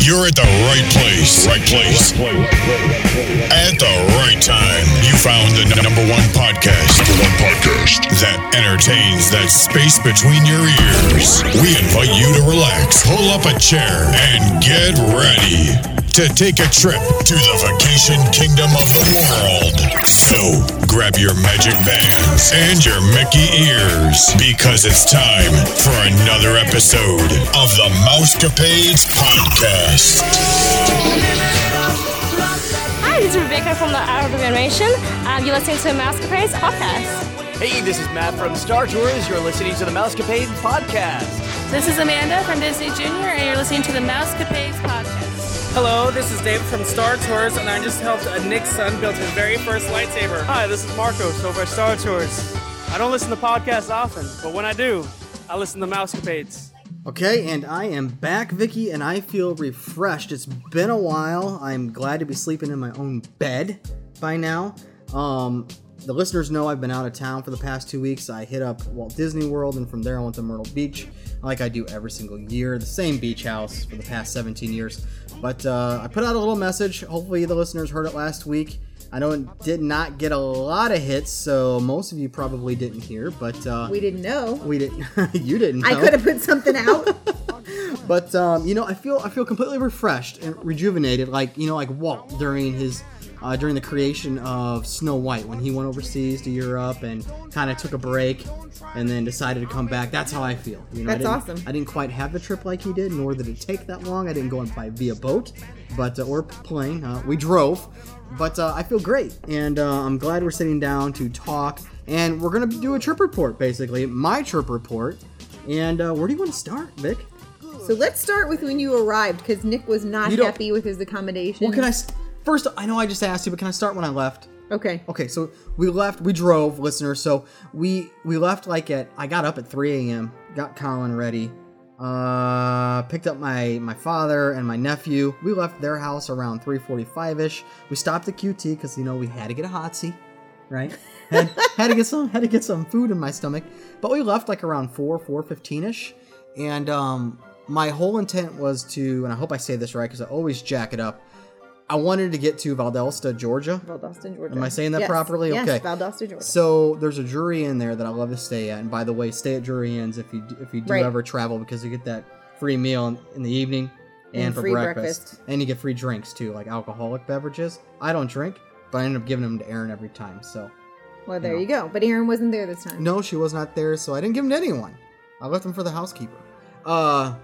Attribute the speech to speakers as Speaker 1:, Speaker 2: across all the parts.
Speaker 1: You're at the right place. Right place. At the right time. You found the n- number one podcast. Number one podcast. That entertains that space between your ears. We invite you to relax, pull up a chair, and get ready to take a trip to the vacation kingdom of the world. So grab your magic bands and your Mickey ears because it's time for another episode of the Mousecapades Podcast.
Speaker 2: Hi, this is Rebecca from the Art of Animation. Um, you're listening to Mouse Caprice Podcast.
Speaker 3: Hey, this is Matt from Star Tours. You're listening to the Mousecapade Podcast.
Speaker 4: This is Amanda from Disney Junior, and you're listening to the Mouse Capades podcast.
Speaker 5: Hello, this is David from Star Tours, and I just helped a Nick's son build his very first lightsaber. Hi, this is Marcos over at Star Tours. I don't listen to podcasts often, but when I do, I listen to Mousecapades.
Speaker 6: Okay, and I am back, Vicky, and I feel refreshed. It's been a while. I'm glad to be sleeping in my own bed by now. Um, the listeners know I've been out of town for the past two weeks. I hit up Walt Disney World, and from there I went to Myrtle Beach, like I do every single year, the same beach house for the past 17 years. But uh, I put out a little message. Hopefully, the listeners heard it last week. I know it did not get a lot of hits, so most of you probably didn't hear. But uh,
Speaker 7: We didn't know.
Speaker 6: we didn't. you didn't.
Speaker 7: I
Speaker 6: know.
Speaker 7: could have put something out.
Speaker 6: But um, you know, I feel I feel completely refreshed and rejuvenated, like you know, like Walt during his uh, during the creation of Snow White when he went overseas to Europe and kind of took a break and then decided to come back. That's how I feel. You know, I
Speaker 7: That's
Speaker 6: didn't-
Speaker 7: awesome.
Speaker 6: I didn't quite have the trip like he did, nor did it take that long. I didn't go and by via boat, but uh, or plane. Uh, we drove, but uh, I feel great, and uh, I'm glad we're sitting down to talk. And we're gonna do a trip report, basically my trip report. And uh, where do you want to start, Vic?
Speaker 7: so let's start with when you arrived, because Nick was not
Speaker 6: You don't-
Speaker 7: happy with his accommodation.
Speaker 6: Well, can I s- first? I know I just asked you, but can I start when I left?
Speaker 7: Okay.
Speaker 6: Okay, so we left. We drove, listeners. So we we left like at. I got up at 3 a.m. Got Colin ready. Uh, picked up my my father and my nephew. We left their house around 3:45 ish. We stopped at QT because you know we had to get a hot seat, right? had, had to get some had to get some food in my stomach. But we left like around 4 4:15 ish, and um, my whole intent was to, and I hope I say this right because I always jack it up. I wanted to get to Valdosta, Georgia.
Speaker 7: Valdosta, Georgia.
Speaker 6: Am I saying that
Speaker 7: Yes.
Speaker 6: properly?
Speaker 7: Yes,
Speaker 6: Okay.
Speaker 7: Valdosta, Georgia.
Speaker 6: So there's a Drury Inn there that I love to stay at. And by the way, stay at Drury Inns if you if you do
Speaker 7: Right.
Speaker 6: ever travel because you get that free meal in, in the evening and,
Speaker 7: And
Speaker 6: for
Speaker 7: free
Speaker 6: breakfast.
Speaker 7: breakfast.
Speaker 6: and you get free drinks too, like alcoholic beverages. I don't drink, but I end up giving them to Aaron every time. So
Speaker 7: well, there you go. But Aaron wasn't there this time.
Speaker 6: no, she was not there, so I didn't give them to anyone. I left them for the housekeeper. Uh,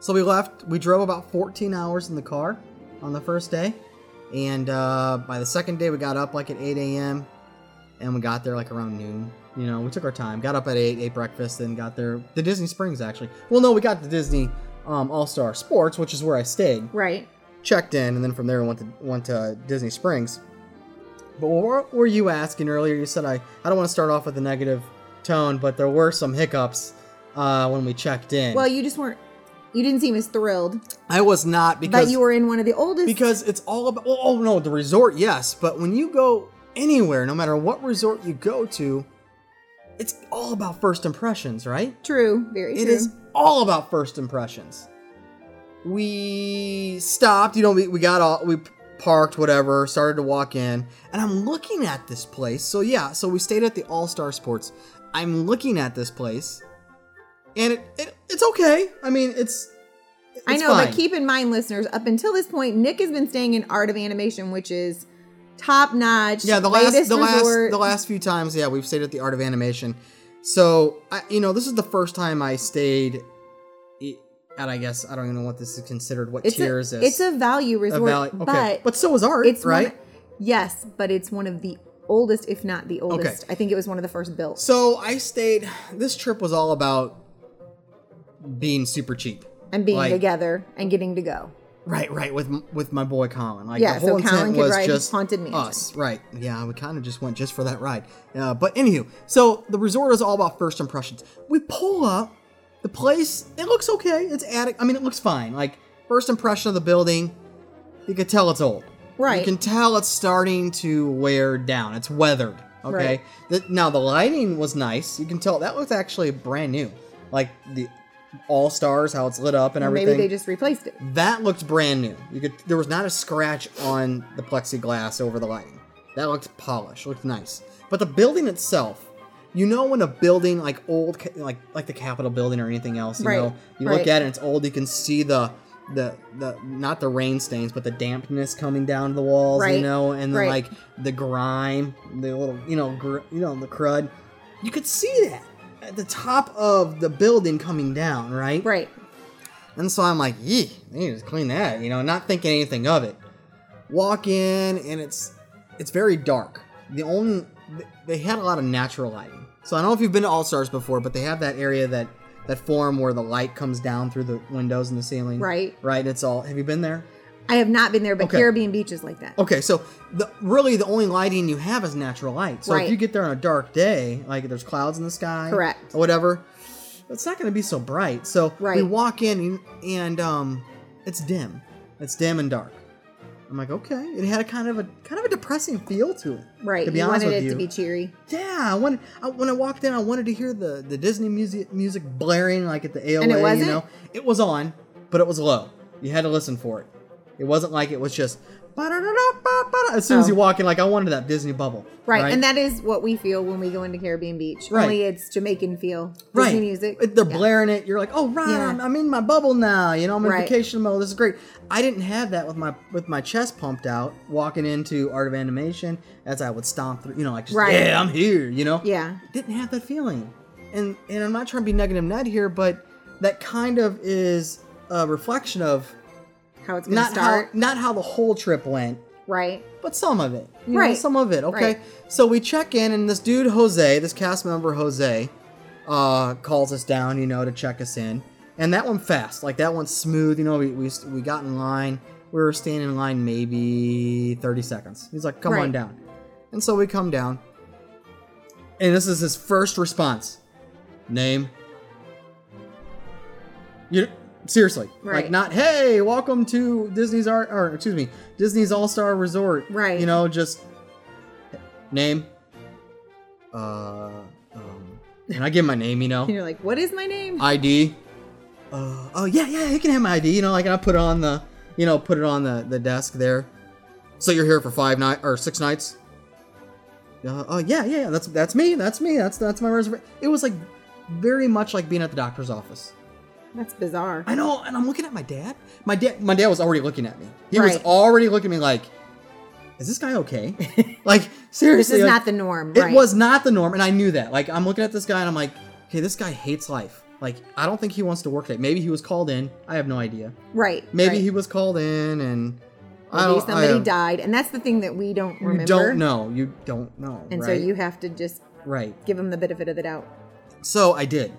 Speaker 6: so we left. We drove about 14 hours in the car on the first day, and uh, by the second day we got up like at 8 a.m. and we got there like around noon. You know, we took our time. Got up at eight, ate breakfast, then got there. The Disney Springs actually. Well, no, we got to Disney um, All Star Sports, which is where I stayed
Speaker 7: Right.
Speaker 6: checked in, and then from there went to went to Disney Springs. But what were you asking earlier? You said I I don't want to start off with a negative tone, but there were some hiccups uh, when we checked in.
Speaker 7: Well, you just weren't. You didn't seem as thrilled,
Speaker 6: I was not because
Speaker 7: but you were in one of the oldest.
Speaker 6: because it's all about. Oh, oh no, the resort, yes, but when you go anywhere, no matter what resort you go to, it's all about first impressions, right?
Speaker 7: true, very
Speaker 6: It
Speaker 7: true.
Speaker 6: is all about first impressions. We stopped, you know, we, we got all, we parked, whatever, started to walk in, and I'm looking at this place. So, yeah, so we stayed at the All Star Sports. I'm looking at this place, and it, it it's okay. I mean, it's. it's
Speaker 7: I know,
Speaker 6: fine.
Speaker 7: but keep in mind, listeners, up until this point, Nick has been staying in Art of Animation, which is top notch.
Speaker 6: Yeah, the last,
Speaker 7: latest
Speaker 6: the last,
Speaker 7: resort.
Speaker 6: the last few times, yeah, we've stayed at the Art of Animation. So, I, you know, this is the first time I stayed i- at, I guess, I don't even know what this is considered, what
Speaker 7: It's
Speaker 6: tier
Speaker 7: a,
Speaker 6: is this?
Speaker 7: it's a value
Speaker 6: A
Speaker 7: resort,
Speaker 6: valley- okay.
Speaker 7: but
Speaker 6: but so is art,
Speaker 7: It's
Speaker 6: right?
Speaker 7: One, yes, but it's one of the oldest, if not the oldest. I think it was one of the first built.
Speaker 6: so I stayed. This trip was all about being super cheap.
Speaker 7: and being
Speaker 6: like-
Speaker 7: together and getting to go.
Speaker 6: Right, right. With m- with my boy Colin. Like
Speaker 7: Yeah,
Speaker 6: the
Speaker 7: so
Speaker 6: whole
Speaker 7: Colin
Speaker 6: intent
Speaker 7: could
Speaker 6: was
Speaker 7: ride
Speaker 6: just
Speaker 7: Haunted Mansion.
Speaker 6: us. Right. Yeah, we kind of just went just for that ride. Uh, but anywho, so the resort is all about first impressions. We pull up. The place it looks okay. It's attic. I mean, it looks fine. Like first impression of the building, you could tell it's old. You
Speaker 7: Right.
Speaker 6: can tell it's starting to wear down. It's weathered. Okay.
Speaker 7: Right.
Speaker 6: The- now the lighting was nice. You can tell that looked actually brand new. Like the all stars, how it's lit up and everything.
Speaker 7: Maybe they just replaced it.
Speaker 6: that looked brand new. You could there was not a scratch on the plexiglass over the lighting. That looked polished, looked nice. But the building itself, you know, when a building like old, ca- like like the Capitol building or anything else, you
Speaker 7: Right,
Speaker 6: know, you look
Speaker 7: right.
Speaker 6: at it, and it's old. You can see the the the not the rain stains, but the dampness coming down the walls, you
Speaker 7: Right,
Speaker 6: know, and then
Speaker 7: right.
Speaker 6: like the grime, the little you know, gr- you know, the crud. You could see that at the top of the building coming down, right?
Speaker 7: Right.
Speaker 6: And so I'm like, yee, they need to clean that, you know, not thinking anything of it. Walk in and it's it's very dark. The only they had a lot of natural lighting. So I don't know if you've been to All Stars before, but they have that area that that form where the light comes down through the windows and the ceiling.
Speaker 7: Right.
Speaker 6: Right. And it's all. Have you been there?
Speaker 7: I have not been there, but
Speaker 6: Okay.
Speaker 7: Caribbean beach is like that.
Speaker 6: Okay, so the really the only lighting you have is natural light. So if
Speaker 7: Right.
Speaker 6: you get there on a dark day, like there's clouds in the sky,
Speaker 7: Correct.
Speaker 6: or whatever, it's not going to be so bright. So we
Speaker 7: Right.
Speaker 6: walk in and um, it's dim, it's dim and dark. I'm like, okay, it had a kind of a kind of a depressing feel to it.
Speaker 7: Right.
Speaker 6: to be
Speaker 7: you
Speaker 6: honest
Speaker 7: wanted
Speaker 6: with
Speaker 7: it
Speaker 6: you,
Speaker 7: to be cheery.
Speaker 6: yeah, I wanted I, when I walked in, I wanted to hear the, the Disney music music blaring like at the AOA.
Speaker 7: And it wasn't?
Speaker 6: You know, it was on, but it was low. You had to listen for it. It wasn't like it was just "Ba-da-da-da-ba-ba-da," as soon as
Speaker 7: Oh.
Speaker 6: you walk in. Like I wanted that Disney bubble,
Speaker 7: Right. And that is what we feel when we go into Caribbean beach.
Speaker 6: Right.
Speaker 7: Only it's Jamaican feel.
Speaker 6: right
Speaker 7: Disney music.
Speaker 6: It- They're
Speaker 7: Yeah.
Speaker 6: blaring it. You're like, oh right,
Speaker 7: Yeah.
Speaker 6: I'm, I'm in my bubble now. You know, I'm in
Speaker 7: Right.
Speaker 6: vacation mode. This is great. I didn't have that with my with my chest pumped out walking into Art of Animation as I would stomp through. You know, like just
Speaker 7: Right.
Speaker 6: yeah, I'm here. You know,
Speaker 7: Yeah.
Speaker 6: didn't have that feeling. And and I'm not trying to be negative net here, but that kind of is a reflection of
Speaker 7: How it's gonna
Speaker 6: not
Speaker 7: start.
Speaker 6: how not how the whole trip went,
Speaker 7: right.
Speaker 6: but some of it. You Know,
Speaker 7: Right.
Speaker 6: some of it. Okay.
Speaker 7: Right.
Speaker 6: So we check in and this dude Jose, this cast member Jose, uh, calls us down, you know, to check us in. And that one fast, like that one smooth, you know, we, we, we got in line. We were staying in line maybe 30 seconds. He's like, come on
Speaker 7: Right.
Speaker 6: down. And so we come down. And this is his first response. Name. You seriously. Like
Speaker 7: Right.
Speaker 6: not, hey, welcome to Disney's art or excuse me, Disney's All Star Resort.
Speaker 7: Right.
Speaker 6: You know, just name. Uh um, and I give my name, you know.
Speaker 7: And you're like, what is my name?
Speaker 6: ID. Uh, oh yeah, yeah, you can have my ID. You know, like and I put it on the, you know, put it on the the desk there. So you're here for five night or six nights. Uh, oh yeah, yeah, yeah, that's that's me, that's me, that's that's my reservation. It was like very much like being at the doctor's office.
Speaker 7: That's bizarre.
Speaker 6: I know, and I'm looking at my dad. My dad, my dad was already looking at me. He was
Speaker 7: Right.
Speaker 6: already looking at me like, "Is this guy okay?" like
Speaker 7: This
Speaker 6: seriously,
Speaker 7: is
Speaker 6: like,
Speaker 7: not the norm.
Speaker 6: it
Speaker 7: right.
Speaker 6: was not the norm, and I knew that. Like, I'm looking at this guy, and I'm like, okay, this guy hates life. Like, I don't think he wants to work today. Maybe he was called in. I have no idea.
Speaker 7: right.
Speaker 6: Maybe
Speaker 7: right.
Speaker 6: he was called in, and I
Speaker 7: Maybe
Speaker 6: don't. I
Speaker 7: somebody
Speaker 6: have-
Speaker 7: died, and that's the thing that we don't remember.
Speaker 6: You don't know. You don't know.
Speaker 7: And so
Speaker 6: right?
Speaker 7: you have to just
Speaker 6: right.
Speaker 7: give them the benefit of the doubt.
Speaker 6: So I did.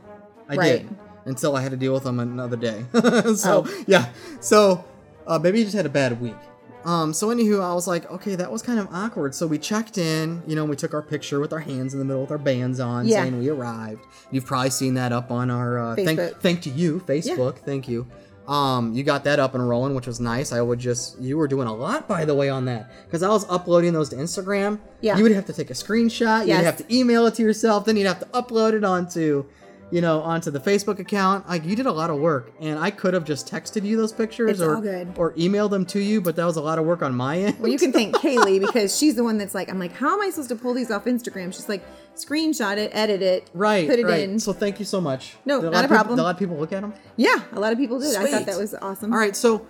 Speaker 6: I
Speaker 7: Right.
Speaker 6: did. Until I had to deal with them another day. so
Speaker 7: Oh.
Speaker 6: yeah. So uh, maybe he just had a bad week. Um, so anywho, I was like, okay, that was kind of awkward. So we checked in, you know, and we took our picture with our hands in the middle with our bands on,
Speaker 7: Yeah.
Speaker 6: saying we arrived. You've probably seen that up on our uh, thank
Speaker 7: Facebook.
Speaker 6: thank to you Facebook. Thank you. Um, you got that up and rolling, which was nice. I would just you were doing a lot by the way on that because I was uploading those to Instagram.
Speaker 7: Yeah.
Speaker 6: you would have to take a screenshot. You'd
Speaker 7: Yes.
Speaker 6: have to email it to yourself. Then you'd have to upload it onto, you know, onto the Facebook account. Like you did a lot of work, and I could have just texted you those pictures
Speaker 7: It's
Speaker 6: or
Speaker 7: all good.
Speaker 6: or emailed them to you, but that was a lot of work on my end.
Speaker 7: Well, you can thank Kaylee because she's the one that's like, I'm like, how am I supposed to pull these off Instagram? She's like, screenshot it, edit it,
Speaker 6: right,
Speaker 7: put it
Speaker 6: right.
Speaker 7: in.
Speaker 6: So thank you so much.
Speaker 7: No,
Speaker 6: Did lot
Speaker 7: not a
Speaker 6: of people-
Speaker 7: problem.
Speaker 6: did a lot of people look at them.
Speaker 7: yeah, a lot of people did. I
Speaker 6: Sweet.
Speaker 7: thought that was awesome.
Speaker 6: All right, so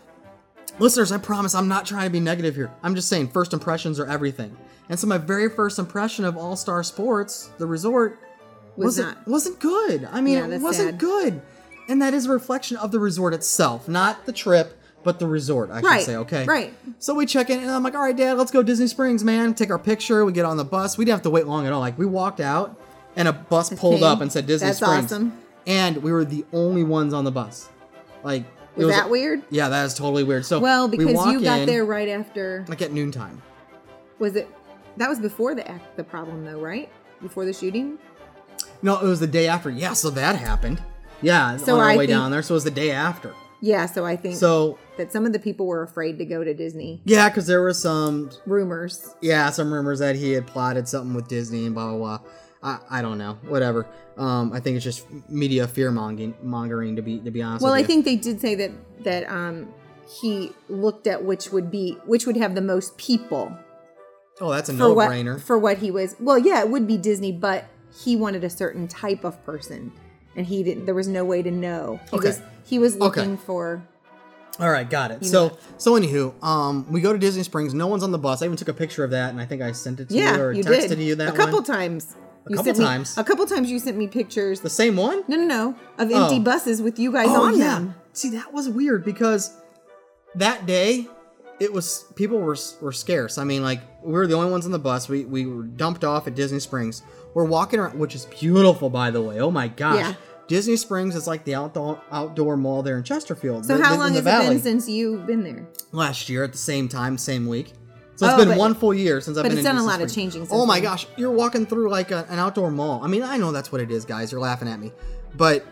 Speaker 6: listeners, I promise I'm not trying to be negative here. I'm just saying first impressions are everything. And so my very first impression of All Star Sports, the resort,
Speaker 7: Was
Speaker 6: not
Speaker 7: not.
Speaker 6: wasn't good. I mean,
Speaker 7: Yeah,
Speaker 6: it
Speaker 7: that's
Speaker 6: wasn't
Speaker 7: sad.
Speaker 6: good. And that is a reflection of the resort itself, not the trip, but the resort. I
Speaker 7: Right,
Speaker 6: should say. Okay.
Speaker 7: right.
Speaker 6: So we check in, and I'm like, "All right, Dad, let's go Disney Springs, man. Take our picture. We get on the bus. We didn't have to wait long at all. Like we walked out, and a bus pulled
Speaker 7: came.
Speaker 6: up and said Disney
Speaker 7: That's
Speaker 6: Springs,
Speaker 7: awesome.
Speaker 6: and we were the only ones on the bus. Like it
Speaker 7: Was that weird?
Speaker 6: yeah, that is totally weird. So
Speaker 7: Well,
Speaker 6: we
Speaker 7: because you
Speaker 6: walk
Speaker 7: got
Speaker 6: in,
Speaker 7: there right after.
Speaker 6: like at noontime.
Speaker 7: Was it? That was before the act, the problem though, right? Before the shooting.
Speaker 6: No, it was the day after. Yeah, so that happened. Yeah,
Speaker 7: So
Speaker 6: on our
Speaker 7: I
Speaker 6: way
Speaker 7: think-
Speaker 6: down there. So it was the day after.
Speaker 7: Yeah, so I think
Speaker 6: So
Speaker 7: that some of the people were afraid to go to Disney.
Speaker 6: yeah, because there were some
Speaker 7: Rumors.
Speaker 6: yeah some rumors that he had plotted something with Disney and blah blah blah. I, I don't know. Whatever. Um, I think it's just media fear mongering, mongering to be to be honest.
Speaker 7: Well,
Speaker 6: with
Speaker 7: I
Speaker 6: you.
Speaker 7: think they did say that that um, he looked at which would be which would have the most people
Speaker 6: Oh, that's a
Speaker 7: for
Speaker 6: no
Speaker 7: what
Speaker 6: brainer.
Speaker 7: for what he was. Well, yeah, it would be Disney, but he wanted a certain type of person, and he didn't. There was no way to know. He
Speaker 6: Okay.
Speaker 7: was he was
Speaker 6: Okay.
Speaker 7: looking for.
Speaker 6: All right, got it. so, so anywho, um, we go to Disney Springs. No one's on the bus. I even took a picture of that, and I think I sent it to
Speaker 7: Yeah,
Speaker 6: you or
Speaker 7: you
Speaker 6: texted
Speaker 7: did.
Speaker 6: you that
Speaker 7: a couple
Speaker 6: one.
Speaker 7: times.
Speaker 6: A
Speaker 7: you
Speaker 6: couple
Speaker 7: sent me-
Speaker 6: times.
Speaker 7: a couple times you sent me pictures.
Speaker 6: The same one?
Speaker 7: no, no, no, of empty
Speaker 6: Oh.
Speaker 7: buses with you guys
Speaker 6: Oh
Speaker 7: on
Speaker 6: yeah.
Speaker 7: them.
Speaker 6: See, that was weird because that day it was people were were scarce. I mean, like we were the only ones on the bus. We we were dumped off at Disney Springs. We're walking around, which is beautiful, by the way. Oh my gosh.
Speaker 7: Yeah.
Speaker 6: Disney Springs is like the outdoor outdoor mall there in Chesterfield.
Speaker 7: So
Speaker 6: the-
Speaker 7: how
Speaker 6: in
Speaker 7: long
Speaker 6: the
Speaker 7: has
Speaker 6: valley.
Speaker 7: it been since you've been there?
Speaker 6: last year at the same time, same week. So it's
Speaker 7: Oh,
Speaker 6: been
Speaker 7: but-
Speaker 6: one full year since I've
Speaker 7: but
Speaker 6: been.
Speaker 7: it's
Speaker 6: in
Speaker 7: done a
Speaker 6: Disney
Speaker 7: lot of
Speaker 6: Springs.
Speaker 7: changing since
Speaker 6: Oh my
Speaker 7: then.
Speaker 6: gosh, you're walking through like a, an outdoor mall. I mean, I know that's what it is, guys. You're laughing at me, but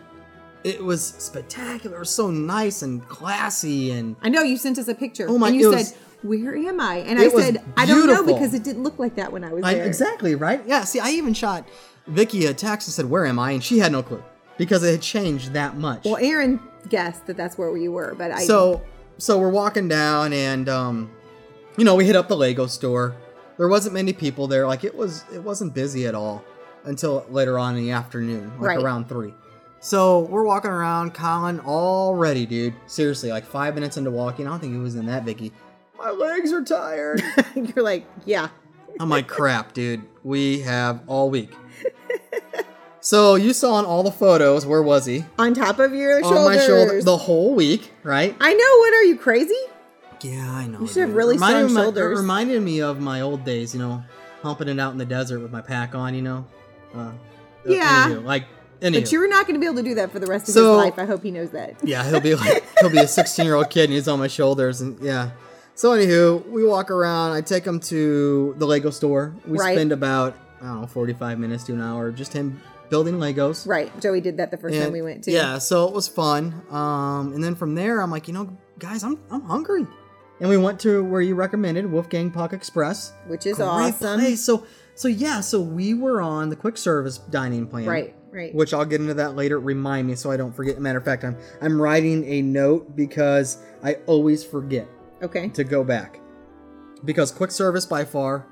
Speaker 6: it was spectacular. It was so nice and classy, and
Speaker 7: I know you sent us a picture.
Speaker 6: Oh my-
Speaker 7: And you
Speaker 6: it
Speaker 7: said,
Speaker 6: was-
Speaker 7: "Where am I?" And
Speaker 6: It
Speaker 7: I
Speaker 6: was
Speaker 7: said, "I don't know
Speaker 6: beautiful.
Speaker 7: because it didn't look like that when I was
Speaker 6: I,
Speaker 7: there."
Speaker 6: exactly right. Yeah. See, I even shot Vicky a text and said, "Where am I?" and she had no clue because it had changed that much.
Speaker 7: Well, Aaron guessed that that's where we were, but I
Speaker 6: so so we're walking down and um you know we hit up the lego store there wasn't many people there like it was it wasn't busy at all until later on in the afternoon like
Speaker 7: Right.
Speaker 6: around three so we're walking around colin already dude seriously like five minutes into walking i don't think it was in that vicky my legs are tired
Speaker 7: you're like, yeah,
Speaker 6: i'm like crap dude we have all week so you saw in all the photos where was he
Speaker 7: on top of your shoulders.
Speaker 6: on my shoulder the whole week right
Speaker 7: I know. What are you crazy?
Speaker 6: Yeah, I know. You
Speaker 7: should have really
Speaker 6: reminded
Speaker 7: strong
Speaker 6: me-
Speaker 7: shoulders.
Speaker 6: It reminded me of my old days, you know, humping it out in the desert with my pack on, you know. Uh,
Speaker 7: Yeah.
Speaker 6: anywho, like, anywho.
Speaker 7: But you're not going to be able to do that for the rest of
Speaker 6: So-
Speaker 7: his life. I hope he knows that.
Speaker 6: yeah, he'll be like, he'll be a 16 year old kid and he's on my shoulders, and yeah. So anywho, we walk around. I take him to the Lego store. We
Speaker 7: Right.
Speaker 6: spend about I don't know 45 minutes to an hour just him building Legos.
Speaker 7: Right. Joey did that the first time
Speaker 6: And-
Speaker 7: we went to.
Speaker 6: Yeah, so it was fun. Um, and then from there, I'm like, you know, guys, I'm I'm hungry. And we went to where you recommended Wolfgang Puck Express,
Speaker 7: Which is
Speaker 6: Great
Speaker 7: awesome.
Speaker 6: place. So so yeah, so we were on the quick service dining plan,
Speaker 7: Right. Right.
Speaker 6: Which I'll get into that later. Remind me so I don't forget. Matter of fact, I'm I'm writing a note because I always forget
Speaker 7: okay.
Speaker 6: to go back because quick service by far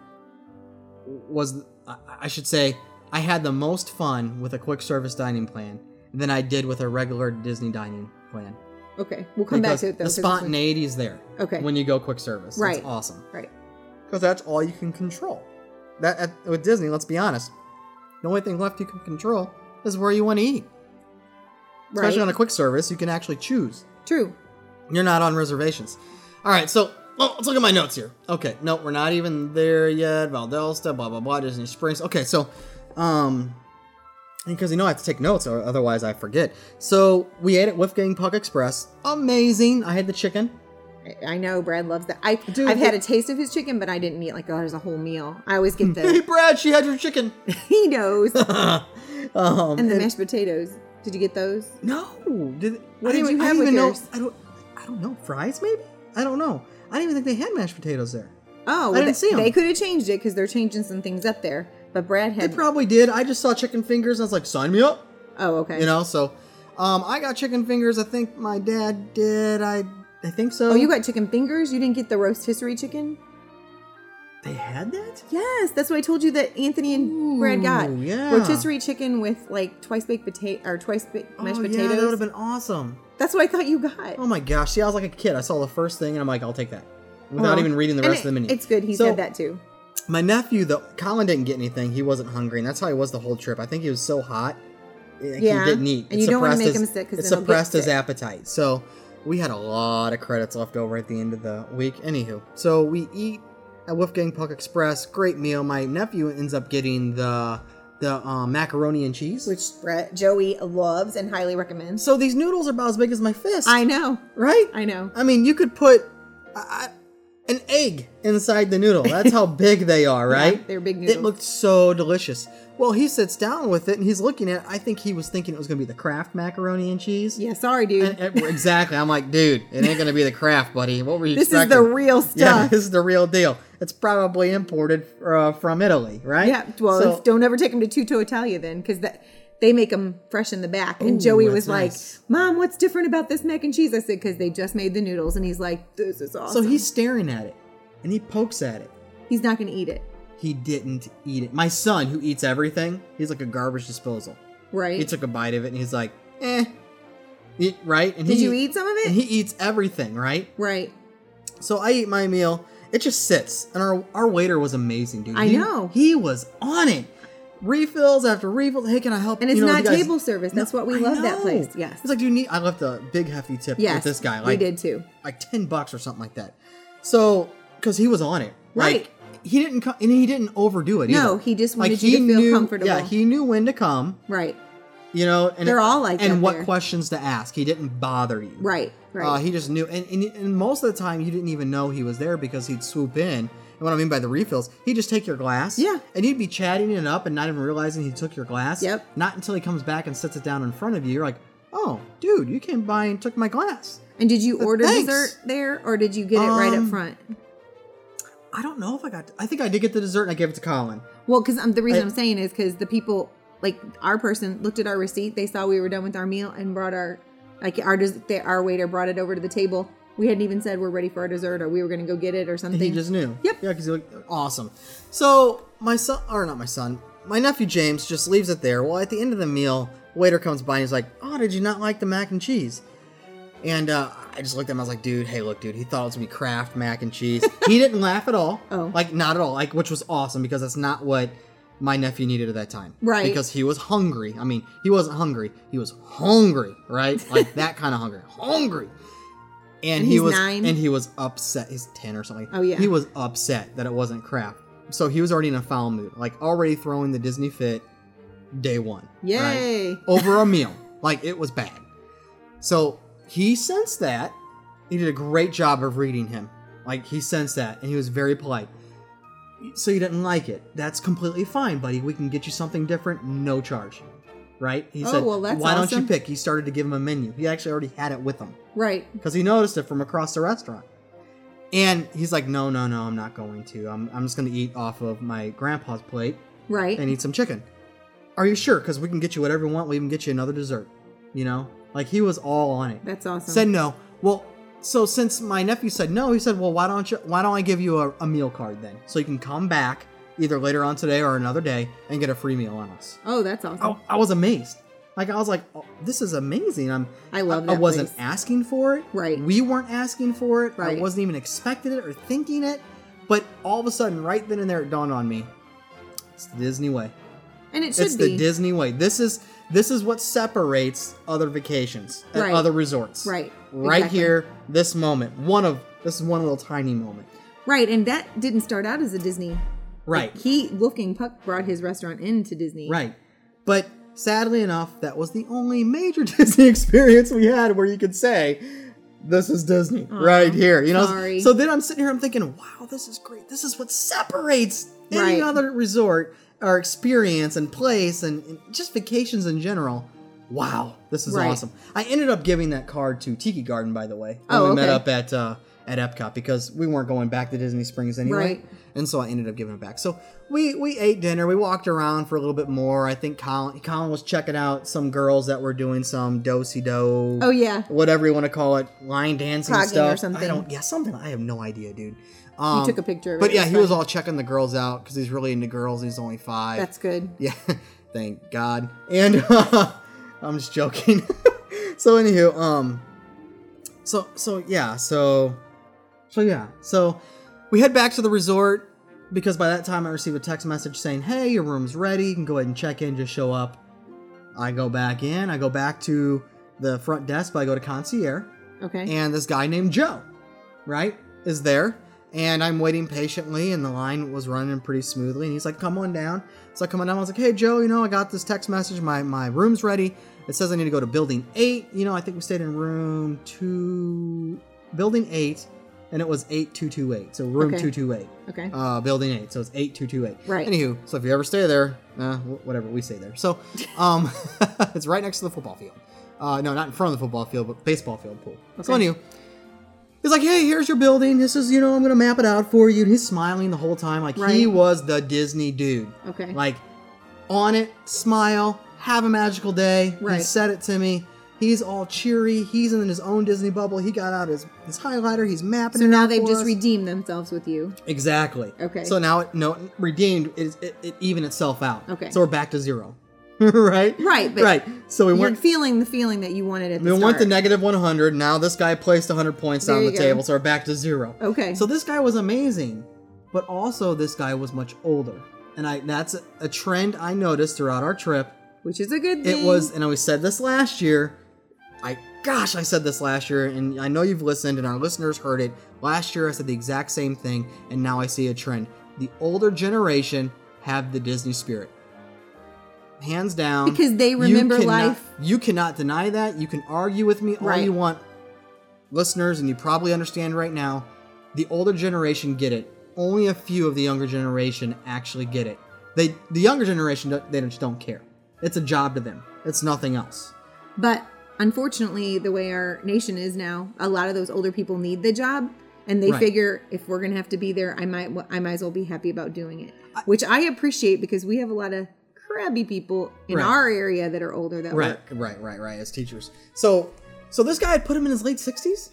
Speaker 6: was I- i should say i had the most fun with a quick service dining plan than i did with a regular disney dining plan
Speaker 7: Okay. We'll come back
Speaker 6: Because
Speaker 7: to it
Speaker 6: the
Speaker 7: though. 'cause this one-
Speaker 6: spontaneity is there
Speaker 7: Okay.
Speaker 6: when you go quick service
Speaker 7: Right.
Speaker 6: it's awesome
Speaker 7: Right.
Speaker 6: because that's all you can control that at, with disney let's be honest the only thing left you can control is where you want to eat especially
Speaker 7: Right.
Speaker 6: on a quick service you can actually choose
Speaker 7: True.
Speaker 6: you're not on reservations. All right, so well, let's look at my notes here. Okay, no, we're not even there yet. Valdelsta, blah blah blah, Disney Springs. Okay, so, um, because you know I have to take notes, or otherwise I forget. So we ate at Wolfgang Puck Express. Amazing. I had the chicken.
Speaker 7: I- I know Brad loves that. I,
Speaker 6: Dude,
Speaker 7: I've had
Speaker 6: it-
Speaker 7: a taste of his chicken, but I didn't eat like oh, there's a whole meal. I always get
Speaker 6: Hey,
Speaker 7: the
Speaker 6: Brad, she had your chicken.
Speaker 7: he knows
Speaker 6: um,
Speaker 7: and the mashed potatoes. Did you get those?
Speaker 6: No. Did
Speaker 7: What
Speaker 6: I
Speaker 7: did
Speaker 6: didn't
Speaker 7: you
Speaker 6: even- I
Speaker 7: have
Speaker 6: didn't
Speaker 7: with
Speaker 6: even know-
Speaker 7: yours?
Speaker 6: I don't. I don't know. Fries, maybe. I don't know. I didn't even think they had mashed potatoes there.
Speaker 7: Oh,
Speaker 6: didn't
Speaker 7: they,
Speaker 6: see 'em.
Speaker 7: They could have changed it because they're changing some things up there. But Brad
Speaker 6: They
Speaker 7: had.
Speaker 6: probably did. I just saw chicken fingers. and I was like, sign me up.
Speaker 7: oh, okay.
Speaker 6: You know, so um, I got chicken fingers. I think my dad did. I I think so.
Speaker 7: oh, you got chicken fingers. You didn't get the rotisserie chicken.
Speaker 6: they had that.
Speaker 7: Yes, that's what I told you that Anthony and Brad got.
Speaker 6: Ooh, yeah.
Speaker 7: Rotisserie chicken with like twice baked potato or twice baked mashed
Speaker 6: oh,
Speaker 7: potatoes.
Speaker 6: Yeah, that would have been awesome.
Speaker 7: that's what I thought you got.
Speaker 6: Oh my gosh! See, I was like a kid. I saw the first thing and I'm like, I'll take that without
Speaker 7: Uh-huh.
Speaker 6: even reading the
Speaker 7: And
Speaker 6: rest of the
Speaker 7: it-
Speaker 6: menu.
Speaker 7: It's good. He
Speaker 6: So,
Speaker 7: said that too.
Speaker 6: My nephew, though, Colin didn't get anything. He wasn't hungry, and that's how he was the whole trip. I think he was so hot, like,
Speaker 7: Yeah,
Speaker 6: he didn't eat.
Speaker 7: and you don't wanna
Speaker 6: suppressed
Speaker 7: make
Speaker 6: his-
Speaker 7: him sick 'cause
Speaker 6: It
Speaker 7: then he'll get
Speaker 6: suppressed his
Speaker 7: sick.
Speaker 6: appetite. So we had a lot of credits left over at the end of the week. Anywho, so we eat at Wolfgang Puck Express. Great meal. My nephew ends up getting the the um, macaroni and cheese.
Speaker 7: Which Brad Joey loves and highly recommends.
Speaker 6: so these noodles are about as big as my fist,
Speaker 7: I know.
Speaker 6: right?
Speaker 7: I know.
Speaker 6: I mean, you could put I, I- an egg inside the noodle. That's how big they are, right?
Speaker 7: they're big
Speaker 6: It
Speaker 7: noodles.
Speaker 6: looked so delicious. Well, he sits down with it and he's looking at. it. I think he was thinking it was going to be the Kraft macaroni and cheese.
Speaker 7: Yeah, sorry, dude.
Speaker 6: And- and- exactly. I'm like, dude, it ain't going to be the Kraft, buddy. What were you
Speaker 7: this is
Speaker 6: expecting?
Speaker 7: the real
Speaker 6: Yeah,
Speaker 7: stuff.
Speaker 6: this is the real deal. that's probably imported uh, from Italy, right?
Speaker 7: Yeah. Well,
Speaker 6: So-
Speaker 7: if- don't ever take them to Tutto Italia then, because that they make them fresh in the back. And
Speaker 6: Ooh,
Speaker 7: Joey
Speaker 6: that's
Speaker 7: was
Speaker 6: nice.
Speaker 7: like, "Mom, what's different about this mac and cheese?" I said, "Because they just made the noodles." And he's like, "This is awesome."
Speaker 6: so he's staring at it, and he pokes at it.
Speaker 7: he's not going to eat it,
Speaker 6: He didn't eat it. My son, who eats everything, he's like a garbage disposal.
Speaker 7: right?
Speaker 6: He took a bite of it, and he's like, "Eh." Eat- right? And
Speaker 7: Did
Speaker 6: he,
Speaker 7: you eat some of it?
Speaker 6: And he eats everything, right?
Speaker 7: right.
Speaker 6: So I eat my meal. It just sits, and our our waiter was amazing, dude.
Speaker 7: I
Speaker 6: He-
Speaker 7: know.
Speaker 6: he was on it. Refills after refills. Hey, can I help?
Speaker 7: And it's
Speaker 6: You know,
Speaker 7: not
Speaker 6: you guys-
Speaker 7: table service. That's what we
Speaker 6: I
Speaker 7: love that
Speaker 6: know.
Speaker 7: place. Yes.
Speaker 6: it's like, do you need? I left a big hefty tip
Speaker 7: Yes.
Speaker 6: with this guy. Like,
Speaker 7: we did too.
Speaker 6: like ten bucks or something like that. So, because he was on it,
Speaker 7: Right.
Speaker 6: Like, he didn't come, and he didn't overdo it.
Speaker 7: No,
Speaker 6: either.
Speaker 7: he just wanted
Speaker 6: like,
Speaker 7: you
Speaker 6: he
Speaker 7: to feel
Speaker 6: knew,
Speaker 7: comfortable.
Speaker 6: Yeah, he knew when to come.
Speaker 7: Right.
Speaker 6: You know, and
Speaker 7: They're all like
Speaker 6: and
Speaker 7: that
Speaker 6: what
Speaker 7: there.
Speaker 6: questions to ask. He didn't bother you,
Speaker 7: Right. Right.
Speaker 6: uh, he just knew, and, and and most of the time you didn't even know he was there because he'd swoop in. And what I mean by the refills, he'd just take your glass,
Speaker 7: Yeah.
Speaker 6: and you'd be chatting it up and not even realizing he took your glass.
Speaker 7: Yep.
Speaker 6: Not until he comes back and sets it down in front of you, you're like, "Oh, dude, you came by and took my glass."
Speaker 7: and did you
Speaker 6: Uh,
Speaker 7: order
Speaker 6: thanks.
Speaker 7: dessert there, or did you get it right up
Speaker 6: Um,
Speaker 7: front?
Speaker 6: I don't know if I got. I think I did get the dessert, and I gave it to Colin.
Speaker 7: Well, because um, the
Speaker 6: I-
Speaker 7: reason I, am saying is because the people, like our person, looked at our receipt. They saw we were done with our meal and brought our, like our des- they, our waiter brought it over to the table. We hadn't even said we're ready for our dessert or we were going to go get it or something.
Speaker 6: He just knew.
Speaker 7: Yep.
Speaker 6: Yeah, because he looked awesome. So my son, or not my son, my nephew James just leaves it there. Well, at the end of the meal, waiter comes by and he's like, "Oh, did you not like the mac and cheese?" And uh, I just looked at him. I was like, "Dude, hey, look, dude. He thought it was gonna be Kraft mac and cheese. he didn't laugh at all.
Speaker 7: Oh.
Speaker 6: like not at all. Like which was awesome because that's not what." My nephew needed at that time,
Speaker 7: Right.
Speaker 6: Because he was hungry. I mean, he wasn't hungry; he was hungry, right? Like that kind of hungry, hungry and
Speaker 7: And
Speaker 6: he
Speaker 7: he's
Speaker 6: was
Speaker 7: nine?
Speaker 6: and he was upset. He's ten or something.
Speaker 7: Oh, yeah.
Speaker 6: he was upset that it wasn't crap. So he was already in a foul mood, like already throwing the Disney fit day one. right?
Speaker 7: Yay.
Speaker 6: Over a meal, like it was bad. So he sensed that. He did a great job of reading him. Like he sensed that, and he was very polite. So you didn't like it. That's completely fine, buddy. We can get you something different, no charge. Right? He
Speaker 7: Oh,
Speaker 6: said,
Speaker 7: well, that's
Speaker 6: "Why don't
Speaker 7: awesome.
Speaker 6: you pick?" He started to give him a menu. He actually already had it with him
Speaker 7: Right.
Speaker 6: because he noticed it from across the restaurant. And he's like, no, no, no, I'm not going to. I'm, I'm just going to eat off of my grandpa's plate
Speaker 7: Right.
Speaker 6: and eat some chicken. Are you sure? Because we can get you whatever you want. We even get you another dessert. You know? Like, he was all on it.
Speaker 7: That's awesome.
Speaker 6: Said no. Well, so since my nephew said no, he said, well, why don't you, why don't I give you a, a meal card then? So you can come back either later on today or another day and get a free meal on us.
Speaker 7: oh, that's awesome.
Speaker 6: I, I was amazed. Like I was like, oh, this is amazing. I'm.
Speaker 7: I love
Speaker 6: I,
Speaker 7: that
Speaker 6: wasn't
Speaker 7: place.
Speaker 6: asking for it.
Speaker 7: Right.
Speaker 6: We weren't asking for it. I
Speaker 7: Right.
Speaker 6: wasn't even expecting it or thinking it. But all of a sudden, right then and there, it dawned on me. It's the Disney way.
Speaker 7: and it should
Speaker 6: It's
Speaker 7: be.
Speaker 6: the Disney way. This is this is what separates other vacations and
Speaker 7: Right.
Speaker 6: other resorts.
Speaker 7: Right.
Speaker 6: Right
Speaker 7: Exactly.
Speaker 6: here, this moment. One of this is one little tiny moment.
Speaker 7: Right. And that didn't start out as a Disney.
Speaker 6: Right.
Speaker 7: He, Wolfgang Puck, brought his restaurant into Disney.
Speaker 6: Right. But sadly enough, that was the only major Disney experience we had where you could say, this is Disney right here. You know,
Speaker 7: sorry.
Speaker 6: so then I'm sitting here, I'm thinking, wow, this is great. This is what separates any
Speaker 7: Right.
Speaker 6: other resort or experience and place and, and just vacations in general. Wow, this is
Speaker 7: Right.
Speaker 6: awesome. I ended up giving that card to Tiki Garden, by the way, when
Speaker 7: Oh,
Speaker 6: we met
Speaker 7: okay.
Speaker 6: up at uh, at Epcot because we weren't going back to Disney Springs anyway
Speaker 7: Right.
Speaker 6: and so I ended up giving it back. So we we ate dinner. We walked around for a little bit more. I think Colin Colin was checking out some girls that were doing some do si do.
Speaker 7: Oh, yeah.
Speaker 6: whatever you want to call it, line dancing
Speaker 7: Clogging
Speaker 6: stuff
Speaker 7: or something.
Speaker 6: I don't, yeah, something. I have no idea, dude. Um,
Speaker 7: took a picture of
Speaker 6: but
Speaker 7: it. It
Speaker 6: yeah,
Speaker 7: was
Speaker 6: he was
Speaker 7: funny.
Speaker 6: all checking the girls out because he's really into girls. and He's only five.
Speaker 7: That's good.
Speaker 6: Yeah, thank God. And uh, I'm just joking. so anywho, um, so so yeah, so so yeah, so we head back to the resort because by that time I receive a text message saying, "Hey, your room's ready. You can go ahead and check in. Just show up." I go back in. I go back to the front desk, but I go to concierge,
Speaker 7: Okay.
Speaker 6: and this guy named Joe, right, is there. And I'm waiting patiently, and the line was running pretty smoothly. And he's like, "Come on down." So I come on down. I was like, "Hey, Joe, you know, I got this text message. My my room's ready. It says I need to go to building eight. You know, I think we stayed in room two, building eight, and it was eight two two eight. So room
Speaker 7: Okay.
Speaker 6: two two eight,
Speaker 7: okay.
Speaker 6: uh, building eight. So it's eight two two eight.
Speaker 7: Right.
Speaker 6: Anywho, so if you ever stay there, uh, wh- whatever we stay there. So, um, it's right next to the football field. Uh, no, not in front of the football field, but baseball field pool. So
Speaker 7: Okay.
Speaker 6: anywho, He's like, hey, here's your building. This is, you know, I'm gonna map it out for you. And he's smiling the whole time, like he
Speaker 7: Right.
Speaker 6: was the Disney dude.
Speaker 7: Okay.
Speaker 6: Like, on it, smile, have a magical day. He
Speaker 7: Right.
Speaker 6: said it to me. He's all cheery. He's in his own Disney bubble. He got out his, his highlighter. He's mapping
Speaker 7: so
Speaker 6: it
Speaker 7: now
Speaker 6: out
Speaker 7: they've
Speaker 6: for
Speaker 7: just
Speaker 6: us.
Speaker 7: redeemed themselves with you.
Speaker 6: Exactly.
Speaker 7: Okay.
Speaker 6: So now it no redeemed it, it, it even itself out.
Speaker 7: Okay.
Speaker 6: So we're back to zero. right.
Speaker 7: Right, but
Speaker 6: right. So we
Speaker 7: You're
Speaker 6: went.
Speaker 7: feeling the feeling that you wanted at the
Speaker 6: We
Speaker 7: start.
Speaker 6: went to negative 100. Now this guy placed 100 points
Speaker 7: There
Speaker 6: on
Speaker 7: you
Speaker 6: the
Speaker 7: go.
Speaker 6: table, so we're back to zero.
Speaker 7: Okay.
Speaker 6: So this guy was amazing, but also this guy was much older, and I that's a- a trend I noticed throughout our trip.
Speaker 7: which is a good thing.
Speaker 6: It was, and we said this last year. I gosh, I said this last year, and I know you've listened, and our listeners heard it. Last year, I said the exact same thing, and now I see a trend. The older generation have the Disney spirit, hands down,
Speaker 7: Because they
Speaker 6: You
Speaker 7: remember
Speaker 6: cannot-
Speaker 7: life.
Speaker 6: You cannot deny that. You can argue with me all
Speaker 7: Right.
Speaker 6: you want, listeners, and you probably understand right now. The older generation get it. Only a few of the younger generation actually get it. They, the younger generation, don't- they just don't care. It's a job to them. It's nothing else.
Speaker 7: But unfortunately, the way our nation is now, a lot of those older people need the job, and they
Speaker 6: Right.
Speaker 7: figure if we're gonna have to be there, I might I might as well be happy about doing it, which I appreciate because we have a lot of crabby people in
Speaker 6: Right.
Speaker 7: our area that are older that
Speaker 6: Right,
Speaker 7: work.
Speaker 6: right, right, right. As teachers, so so this guy had put him in his late sixties.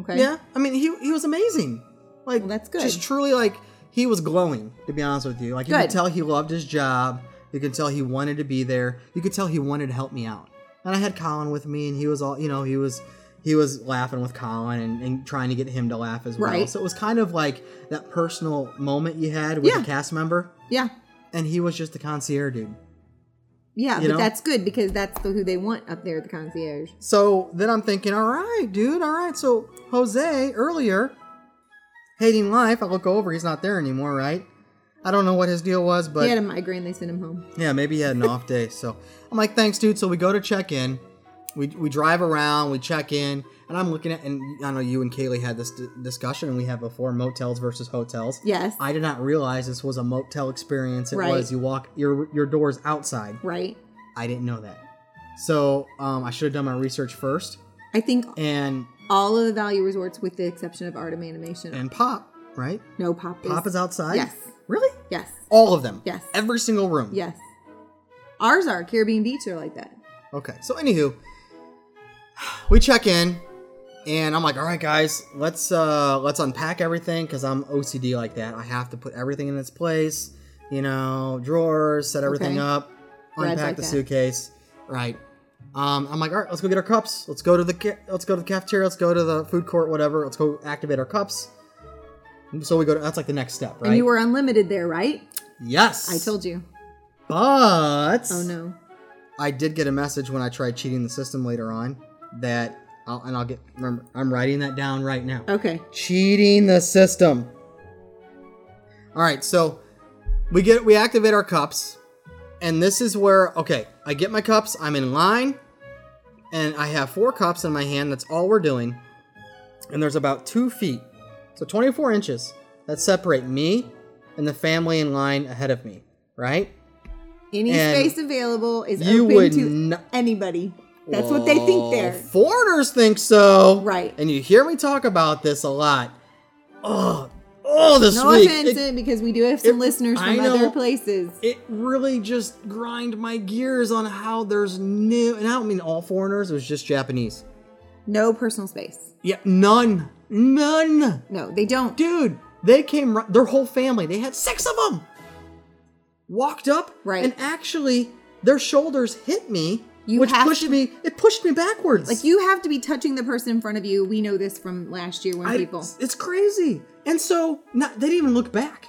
Speaker 7: Okay.
Speaker 6: Yeah, I mean he he was amazing. Like
Speaker 7: Well, that's good.
Speaker 6: Just truly like he was glowing. To be honest with you, like you could
Speaker 7: Good.
Speaker 6: tell he loved his job. You could tell he wanted to be there. You could tell he wanted to help me out. And I had Colin with me, and he was all you know he was he was laughing with Colin and, and trying to get him to laugh as well.
Speaker 7: Right.
Speaker 6: So it was kind of like that personal moment you had with
Speaker 7: Yeah.
Speaker 6: a cast member,
Speaker 7: Yeah.
Speaker 6: and he was just the concierge dude.
Speaker 7: Yeah,
Speaker 6: You
Speaker 7: but
Speaker 6: know?
Speaker 7: that's good because that's the, who they want up there, the concierge.
Speaker 6: So then I'm thinking, all right, dude, all right. So Jose earlier, hating life, I look over, he's not there anymore, right? I don't know what his deal was, but
Speaker 7: he had a migraine, they sent him home.
Speaker 6: yeah, maybe he had an off day. So I'm like, thanks, dude. So we go to check in. We, we drive around, we check in, and I'm looking at, and I know you and Kaylee had this d- discussion, and we have before motels versus hotels.
Speaker 7: Yes.
Speaker 6: I did not realize this was a motel experience. It
Speaker 7: Right.
Speaker 6: was you walk your your doors outside.
Speaker 7: right.
Speaker 6: I didn't know that, so um, I should have done my research first.
Speaker 7: I think
Speaker 6: And
Speaker 7: all of the value resorts, with the exception of Artem Animation,
Speaker 6: and Pop, right?
Speaker 7: no pop.
Speaker 6: Pop is outside.
Speaker 7: Yes.
Speaker 6: Really?
Speaker 7: Yes.
Speaker 6: All of them.
Speaker 7: Yes.
Speaker 6: Every single room.
Speaker 7: Yes. Ours are Caribbean Beach are like that.
Speaker 6: Okay. So anywho, we check in, and I'm like, all right, guys, let's uh let's unpack everything because I'm OCD like that. I have to put everything in its place. You know, drawers, set everything
Speaker 7: Okay.
Speaker 6: up,
Speaker 7: Brad's
Speaker 6: unpack
Speaker 7: like
Speaker 6: the
Speaker 7: that.
Speaker 6: suitcase, right? Um, I'm like, all right, let's go get our cups. Let's go to the ca- let's go to the cafeteria. Let's go to the food court, whatever. Let's go activate our cups. So we go to that's like the next step, right?
Speaker 7: And you were unlimited there, right?
Speaker 6: yes.
Speaker 7: I told you.
Speaker 6: But
Speaker 7: Oh no.
Speaker 6: I did get a message when I tried cheating the system later on that I'll, and I'll get remember I'm writing that down right now.
Speaker 7: Okay.
Speaker 6: Cheating the system. All right, so we get we activate our cups and this is where okay, I get my cups, I'm in line and I have four cups in my hand. That's all we're doing. And there's about two feet, so 24 inches, that separate me and the family in line ahead of me, right?
Speaker 7: Any
Speaker 6: And
Speaker 7: space available is
Speaker 6: you
Speaker 7: open
Speaker 6: would
Speaker 7: to
Speaker 6: not-
Speaker 7: anybody. That's what they think
Speaker 6: Well,
Speaker 7: there.
Speaker 6: Foreigners think so.
Speaker 7: Right.
Speaker 6: And you hear me talk about this a lot. Oh, oh, this
Speaker 7: No
Speaker 6: week.
Speaker 7: offense,
Speaker 6: It,
Speaker 7: in because we do have some
Speaker 6: it-
Speaker 7: listeners
Speaker 6: I
Speaker 7: from
Speaker 6: know.
Speaker 7: other places.
Speaker 6: it really just grind my gears on how there's new, and I don't mean all foreigners, it was just Japanese.
Speaker 7: No personal space.
Speaker 6: Yeah, none. None.
Speaker 7: No, they don't.
Speaker 6: Dude, they came, ru- their whole family, they had six of them, walked up.
Speaker 7: Right.
Speaker 6: And actually, their shoulders hit me,
Speaker 7: You
Speaker 6: which
Speaker 7: have
Speaker 6: pushed me, it pushed me backwards.
Speaker 7: Like you have to be touching the person in front of you. We know this from last year when
Speaker 6: I-
Speaker 7: people.
Speaker 6: It's crazy. And so not, they didn't even look back.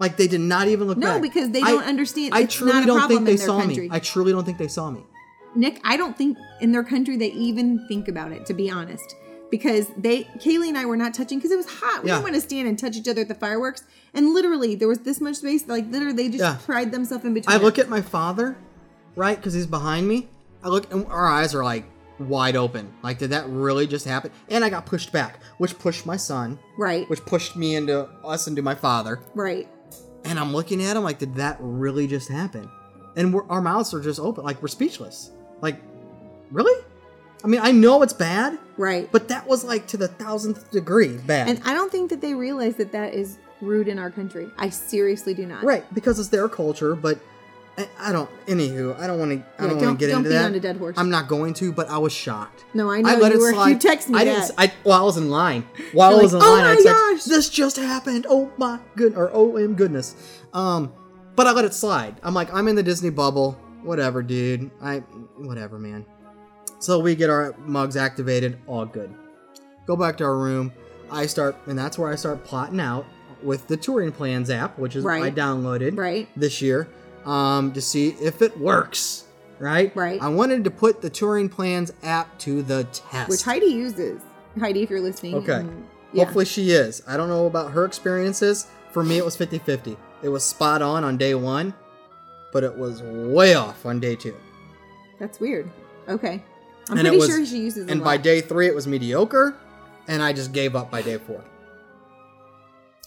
Speaker 6: Like they did not even look
Speaker 7: No,
Speaker 6: back.
Speaker 7: because they
Speaker 6: I-
Speaker 7: don't understand.
Speaker 6: I
Speaker 7: It's
Speaker 6: truly
Speaker 7: not a
Speaker 6: don't
Speaker 7: problem
Speaker 6: think
Speaker 7: in
Speaker 6: they
Speaker 7: their
Speaker 6: saw me.
Speaker 7: country.
Speaker 6: I truly don't think they saw me.
Speaker 7: Nick, I don't think in their country they even think about it, to be honest. Because they, Kaylee and I were not touching because it was hot. We
Speaker 6: Yeah.
Speaker 7: didn't want to stand and touch each other at the fireworks. And literally, there was this much space. Like, literally, they just
Speaker 6: Yeah.
Speaker 7: pried themselves in between.
Speaker 6: I look
Speaker 7: us.
Speaker 6: at my father, right? Because he's behind me. I look, and our eyes are like wide open. Like, did that really just happen? And I got pushed back, which pushed my son,
Speaker 7: Right.
Speaker 6: which pushed me into us into my father.
Speaker 7: right.
Speaker 6: And I'm looking at him like, did that really just happen? And we're, our mouths are just open, like we're speechless. Like, really? I mean, I know it's bad,
Speaker 7: Right.
Speaker 6: but that was like to the thousandth degree bad.
Speaker 7: and I don't think that they realize that that is rude in our country. I seriously do not.
Speaker 6: right, because it's their culture, but I, I don't. Anywho, I don't want to. I
Speaker 7: Yeah,
Speaker 6: don't
Speaker 7: don't-
Speaker 6: want to get
Speaker 7: don't
Speaker 6: into
Speaker 7: beat
Speaker 6: that.
Speaker 7: on a dead horse.
Speaker 6: I'm not going to, but I was shocked.
Speaker 7: No, I know,
Speaker 6: I let
Speaker 7: you
Speaker 6: it
Speaker 7: were- you
Speaker 6: slide.
Speaker 7: text me
Speaker 6: I didn't.
Speaker 7: that.
Speaker 6: s- I while I was in line. While
Speaker 7: You're
Speaker 6: I was
Speaker 7: like,
Speaker 6: in
Speaker 7: "Oh
Speaker 6: line, I
Speaker 7: my
Speaker 6: texted,
Speaker 7: gosh!"
Speaker 6: "This just happened! Oh my good or oh m goodness." Um, but I let it slide. I'm like, I'm in the Disney bubble. Whatever, dude. I whatever, man. So we get our mugs activated. All good. Go back to our room. I start, and that's where I start plotting out with the touring plans app, which is I
Speaker 7: Right.
Speaker 6: downloaded
Speaker 7: Right.
Speaker 6: this year um, to see if it works. Right?
Speaker 7: Right.
Speaker 6: I wanted to put the touring plans app to the test.
Speaker 7: Which Heidi uses. Heidi, if you're listening.
Speaker 6: Okay.
Speaker 7: um, yeah.
Speaker 6: Hopefully she is. I don't know about her experiences. For me, it was 50 50. It was spot on on day one, but it was way off on day two.
Speaker 7: That's weird. Okay. I'm
Speaker 6: And it
Speaker 7: pretty
Speaker 6: was-
Speaker 7: sure she uses
Speaker 6: And
Speaker 7: a
Speaker 6: by
Speaker 7: lot.
Speaker 6: day three, it was mediocre, and I just gave up by day four.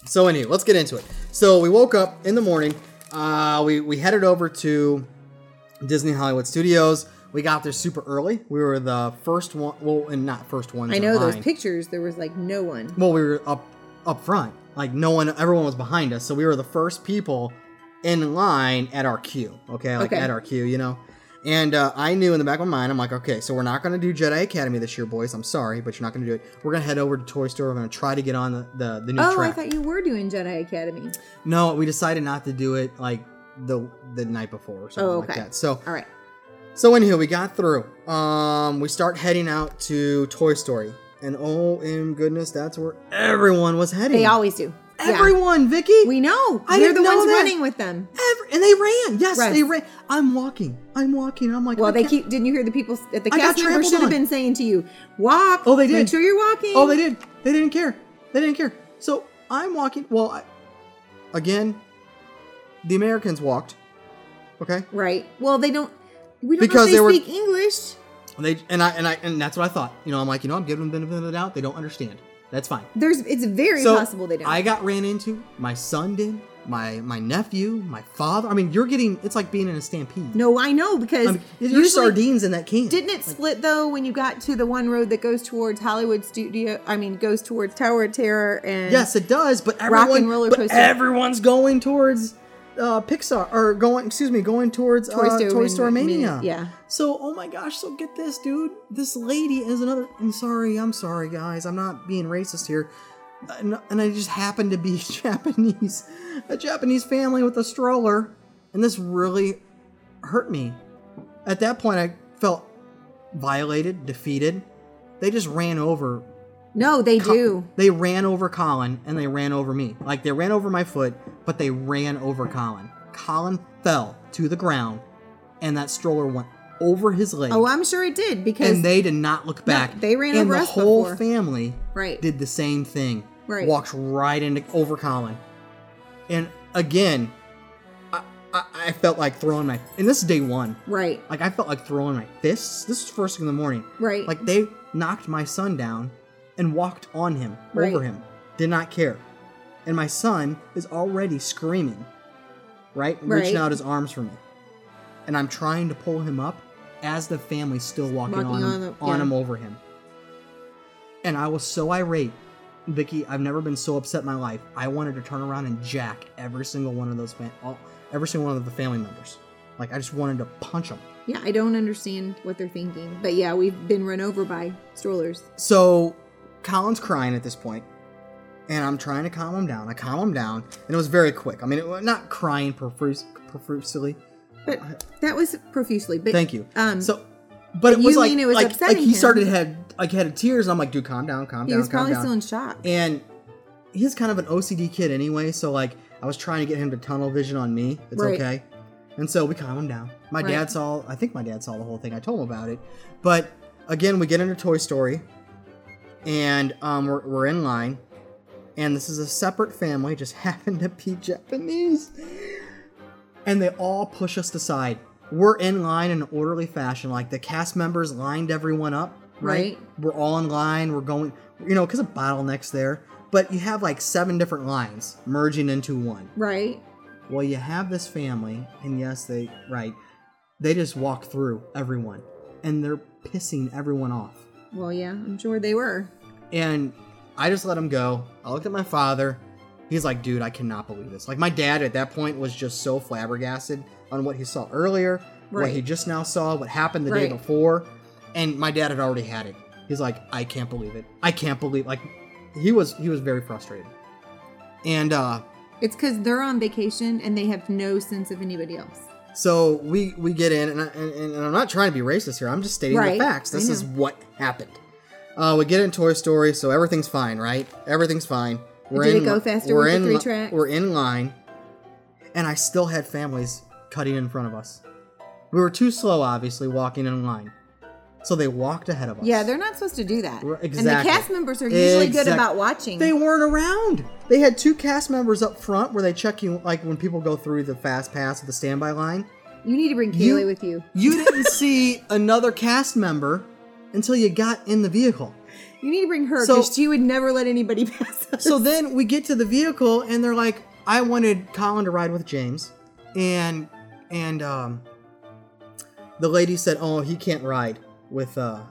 Speaker 6: So, anyway, let's get into it. So, we woke up in the morning. Uh, we, we headed over to Disney Hollywood Studios. We got there super early. We were the first one, well, and not first ones.
Speaker 7: I
Speaker 6: in
Speaker 7: know those
Speaker 6: line.
Speaker 7: pictures. There was like no one.
Speaker 6: Well, we were up up front. Like no one, everyone was behind us, so we were the first people in line at our queue. Okay, like
Speaker 7: Okay.
Speaker 6: at our queue, you know. And uh, I knew in the back of my mind, I'm like, okay, so we're not going to do Jedi Academy this year, boys. I'm sorry, but you're not going to do it. We're going to head over to Toy Store. We're going to try to get on the the, the new
Speaker 7: Oh, I
Speaker 6: track.
Speaker 7: thought you were doing Jedi Academy.
Speaker 6: no, we decided not to do it like the the night before or something
Speaker 7: Oh,
Speaker 6: like
Speaker 7: okay.
Speaker 6: that. So
Speaker 7: All right.
Speaker 6: so anywho, we got through. Um, we start heading out to Toy Story, and oh, m goodness, that's where everyone was heading.
Speaker 7: They always do. Yeah.
Speaker 6: Everyone, Vicky.
Speaker 7: We know.
Speaker 6: I
Speaker 7: We're
Speaker 6: didn't
Speaker 7: the
Speaker 6: know
Speaker 7: ones
Speaker 6: that.
Speaker 7: running with them.
Speaker 6: Every, and they ran. Yes,
Speaker 7: Right.
Speaker 6: they ran. I'm walking. I'm walking. I'm like.
Speaker 7: Well,
Speaker 6: I
Speaker 7: they
Speaker 6: can't-
Speaker 7: keep. Didn't you hear the people at the
Speaker 6: I got
Speaker 7: cast
Speaker 6: trampled
Speaker 7: members should
Speaker 6: on.
Speaker 7: have been saying to you, "Walk."
Speaker 6: Oh, they did.
Speaker 7: Make sure you're walking.
Speaker 6: Oh, they did. They didn't care. They didn't care. So I'm walking. Well, I, again, the Americans walked. Okay.
Speaker 7: Right. Well, they don't. We don't
Speaker 6: Because
Speaker 7: know if
Speaker 6: they
Speaker 7: they,
Speaker 6: were-
Speaker 7: speak English.
Speaker 6: They and I and I and that's what I thought. You know, I'm like, you know, I'm giving them the benefit of the doubt. They don't understand. That's fine.
Speaker 7: There's. It's very
Speaker 6: so
Speaker 7: possible they don't.
Speaker 6: I got ran into. My son did. My my nephew. My father. I mean, you're getting. It's like being in a stampede.
Speaker 7: no, I know
Speaker 6: I
Speaker 7: because
Speaker 6: mean, you're
Speaker 7: usually-
Speaker 6: sardines in that can.
Speaker 7: Didn't it split though when you got to the one road that goes towards Hollywood Studio? I mean, goes towards Tower of Terror and
Speaker 6: Yes, it does. But everyone,
Speaker 7: Rock and roller
Speaker 6: but
Speaker 7: coaster.
Speaker 6: everyone's going towards uh, Pixar or going, excuse me, going towards Toy,
Speaker 7: Toy
Speaker 6: uh,
Speaker 7: Story
Speaker 6: Toy
Speaker 7: Mania-
Speaker 6: Story Mania.
Speaker 7: yeah.
Speaker 6: So, oh my gosh. So get this, dude. This lady is another. I'm sorry. I'm sorry, guys. I'm not being racist here. And, and I just happened to be Japanese, a Japanese family with a stroller, and this really hurt me. At that point, I felt violated, defeated. They just ran over
Speaker 7: No, they
Speaker 6: Co-
Speaker 7: do.
Speaker 6: They ran over Colin and they ran over me. Like they ran over my foot, but they ran over Colin. Colin fell to the ground and that stroller went over his leg.
Speaker 7: Oh, I'm sure it did because
Speaker 6: and they did not look back.
Speaker 7: they ran
Speaker 6: and
Speaker 7: over
Speaker 6: the
Speaker 7: us
Speaker 6: whole
Speaker 7: before.
Speaker 6: family
Speaker 7: Right.
Speaker 6: did the same thing.
Speaker 7: Right.
Speaker 6: Walked right into over Colin. And again, I, I, I felt like throwing my and this is day one.
Speaker 7: right,
Speaker 6: Like I felt like throwing my fists. This is first thing in the morning.
Speaker 7: right,
Speaker 6: Like they knocked my son down and walked on him,
Speaker 7: Right.
Speaker 6: over him, did not care. And my son is already screaming, right? Reaching
Speaker 7: Right.
Speaker 6: out his arms for me. And I'm trying to pull him up as the family's still walking,
Speaker 7: Walking
Speaker 6: on,
Speaker 7: on
Speaker 6: him,
Speaker 7: the-
Speaker 6: on
Speaker 7: yeah.
Speaker 6: him over him. And I was so irate. Vicky, I've never been so upset in my life. I wanted to turn around and jack every single one of those, fam- all, every single one of the family members. Like I just wanted to punch them.
Speaker 7: yeah. I don't understand what they're thinking, but yeah, we've been run over by strollers.
Speaker 6: So Colin's crying at this point, and I'm trying to calm him down. I calm him down, and it was very quick. I mean, it, not crying profuse, profusely.
Speaker 7: But that was profusely. But
Speaker 6: Thank you.
Speaker 7: Um,
Speaker 6: so, but it
Speaker 7: but
Speaker 6: was
Speaker 7: you
Speaker 6: like,
Speaker 7: mean it was
Speaker 6: like, like
Speaker 7: upsetting
Speaker 6: he
Speaker 7: him?
Speaker 6: started had like had tears, and I'm like, dude, calm down, calm
Speaker 7: he
Speaker 6: down,
Speaker 7: was
Speaker 6: calm
Speaker 7: probably
Speaker 6: down.
Speaker 7: still in shock.
Speaker 6: and he's kind of an OCD kid anyway, so like I was trying to get him to tunnel vision on me. It's
Speaker 7: Right.
Speaker 6: okay. And so we calm him down. My
Speaker 7: Right.
Speaker 6: dad saw I think my dad saw the whole thing. I told him about it. But again, we get into Toy Story and um, we're, we're in line. And this is a separate family, just happened to be Japanese. And they all push us aside. We're in line in an orderly fashion. Like the cast members lined everyone up, right?
Speaker 7: Right.
Speaker 6: We're all in line. We're going, you know, because of bottlenecks there. But you have like seven different lines merging into one.
Speaker 7: right,
Speaker 6: Well, you have this family, and yes, they right, they just walk through everyone, and they're pissing everyone off.
Speaker 7: Well, yeah, I'm sure they were.
Speaker 6: And I just let him go. I looked at my father. He's like, dude, I cannot believe this. Like, my dad at that point was just so flabbergasted on what he saw earlier, what
Speaker 7: Right.
Speaker 6: he just now saw, what happened the day
Speaker 7: Right.
Speaker 6: before. And my dad had already had it. He's like, I can't believe it. I can't believe like he was he was very frustrated. And uh
Speaker 7: It's because they're on vacation and they have no sense of anybody else.
Speaker 6: so we we get in, and, I, and, and I'm not trying to be racist here. I'm just stating
Speaker 7: Right,
Speaker 6: the facts.
Speaker 7: I
Speaker 6: This is
Speaker 7: know.
Speaker 6: what happened. Uh, we get in Toy Story, so everything's fine, right? Everything's fine.
Speaker 7: Did it go faster with the
Speaker 6: in
Speaker 7: three
Speaker 6: li-
Speaker 7: tracks?
Speaker 6: We're in line, and I still had families cutting in front of us. We were too slow, obviously, walking in line, so they walked ahead of us.
Speaker 7: Yeah, they're not supposed to do that.
Speaker 6: We're-
Speaker 7: And the
Speaker 6: exactly.
Speaker 7: cast members are usually good
Speaker 6: Exact-
Speaker 7: about watching.
Speaker 6: They weren't around. They had two cast members up front where they check you, like when people go through the fast pass or the standby line.
Speaker 7: you need to bring Kaylee
Speaker 6: You-
Speaker 7: with you.
Speaker 6: You didn't see another cast member until you got in the vehicle.
Speaker 7: You need to bring her
Speaker 6: So-
Speaker 7: because she would never let anybody pass us.
Speaker 6: So then we get to the vehicle and they're like, I wanted Colin to ride with James. And and um the lady said, Oh, he can't ride with uh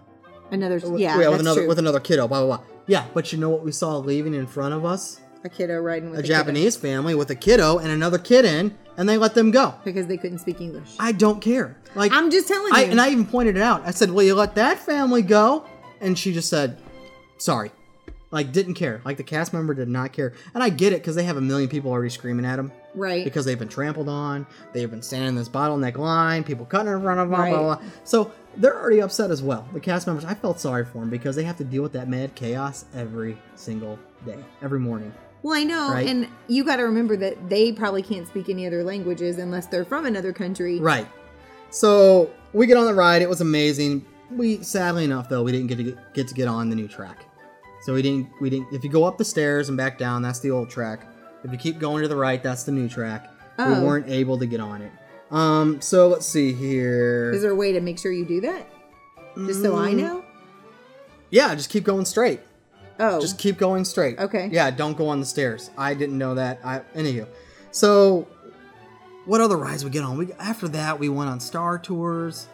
Speaker 7: Another,
Speaker 6: with,
Speaker 7: yeah,
Speaker 6: with
Speaker 7: that's
Speaker 6: another
Speaker 7: true.
Speaker 6: with another kiddo, blah blah blah. Yeah, but you know what we saw leaving in front of us?
Speaker 7: a kiddo riding with
Speaker 6: A
Speaker 7: kiddo
Speaker 6: Japanese family with a kiddo and another kid in, and they let them go.
Speaker 7: because they couldn't speak English.
Speaker 6: I don't care. Like
Speaker 7: I'm just telling
Speaker 6: I,
Speaker 7: you.
Speaker 6: and I even pointed it out. I said, "Will you let that family go?" And she just said, "Sorry." Like didn't care. Like the cast member did not care. And I get it because they have a million people already screaming at them
Speaker 7: right.
Speaker 6: because they've been trampled on. They've been standing in this bottleneck line. People cutting in front of them. Blah,
Speaker 7: Right.
Speaker 6: blah, blah. So they're already upset as well. The cast members. I felt sorry for them because they have to deal with that mad chaos every single day, every morning.
Speaker 7: well, I know,
Speaker 6: Right.
Speaker 7: and you got to remember that they probably can't speak any other languages unless they're from another country.
Speaker 6: Right. So we get on the ride. It was amazing. We sadly enough though we didn't get to get, get to get on the new track. So we didn't we didn't. If you go up the stairs and back down, that's the old track. If you keep going to the right, that's the new track.
Speaker 7: Oh.
Speaker 6: We weren't able to get on it. Um. So let's see here.
Speaker 7: Is there a way to make sure you do that? Just so I
Speaker 6: Mm,
Speaker 7: know.
Speaker 6: Yeah. Just keep going straight.
Speaker 7: Oh,
Speaker 6: Just keep going straight.
Speaker 7: Okay.
Speaker 6: Yeah, don't go on the stairs. I didn't know that. I anywho. So what other rides we get on? We after that we went on Star Tours.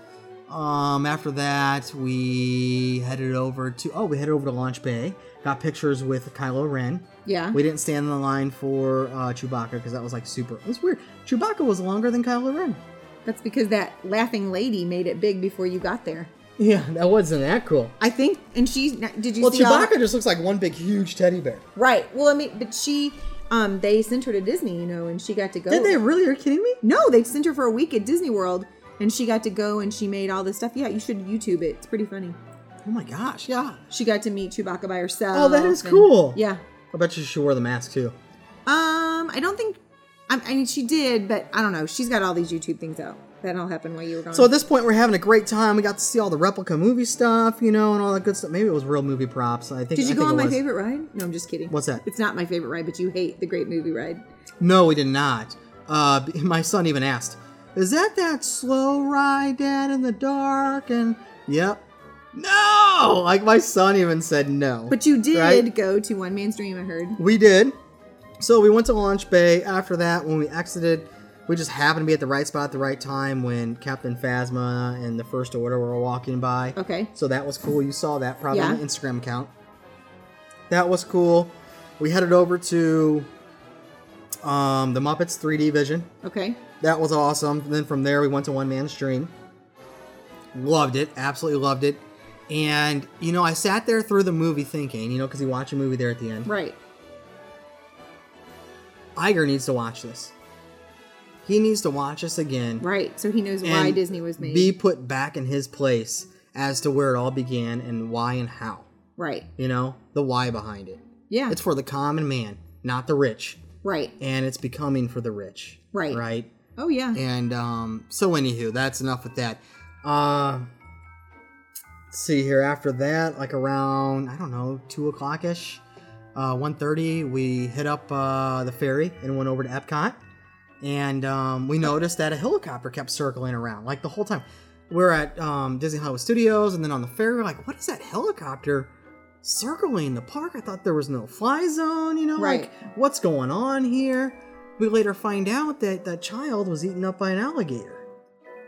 Speaker 6: Um after that we headed over to oh, we headed over to Launch Bay. Got pictures with Kylo Ren.
Speaker 7: yeah.
Speaker 6: We didn't stand in the line for uh, Chewbacca because that was like super. It was weird. Chewbacca was longer than Kylo Ren.
Speaker 7: That's because that laughing lady made it big before you got there.
Speaker 6: Yeah, that wasn't that cool.
Speaker 7: I think, and she did you
Speaker 6: Well,
Speaker 7: see all that-
Speaker 6: Chewbacca just looks like one big huge teddy bear.
Speaker 7: Right. Well, I mean, but she, um, they sent her to Disney, you know, and she got to go.
Speaker 6: Did they really? Are you kidding me?
Speaker 7: No, they sent her for a week at Disney World, and she got to go and she made all this stuff. Yeah, you should YouTube it. It's pretty funny.
Speaker 6: Oh my gosh! Yeah,
Speaker 7: She got to meet Chewbacca by herself.
Speaker 6: Oh, that is
Speaker 7: and-
Speaker 6: cool.
Speaker 7: Yeah.
Speaker 6: I bet you she wore the mask too.
Speaker 7: Um, I don't think. I, I mean, she did, but I don't know. She's got all these YouTube things out. That all happened while you were gone.
Speaker 6: So at this point, we're having a great time. We got to see all the replica movie stuff, you know, and all that good stuff. Maybe it was real movie props. I think.
Speaker 7: did
Speaker 6: I
Speaker 7: you go
Speaker 6: think
Speaker 7: on
Speaker 6: it
Speaker 7: my
Speaker 6: was.
Speaker 7: favorite ride? No, I'm just kidding.
Speaker 6: What's that?
Speaker 7: It's not my favorite ride, but you hate the Great Movie Ride.
Speaker 6: No, we did not. Uh, b- my son even asked, "Is that that slow ride, Dad, in the dark?" And yep. No, like my son even said no.
Speaker 7: But you did
Speaker 6: Right?
Speaker 7: go to One Man's Dream. I heard.
Speaker 6: We did. So we went to Launch Bay. After that, when we exited, we just happened to be at the right spot at the right time when Captain Phasma and the First Order were walking by.
Speaker 7: Okay.
Speaker 6: So that was cool. You saw that probably on
Speaker 7: Yeah.
Speaker 6: the Instagram account. That was cool. We headed over to um, the Muppets 3D Vision.
Speaker 7: Okay.
Speaker 6: That was awesome. then from there, we went to One Man's Dream. Loved it. Absolutely loved it. And, you know, I sat there through the movie thinking, you know, because you watch a movie there at the end.
Speaker 7: Right.
Speaker 6: Iger needs to watch this. He needs to watch this again.
Speaker 7: Right. So he knows why
Speaker 6: and
Speaker 7: Disney was made.
Speaker 6: Be put back in his place as to where it all began and why and how.
Speaker 7: right.
Speaker 6: You know, the why behind it.
Speaker 7: Yeah.
Speaker 6: It's for the common man, not the rich.
Speaker 7: right.
Speaker 6: And it's becoming for the rich.
Speaker 7: Right.
Speaker 6: Right.
Speaker 7: Oh yeah.
Speaker 6: And um, so anywho, that's enough with that. Uh let's see here. After that, like around I don't know, two o'clock ish, uh, one thirty, we hit up uh, the ferry and went over to Epcot. And um, we noticed that a helicopter kept circling around like the whole time. We're at um, Disney Hollywood Studios, and then on the ferry, we're like, "What is that helicopter circling the park?" I thought there was no fly zone. You know,
Speaker 7: Right.
Speaker 6: like what's going on here? We later find out that that child was eaten up by an alligator.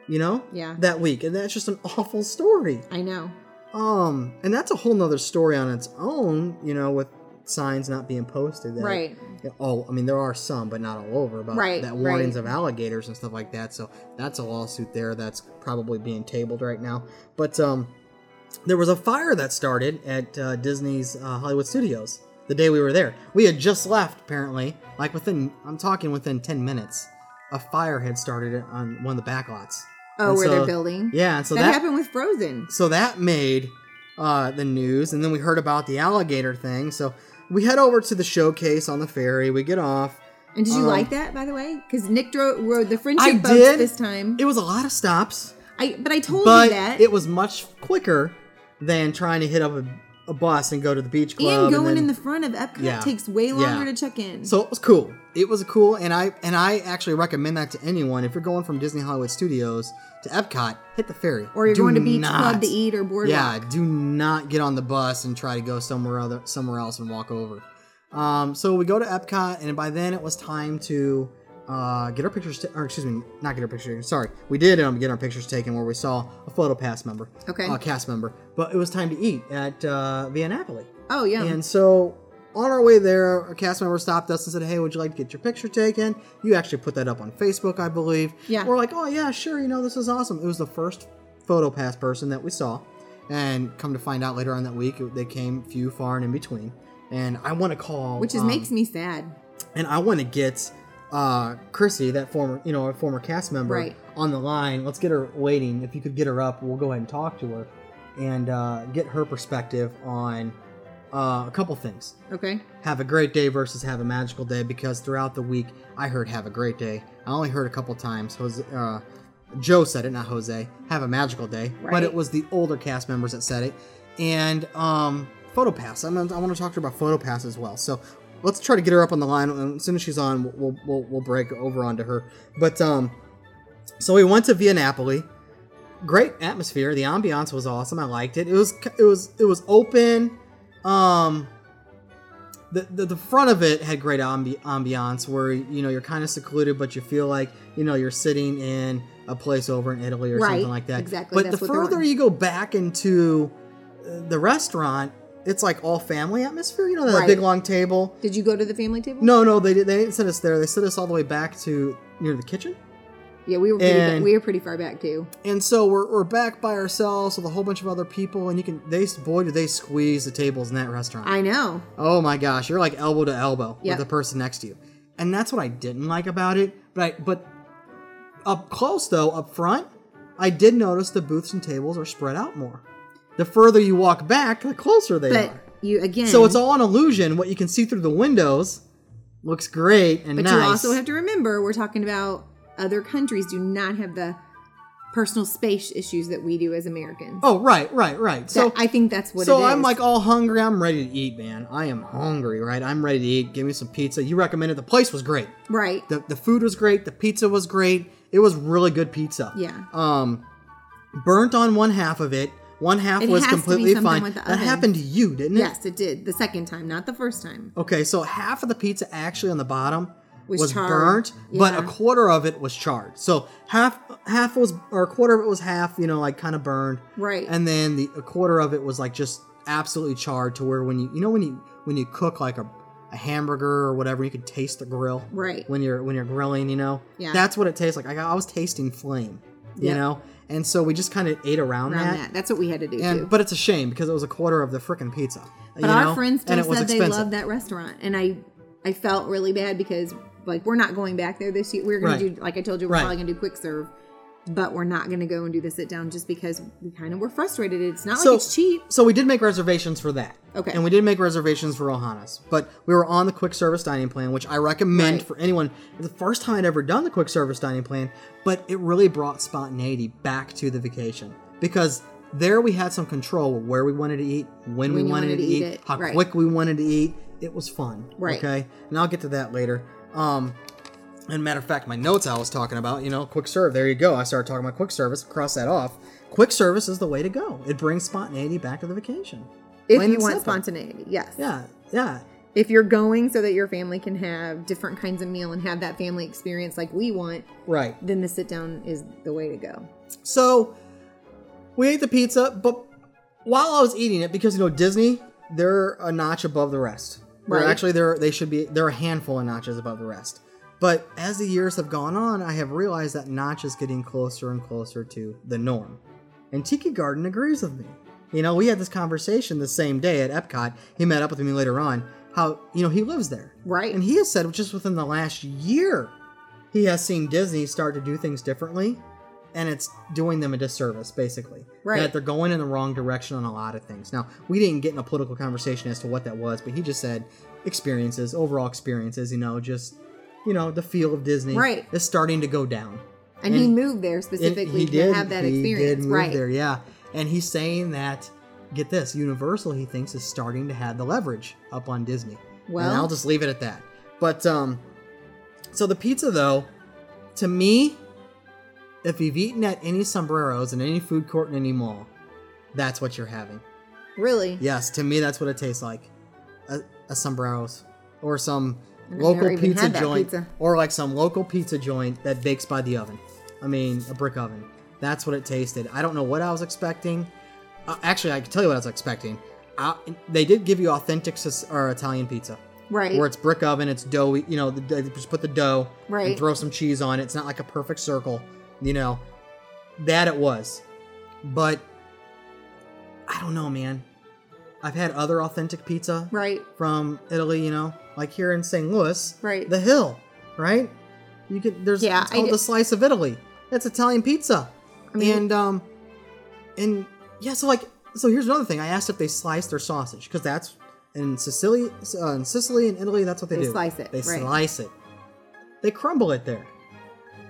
Speaker 6: you know?
Speaker 7: Yeah.
Speaker 6: That week. And that's just an awful story.
Speaker 7: I know.
Speaker 6: Um, and that's a whole nother story on its own, you know, with signs not being posted. That
Speaker 7: Right.
Speaker 6: Oh, I mean, there are some, but not all over about
Speaker 7: Right,
Speaker 6: that warnings
Speaker 7: right.
Speaker 6: of alligators and stuff like that. So that's a lawsuit there that's probably being tabled right now. But um, there was a fire that started at uh, Disney's uh, Hollywood Studios the day we were there. We had just left, apparently. Like within, I'm talking within 10 minutes, a fire had started on one of the back lots.
Speaker 7: Oh,
Speaker 6: And
Speaker 7: where
Speaker 6: so-
Speaker 7: they're building.
Speaker 6: Yeah, and so
Speaker 7: that,
Speaker 6: that,
Speaker 7: happened with Frozen.
Speaker 6: so that made uh, the news, and then we heard about the alligator thing. So we head over to the showcase on the ferry. We get off.
Speaker 7: And did you
Speaker 6: Um,
Speaker 7: like that, by the way? Because Nick dro- rode the friendship
Speaker 6: I
Speaker 7: boats
Speaker 6: did.
Speaker 7: this time.
Speaker 6: It was a lot of stops,
Speaker 7: I but I told
Speaker 6: but
Speaker 7: you that.
Speaker 6: it was much quicker than trying to hit up a, a bus and go to the beach club.
Speaker 7: and going
Speaker 6: then-
Speaker 7: in the front of Epcot
Speaker 6: Yeah.
Speaker 7: takes way longer
Speaker 6: Yeah.
Speaker 7: to check in.
Speaker 6: so it was cool. It was cool, and I and I actually recommend that to anyone. If you're going from Disney Hollywood Studios to Epcot, hit the ferry,
Speaker 7: or you're
Speaker 6: Do
Speaker 7: going to beach
Speaker 6: not-
Speaker 7: club to eat or boardwalk.
Speaker 6: Yeah, do not get on the bus and try to go somewhere other somewhere else and walk over. Um, so we go to Epcot, and by then it was time to uh, get our pictures, ta- or excuse me, not get our pictures. taken, Sorry, we did um, get our pictures taken where we saw a photo pass member,
Speaker 7: Okay.
Speaker 6: uh, cast member. But it was time to eat at uh, Via Napoli.
Speaker 7: Oh yeah.
Speaker 6: And so on our way there, our cast member stopped us and said, Hey, would you like to get your picture taken? You actually put that up on Facebook, I believe.
Speaker 7: Yeah.
Speaker 6: We're like, Oh, yeah, sure. You know, this is awesome. It was the first photo pass person that we saw. And come to find out later on that week, it- they came few, far, and in between. And I want to call.
Speaker 7: Which is
Speaker 6: um,
Speaker 7: makes me sad.
Speaker 6: and I want to get uh Chrissy, that former you know, a former cast member
Speaker 7: Right.
Speaker 6: on the line. Let's get her waiting. If you could get her up, we'll go ahead and talk to her and uh, get her perspective on uh, a couple things.
Speaker 7: Okay.
Speaker 6: Have a great day versus have a magical day because throughout the week I heard have a great day. I only heard a couple times. Jose, uh, Joe said it, not Jose. Have a magical day, but it
Speaker 7: Right.
Speaker 6: was the older cast members that said it. And um, PhotoPass. I'm gonna, I want to talk to her about PhotoPass as well. So let's try to get her up on the line. And as soon as she's on, we'll we'll, we'll break over onto her. But um, so we went to Via Napoli. Great atmosphere. The ambiance was awesome. I liked it. It was it was it was open. Um, the, the, the front of it had great ambi- ambiance where you know you're kind of secluded but you feel like you know you're sitting in a place over in Italy or
Speaker 7: Right,
Speaker 6: something like that.
Speaker 7: exactly,
Speaker 6: But
Speaker 7: that's
Speaker 6: the
Speaker 7: what they're
Speaker 6: further
Speaker 7: on.
Speaker 6: you go back into uh, the restaurant, it's like all family atmosphere. You know that
Speaker 7: Right.
Speaker 6: big long table.
Speaker 7: Did you go to the family table?
Speaker 6: No, no, they did- they didn't send us there. They sent us all the way back to near the kitchen.
Speaker 7: Yeah, we were pretty ba-
Speaker 6: And-
Speaker 7: we were pretty far back too.
Speaker 6: And so we're, we're back by ourselves with a whole bunch of other people, and you can they boy do they squeeze the tables in that restaurant.
Speaker 7: I know.
Speaker 6: Oh my gosh, you're like elbow to elbow
Speaker 7: Yep.
Speaker 6: with the person next to you, and that's what I didn't like about it. But I, but up close though, up front, I did notice the booths and tables are spread out more. The further you walk back, the closer they
Speaker 7: But hmm.
Speaker 6: are.
Speaker 7: you again.
Speaker 6: So it's all an illusion. What you can see through the windows looks great and
Speaker 7: But
Speaker 6: nice.
Speaker 7: you also have to remember we're talking about other countries do not have the personal space issues that we do as Americans.
Speaker 6: oh right, right, right. So
Speaker 7: so I think that's what.
Speaker 6: so
Speaker 7: it is.
Speaker 6: I'm like all hungry. I'm ready to eat, man. I am hungry, right? I'm ready to eat. Give me some pizza. You recommended the place was great.
Speaker 7: right.
Speaker 6: The the food was great. The pizza was great. It was really good pizza.
Speaker 7: Yeah.
Speaker 6: Um, burnt on one half of it. One half
Speaker 7: It
Speaker 6: was
Speaker 7: has to be
Speaker 6: completely
Speaker 7: something
Speaker 6: fine.
Speaker 7: with the
Speaker 6: That
Speaker 7: oven.
Speaker 6: happened to you, didn't it?
Speaker 7: yes, it did the second time, not the first time.
Speaker 6: Okay, so half of the pizza actually on the bottom was,
Speaker 7: Was charred.
Speaker 6: burnt, but
Speaker 7: Yeah.
Speaker 6: a quarter of it was charred. So half half was or a quarter of it was half, you know, like kind of burned.
Speaker 7: Right.
Speaker 6: And then the a quarter of it was like just absolutely charred to where when you you know when you when you cook like a a hamburger or whatever, you can taste the grill.
Speaker 7: Right.
Speaker 6: When you're when you're grilling, you know.
Speaker 7: Yeah.
Speaker 6: That's what it tastes like. I, got- I was tasting flame, you
Speaker 7: Yep.
Speaker 6: know. And so we just kind of ate around,
Speaker 7: Around that. That's what we had to do too.
Speaker 6: And but it's a shame because it was a quarter of the frickin' pizza.
Speaker 7: But our friends still said they loved that restaurant, and I, I felt really bad because like we're not going back there this year. We're gonna
Speaker 6: Right.
Speaker 7: do like I told you, we're
Speaker 6: Right.
Speaker 7: probably gonna do quick serve, but we're not gonna go and do the sit down just because we kind of were frustrated. It's not
Speaker 6: So-
Speaker 7: like it's cheap.
Speaker 6: So we did make reservations for that.
Speaker 7: Okay.
Speaker 6: And we did make reservations for Ohana's, but we were on the quick service dining plan, which I recommend
Speaker 7: Right.
Speaker 6: for anyone. The first time I'd ever done the quick service dining plan, but it really brought spontaneity back to the vacation because there we had some control of where we wanted to eat, when, we
Speaker 7: When you
Speaker 6: wanted, to eat,
Speaker 7: it,
Speaker 6: how
Speaker 7: right.
Speaker 6: quick we wanted to eat. It was fun.
Speaker 7: Right.
Speaker 6: Okay. And I'll get to that later. Um, and matter of fact, my notes I was talking about, you know, quick serve. There you go. I started talking about quick service. Cross that off. Quick service is the way to go. It brings spontaneity back to the vacation.
Speaker 7: If
Speaker 6: Plain
Speaker 7: you
Speaker 6: and
Speaker 7: want
Speaker 6: simple.
Speaker 7: spontaneity, yes.
Speaker 6: Yeah, yeah.
Speaker 7: if you're going so that your family can have different kinds of meal and have that family experience like we want,
Speaker 6: Right.
Speaker 7: then the sit down is the way to go.
Speaker 6: So we ate the pizza, but while I was eating it, because you know Disney, they're a notch above the rest. Or
Speaker 7: Right.
Speaker 6: actually, they're they should be they're a handful of notches above the rest. But as the years have gone on, I have realized that notch is getting closer and closer to the norm. And Tiki Garden agrees with me. You know, we had this conversation the same day at Epcot. He met up with me later on. How you know he lives there,
Speaker 7: Right.
Speaker 6: And he has said just within the last year, he has seen Disney start to do things differently and it's doing them a disservice basically
Speaker 7: Right.
Speaker 6: that they're going in the wrong direction on a lot of things now we didn't get in a political conversation as to what that was but he just said experiences overall experiences you know just you know the feel of disney
Speaker 7: Right.
Speaker 6: is starting to go down
Speaker 7: And, he
Speaker 6: And-
Speaker 7: moved there
Speaker 6: And
Speaker 7: specifically
Speaker 6: he
Speaker 7: to
Speaker 6: did
Speaker 7: have that
Speaker 6: he did
Speaker 7: experience.
Speaker 6: move
Speaker 7: right.
Speaker 6: there yeah and he's saying that get this universal he thinks is starting to have the leverage up on disney
Speaker 7: Well,
Speaker 6: and I'll just leave it at that. But um, so the pizza, though, to me, if you've eaten at any sombreros in any food court in any mall, that's what you're having.
Speaker 7: really.
Speaker 6: Yes, to me, that's what it tastes like, a, a sombreros or some
Speaker 7: I've never
Speaker 6: local
Speaker 7: even
Speaker 6: pizza
Speaker 7: had that
Speaker 6: joint,
Speaker 7: pizza.
Speaker 6: or like some local pizza joint that bakes by the oven. I mean, a brick oven. That's what it tasted. I don't know what I was expecting. Uh, actually, I can tell you what I was expecting. I, they did give you authentic Sis- or Italian pizza
Speaker 7: Right.
Speaker 6: where it's brick oven, it's doughy. You know, the, they just put the dough and
Speaker 7: Right.
Speaker 6: throw some cheese on it. It's not like a perfect circle. You know, that it was, but I don't know, man. I've had other authentic pizza
Speaker 7: right.
Speaker 6: from Italy. You know, like here in St. Louis,
Speaker 7: Right.
Speaker 6: The Hill, right? You could there's
Speaker 7: Yeah,
Speaker 6: it's
Speaker 7: I
Speaker 6: called
Speaker 7: d-
Speaker 6: the Slice of Italy. That's Italian pizza,
Speaker 7: I mean-
Speaker 6: and um, and yeah. So like, so here's another thing. I asked if they slice their sausage because that's in Sicily, uh, in Sicily and Italy, that's what they,
Speaker 7: They
Speaker 6: do.
Speaker 7: slice it,
Speaker 6: They
Speaker 7: right.
Speaker 6: slice it. They crumble it there.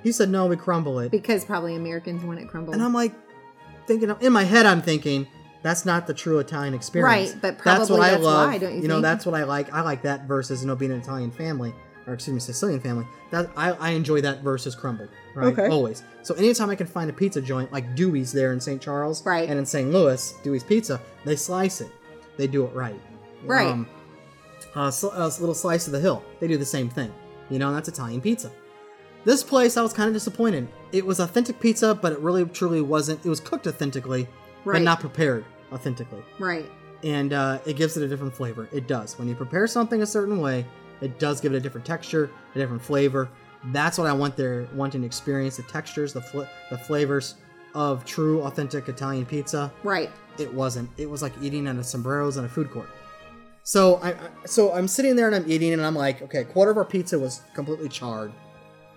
Speaker 6: He said, "No, we crumble it."
Speaker 7: Because probably Americans want it crumbled.
Speaker 6: And I'm like, thinking in my head, I'm thinking that's not the true Italian experience.
Speaker 7: Right,
Speaker 6: that's
Speaker 7: but probably
Speaker 6: what I
Speaker 7: that's
Speaker 6: love.
Speaker 7: why, don't you
Speaker 6: know,
Speaker 7: think?
Speaker 6: that's what I like. I like that versus you know being an Italian family or excuse me, Sicilian family. That I, I enjoy that versus crumbled. Right,
Speaker 7: Okay.
Speaker 6: always. So anytime I can find a pizza joint like Dewey's there in St. Charles,
Speaker 7: Right.
Speaker 6: and in St. Louis, Dewey's Pizza, they slice it. They do it right. Um,
Speaker 7: Right.
Speaker 6: uh, sl- a little slice of the hill. They do the same thing. You know, and that's Italian pizza. This place, I was kind of disappointed. It was authentic pizza, but it really truly wasn't. It was cooked authentically, but
Speaker 7: Right.
Speaker 6: not prepared authentically.
Speaker 7: right.
Speaker 6: And uh, it gives it a different flavor. It does. When you prepare something a certain way, it does give it a different texture, a different flavor. That's what I want there, wanting to experience the textures, the, fl- the flavors of true, authentic Italian pizza
Speaker 7: Right.
Speaker 6: it wasn't. It was like eating at a sombreros in a food court. So I, I so I'm sitting there and I'm eating and I'm like, okay, a quarter of our pizza was completely charred.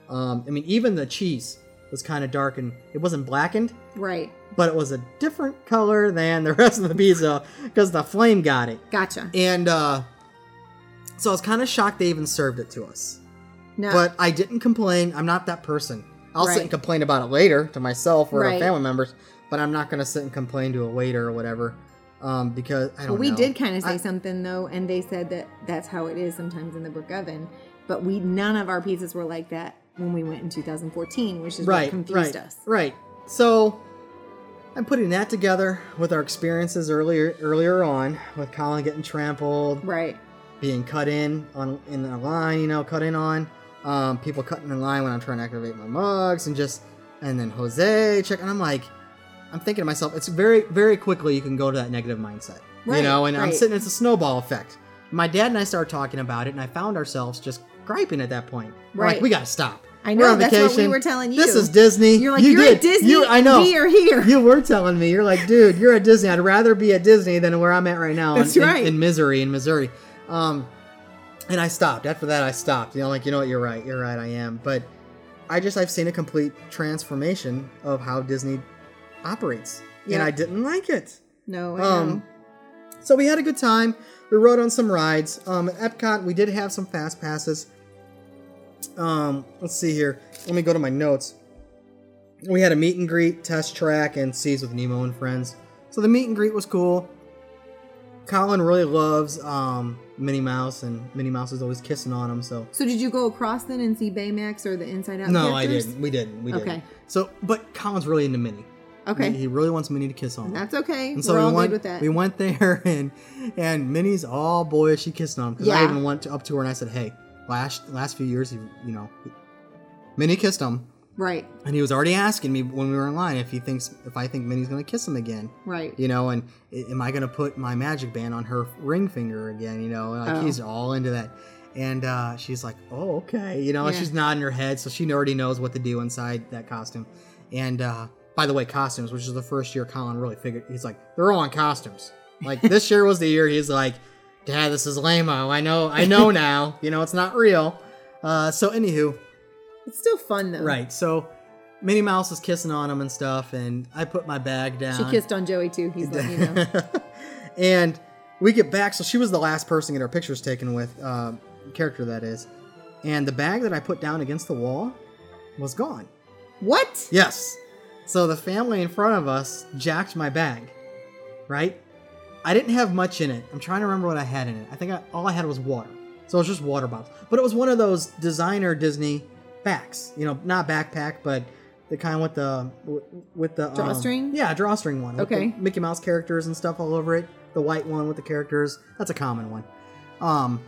Speaker 6: Um, I mean, even the cheese was kind of dark and it wasn't blackened,
Speaker 7: Right.
Speaker 6: but it was a different color than the rest of the pizza because the flame got it.
Speaker 7: Gotcha.
Speaker 6: And uh, so I was kind of shocked they even served it to us.
Speaker 7: No.
Speaker 6: But I didn't complain. I'm not that person. I'll sit
Speaker 7: Right.
Speaker 6: and complain about it later to myself or to
Speaker 7: Right.
Speaker 6: family members, but I'm not going to sit and complain to a waiter or whatever um, because I don't
Speaker 7: Well, we
Speaker 6: know.
Speaker 7: did kind of say
Speaker 6: I-
Speaker 7: something though, and they said that that's how it is sometimes in the brick oven. But we none of our pizzas were like that when we went in 2014, which is
Speaker 6: right,
Speaker 7: what
Speaker 6: right,
Speaker 7: confused us.
Speaker 6: Right. So I'm putting that together with our experiences earlier earlier on with Colin getting trampled,
Speaker 7: Right.
Speaker 6: being cut in on in a line, you know, cut in on. Um, people cutting in line when I'm trying to activate my mugs, and just and then Jose check, and I'm like, I'm thinking to myself, it's very very quickly you can go to that negative mindset, you
Speaker 7: Right,
Speaker 6: know. And I'm
Speaker 7: right.
Speaker 6: sitting, it's a snowball effect. My dad and I started talking about it, and I found ourselves just griping at that point. We're like,
Speaker 7: Right.
Speaker 6: we gotta stop.
Speaker 7: I
Speaker 6: We're
Speaker 7: know,
Speaker 6: on
Speaker 7: that's what we
Speaker 6: vacation.
Speaker 7: were telling
Speaker 6: This
Speaker 7: you.
Speaker 6: is Disney.
Speaker 7: You're like,
Speaker 6: you
Speaker 7: "You're
Speaker 6: did.
Speaker 7: at Disney,
Speaker 6: You, I know.
Speaker 7: we are here."
Speaker 6: You were telling me. You're like, dude, you're at Disney. I'd rather be at Disney than where I'm at right now.
Speaker 7: That's
Speaker 6: in, in-
Speaker 7: right.
Speaker 6: in misery in Missouri. Um, and I stopped. After that, I stopped. You know, like you know what? You're right. You're right. I am. But I just I've seen a complete transformation of how Disney operates, and
Speaker 7: Yeah.
Speaker 6: I didn't like it.
Speaker 7: No. I
Speaker 6: Um,
Speaker 7: know.
Speaker 6: so we had a good time. We rode on some rides. Um, at Epcot, we did have some fast passes. Um, let's see here. Let me go to my notes. We had a meet and greet, test track, and seas with Nemo and friends. So the meet and greet was cool. Colin really loves um, Minnie Mouse, and Minnie Mouse is always kissing on him. So
Speaker 7: So did you go across then and see Baymax or the Inside Out?
Speaker 6: no, I
Speaker 7: characters?
Speaker 6: didn't. We didn't. We didn't.
Speaker 7: Okay.
Speaker 6: So, but Colin's really into Minnie.
Speaker 7: Okay.
Speaker 6: He really wants Minnie to kiss on him.
Speaker 7: That's okay.
Speaker 6: And so
Speaker 7: We're
Speaker 6: we
Speaker 7: all
Speaker 6: went,
Speaker 7: good with that.
Speaker 6: We went there, and and Minnie's all boyish. She kissed on him because I
Speaker 7: Yeah.
Speaker 6: even went to- up to her and I said, "Hey, last last few years, you you know, Minnie kissed him,
Speaker 7: right,
Speaker 6: and he was already asking me when we were in line if he thinks if I think Minnie's gonna kiss him again,
Speaker 7: right.
Speaker 6: you know, and i- am I gonna put my magic band on her ring finger again, you know? And like
Speaker 7: Oh.
Speaker 6: he's all into that, and uh, she's like, "Oh, okay," you know, and
Speaker 7: Yeah.
Speaker 6: she's nodding her head, so she already knows what to do inside that costume, and. uh by the way, costumes, which is the first year Colin really figured, he's like, they're all on costumes. Like this year was the year he's like, Dad, this is lame-o. I know, I know now. You know, it's not real. Uh, so anywho,
Speaker 7: It's still fun though.
Speaker 6: right. So Minnie Mouse is kissing on him and stuff, and I put my bag down.
Speaker 7: She kissed on Joey too. He's like, you know.
Speaker 6: and we get back. So she was the last person to get her pictures taken with, uh, character that is. And the bag that I put down against the wall was gone.
Speaker 7: What?
Speaker 6: Yes. So the family in front of us jacked my bag, right? I didn't have much in it. I'm trying to remember what I had in it. I think I, all I had was water. So it was just water bottles. But it was one of those designer Disney bags. You know, not backpack, but the kind with the with the um,
Speaker 7: Drawstring?
Speaker 6: yeah, drawstring one. with
Speaker 7: Okay.
Speaker 6: the Mickey Mouse characters and stuff all over it. The white one with the characters. That's a common one. Um,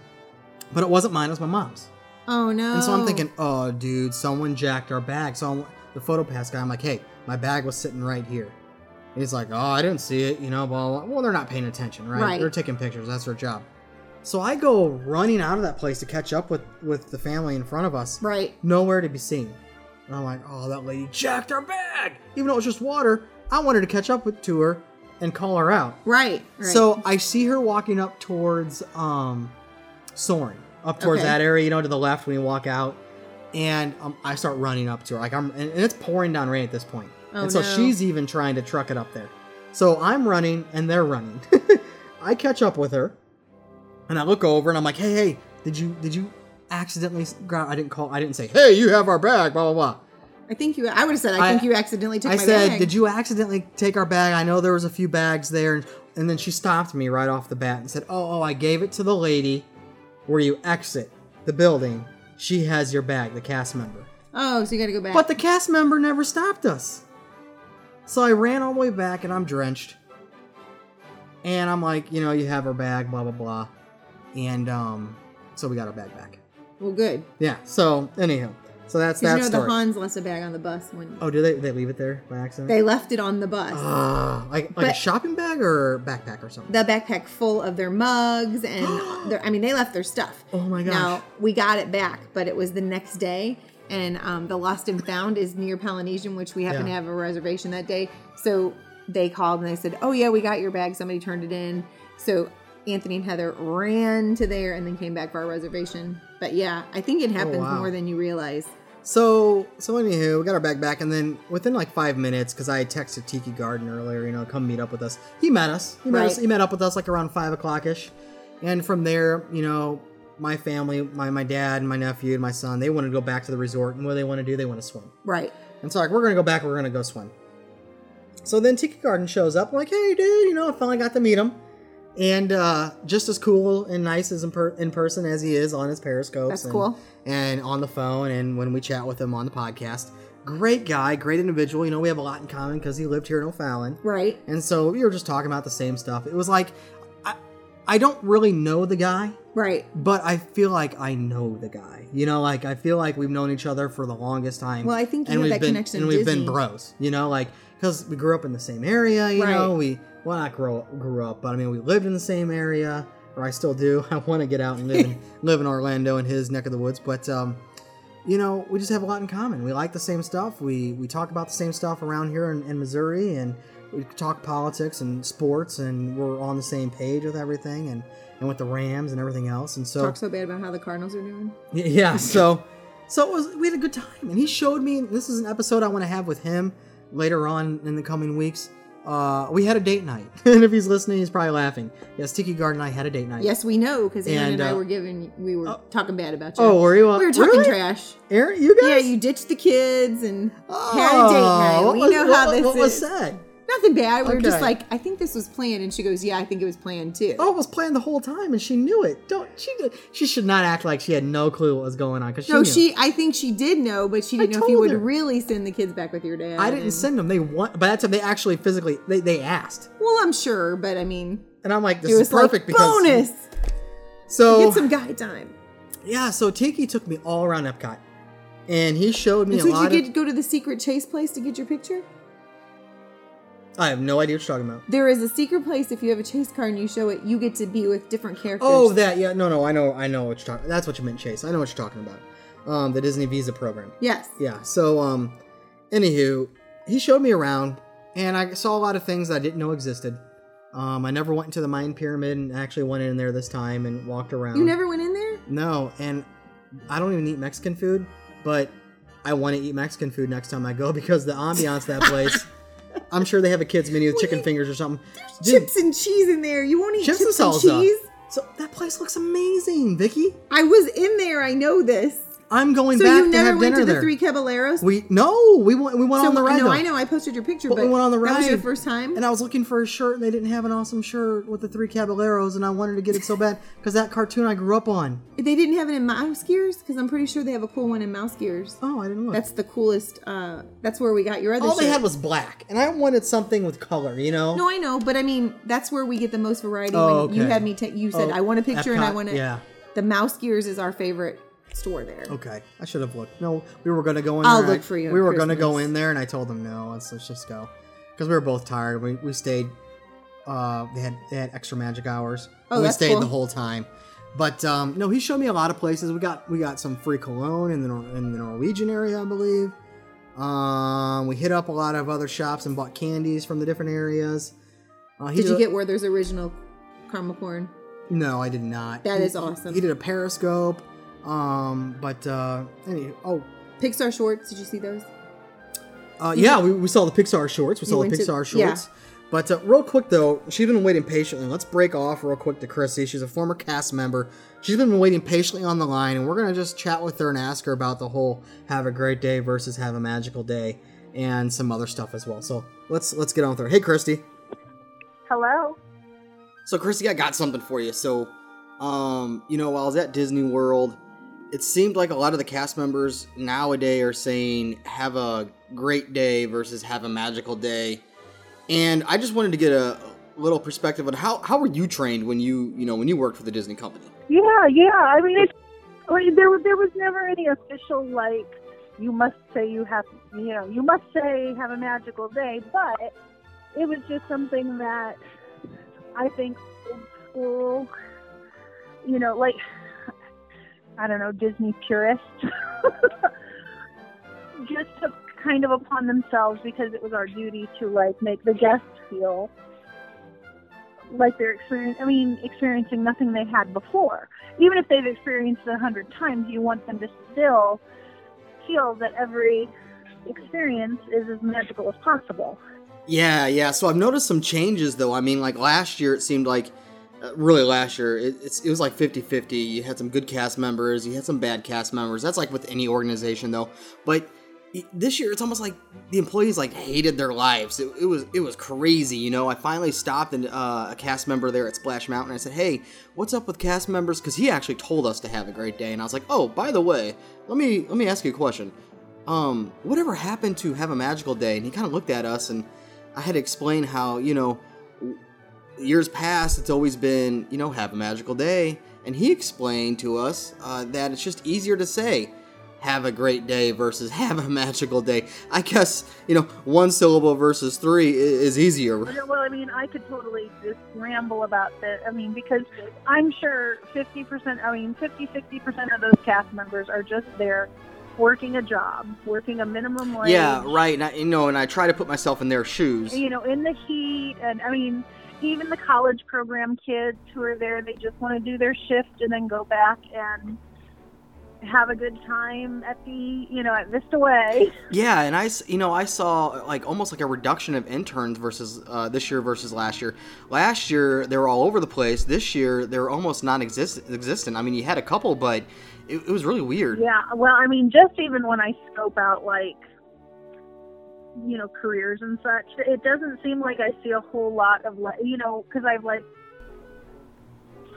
Speaker 6: but it wasn't mine. It was my mom's.
Speaker 7: Oh no.
Speaker 6: And so I'm thinking, oh, dude, someone jacked our bag. So I'm, the photo pass guy, I'm like, hey, my bag was sitting right here. And he's like, oh, I didn't see it, you know, blah, blah, blah. Well, they're not paying attention, right?
Speaker 7: Right.
Speaker 6: They're taking pictures. That's their job. So I go running out of that place to catch up with, with the family in front of us.
Speaker 7: Right.
Speaker 6: Nowhere to be seen. And I'm like, oh, that lady jacked our bag. Even though it was just water, I wanted to catch up with, to her and call her out.
Speaker 7: Right. right.
Speaker 6: So I see her walking up towards um Soren, up towards
Speaker 7: Okay.
Speaker 6: that area, you know, to the left when you walk out. And um, I start running up to her. Like I'm and, and it's pouring down rain at this point.
Speaker 7: Oh,
Speaker 6: and so
Speaker 7: no.
Speaker 6: she's even trying to truck it up there. So I'm running and they're running. I catch up with her and I look over and I'm like, "Hey, hey, did you did you accidentally s- grab I didn't call I didn't say, "Hey, you have our bag, blah blah blah."
Speaker 7: I think you. I would have said. I,
Speaker 6: I-
Speaker 7: think you accidentally took
Speaker 6: I
Speaker 7: my
Speaker 6: said,
Speaker 7: bag.
Speaker 6: "Did you accidentally take our bag?" I know there was a few bags there, and, and then she stopped me right off the bat and said, "Oh, oh, I gave it to the lady where you exit the building. She has your bag, the cast member."
Speaker 7: Oh, so you got to go back.
Speaker 6: But the cast member never stopped us. So I ran all the way back, and I'm drenched. And I'm like, you know, you have her bag, blah blah blah, and um, so we got our bag back.
Speaker 7: well, good.
Speaker 6: Yeah. So anyhow, so that's
Speaker 7: 'Cause you
Speaker 6: that
Speaker 7: know
Speaker 6: story.
Speaker 7: the Hans left a bag on the bus when
Speaker 6: oh, did they they leave it there by accident?
Speaker 7: they left it on the bus.
Speaker 6: Ah, like, like a
Speaker 7: But-
Speaker 6: shopping bag or backpack or something.
Speaker 7: the backpack full of their mugs and their, I mean, they left their stuff.
Speaker 6: Oh my gosh.
Speaker 7: Now, we got it back, but it was the next day. And um, the Lost and Found is near Polynesian, which we happen
Speaker 6: Yeah.
Speaker 7: to have a reservation that day. So they called and they said, Oh, yeah, we got your bag. Somebody turned it in. So Anthony and Heather ran to there and then came back for our reservation. But yeah, I think it happens
Speaker 6: Oh, wow.
Speaker 7: more than you realize.
Speaker 6: so, so anywho, we got our bag back, and then within like five minutes, because I had texted Tiki Garden earlier, you know, come meet up with us. He met us. He met
Speaker 7: Right.
Speaker 6: us. He met up with us like around five o'clock ish, and from there, you know, my family, my my dad, my nephew, and my son, they want to go back to the resort, and what do they want to do? They want to swim.
Speaker 7: Right.
Speaker 6: And so like we're gonna go back, we're gonna go swim. So then Tiki Garden shows up, like, hey dude, you know, I finally got to meet him. And uh, just as cool and nice as in, per- in person as he is on his periscopes.
Speaker 7: That's
Speaker 6: and,
Speaker 7: cool.
Speaker 6: And on the phone and when we chat with him on the podcast. Great guy, great individual. You know, we have a lot in common because he lived here in O'Fallon.
Speaker 7: Right.
Speaker 6: And so we were just talking about the same stuff. It was like, I, I don't really know the guy,
Speaker 7: Right.
Speaker 6: but I feel like I know the guy. You know, like I feel like we've known each other for the longest time.
Speaker 7: Well, I think
Speaker 6: and
Speaker 7: you have
Speaker 6: we've
Speaker 7: that
Speaker 6: been
Speaker 7: connection
Speaker 6: and
Speaker 7: to
Speaker 6: we've been
Speaker 7: Disney.
Speaker 6: bros. You know, like because we grew up in the same area. You
Speaker 7: Right.
Speaker 6: know, we well not grow grew up, but I mean we lived in the same area, or I still do. I want to get out and live in, live in Orlando in his neck of the woods, but um, you know, we just have a lot in common. We like the same stuff. We we talk about the same stuff around here in, in Missouri, and we talk politics and sports, and we're on the same page with everything, and and with the Rams and everything else. And so
Speaker 7: Talk so bad about how the Cardinals are doing.
Speaker 6: Y- yeah, so so it was we had a good time, and he showed me. This is an episode I want to have with him later on in the coming weeks. Uh, we had a date night, and if he's listening, he's probably laughing. Yes, Tiki Guard and I had a date night.
Speaker 7: Yes, we know because
Speaker 6: And,
Speaker 7: Aaron and I
Speaker 6: uh,
Speaker 7: were giving, we were talking bad about you.
Speaker 6: Oh, were you?
Speaker 7: we were talking
Speaker 6: really?
Speaker 7: trash.
Speaker 6: Aaron, you guys?
Speaker 7: Yeah, you ditched the kids and
Speaker 6: oh,
Speaker 7: had a date night.
Speaker 6: What
Speaker 7: We
Speaker 6: was,
Speaker 7: know
Speaker 6: Oh, what-
Speaker 7: how
Speaker 6: what,
Speaker 7: this
Speaker 6: what was
Speaker 7: is.
Speaker 6: said?
Speaker 7: Nothing bad. We were just
Speaker 6: Okay.
Speaker 7: like, I think this was planned, and she goes, Yeah, I think it was planned too.
Speaker 6: Oh, it was planned the whole time, and she knew it. Don't she? She should not act like she had no clue what was going on. Cause she
Speaker 7: no,
Speaker 6: knew.
Speaker 7: she. I think she did know, but she didn't know if you
Speaker 6: told
Speaker 7: would
Speaker 6: her.
Speaker 7: really send the kids back with your dad.
Speaker 6: I didn't
Speaker 7: and-
Speaker 6: send them. They want. By that time, they actually physically they, they asked,
Speaker 7: Well, I'm sure, but I mean,
Speaker 6: and I'm like, this
Speaker 7: it
Speaker 6: is
Speaker 7: was
Speaker 6: perfect
Speaker 7: like
Speaker 6: because Oh.
Speaker 7: bonus.
Speaker 6: So
Speaker 7: Get some guy time.
Speaker 6: yeah, so Tiki took me all around Epcot, and he showed me
Speaker 7: And
Speaker 6: a
Speaker 7: so did you
Speaker 6: lot.
Speaker 7: get
Speaker 6: of,
Speaker 7: go to the secret chase place to get your picture?
Speaker 6: I have no idea what you're talking about.
Speaker 7: There is a secret place. If you have a chase card and you show it, you get to be with different characters.
Speaker 6: Oh, that yeah, no, no, I know, I know what you're talking. That's what you meant, Chase. I know what you're talking about. Um, the Disney Visa program.
Speaker 7: yes.
Speaker 6: Yeah. So, um, anywho, he showed me around, and I saw a lot of things that I didn't know existed. Um, I never went into the Mayan pyramid, and actually went in there this time and walked around.
Speaker 7: You never went in there?
Speaker 6: No, and I don't even eat Mexican food, but I want to eat Mexican food next time I go because the ambiance that place. I'm sure they have a kids menu with chicken fingers or something. Dude,
Speaker 7: Chips and cheese in there. You won't eat
Speaker 6: chips
Speaker 7: chips,
Speaker 6: and
Speaker 7: and
Speaker 6: salsa.
Speaker 7: cheese.
Speaker 6: So that place looks amazing, Vicky.
Speaker 7: I was in there. I know this.
Speaker 6: I'm going
Speaker 7: So
Speaker 6: back
Speaker 7: you
Speaker 6: to
Speaker 7: never
Speaker 6: have
Speaker 7: went
Speaker 6: dinner
Speaker 7: to the
Speaker 6: there.
Speaker 7: Three Caballeros?
Speaker 6: we no, we went we went
Speaker 7: so,
Speaker 6: on the ride.
Speaker 7: no,
Speaker 6: though.
Speaker 7: I know. I posted your picture,
Speaker 6: But
Speaker 7: but,
Speaker 6: we went on the ride.
Speaker 7: That was your first time.
Speaker 6: And I was looking for a shirt, and they didn't have an awesome shirt with the three caballeros, and I wanted to get it so bad because that cartoon I grew up on.
Speaker 7: they didn't have it in Mouse Gears because I'm pretty sure they have a cool one in Mouse Gears.
Speaker 6: Oh, I didn't look.
Speaker 7: That's the coolest. Uh, that's where we got your other.
Speaker 6: all they
Speaker 7: shirt.
Speaker 6: had was black, and I wanted something with color. You know.
Speaker 7: No, I know, but I mean that's where we get the most variety.
Speaker 6: Oh,
Speaker 7: when you
Speaker 6: okay.
Speaker 7: had me, ta- you said
Speaker 6: Oh,
Speaker 7: I want a picture, and I
Speaker 6: Epcot,
Speaker 7: want to.
Speaker 6: yeah.
Speaker 7: The Mouse Gears is our favorite store there.
Speaker 6: Okay, I should have looked. No, we were gonna go in.
Speaker 7: I'll
Speaker 6: there.
Speaker 7: look for you
Speaker 6: We
Speaker 7: at
Speaker 6: were gonna go
Speaker 7: Christmas.
Speaker 6: in there, and I told them no. Let's, let's just go because we were both tired. We, we stayed. Uh, they had they had extra magic hours.
Speaker 7: Oh,
Speaker 6: we
Speaker 7: that's
Speaker 6: stayed
Speaker 7: cool.
Speaker 6: the whole time. But um, no, he showed me a lot of places. We got we got some free cologne in the Nor- in the Norwegian area, I believe. Um, we hit up a lot of other shops and bought candies from the different areas. Uh, he
Speaker 7: Did you
Speaker 6: a-
Speaker 7: get Werther's original caramel corn?
Speaker 6: no, I did not.
Speaker 7: That
Speaker 6: That is
Speaker 7: is awesome.
Speaker 6: He did a periscope. Um, but uh, any oh
Speaker 7: Pixar shorts? Did you see those?
Speaker 6: Uh, yeah, we, we saw the Pixar shorts. We
Speaker 7: Mm-hmm. You
Speaker 6: saw the
Speaker 7: went to-
Speaker 6: Pixar
Speaker 7: yeah.
Speaker 6: shorts. But uh, real quick though, she's been waiting patiently. Let's break off real quick to Chrissy. She's a former cast member. She's been waiting patiently on the line, and we're gonna just chat with her and ask her about the whole "Have a Great Day" versus "Have a Magical Day" and some other stuff as well. So let's let's get on with her. Hey, Christy.
Speaker 8: Hello.
Speaker 6: So, Christy, I got something for you. So, um, you know, while I was at Disney World, it seemed like a lot of the cast members nowadays are saying "Have a great day" versus "Have a magical day," and I just wanted to get a little perspective on how how were you trained when you you know when you worked for the Disney company?
Speaker 8: Yeah, yeah. I mean, it's, like, there was- there was never any official like you must say you have you know you must say have a magical day, but it was just something that I think old school, you know, like I don't know Disney purists just took kind of upon themselves because it was our duty to like make the guests feel like they're experiencing, I mean, experiencing nothing they had before. Even if they've experienced it a hundred times, you want them to still feel that every experience is as magical as possible.
Speaker 6: Yeah, yeah. So I've noticed some changes though. I mean, like last year, it seemed like uh, really last year it, it's, it was like 50-50 you had some good cast members you had some bad cast members that's like with any organization though but i- this year it's almost like the employees like hated their lives it, it was it was crazy you know i finally stopped and uh, a cast member there at splash mountain i said hey what's up with cast members because he actually told us to have a great day and i was like oh by the way let me let me ask you a question um, whatever happened to have a magical day? And he kind of looked at us, and I had to explain how, you know, w- years past, it's always been, you know, have a magical day. And he explained to us uh, that it's just easier to say, have a great day versus have a magical day. I guess, you know, one syllable versus three i- is easier.
Speaker 8: Well, I mean, I could totally just ramble about that. I mean, because I'm sure 50%, I mean, 50, 60% of those cast members are just there working a job, working a minimum wage.
Speaker 6: Yeah, right. And I, you know, and I try to put myself in their shoes.
Speaker 8: you know, in the heat. And I mean, even the college program kids who are there, they just want to do their shift and then go back and have a good time at the, you know, at Vista Way.
Speaker 6: Yeah, and I, s- you know, I saw like almost like a reduction of interns versus uh, this year versus last year. Last year they were all over the place. This year they're almost non-existent. I mean, you had a couple, but it, it was really weird.
Speaker 8: Yeah. Well, I mean, just even when I scope out like you know careers and such it doesn't seem like i see a whole lot of like you know because i've like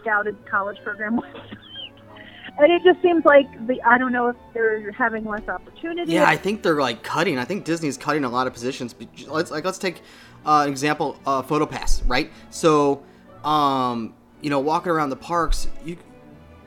Speaker 8: scouted college program and it just seems like the i don't know if they're having less opportunity
Speaker 6: Yeah, I think they're like cutting. I think Disney's cutting a lot of positions. Be- Let's like let's take uh, an example, uh, PhotoPass, right? So, um, you know, walking around the parks, you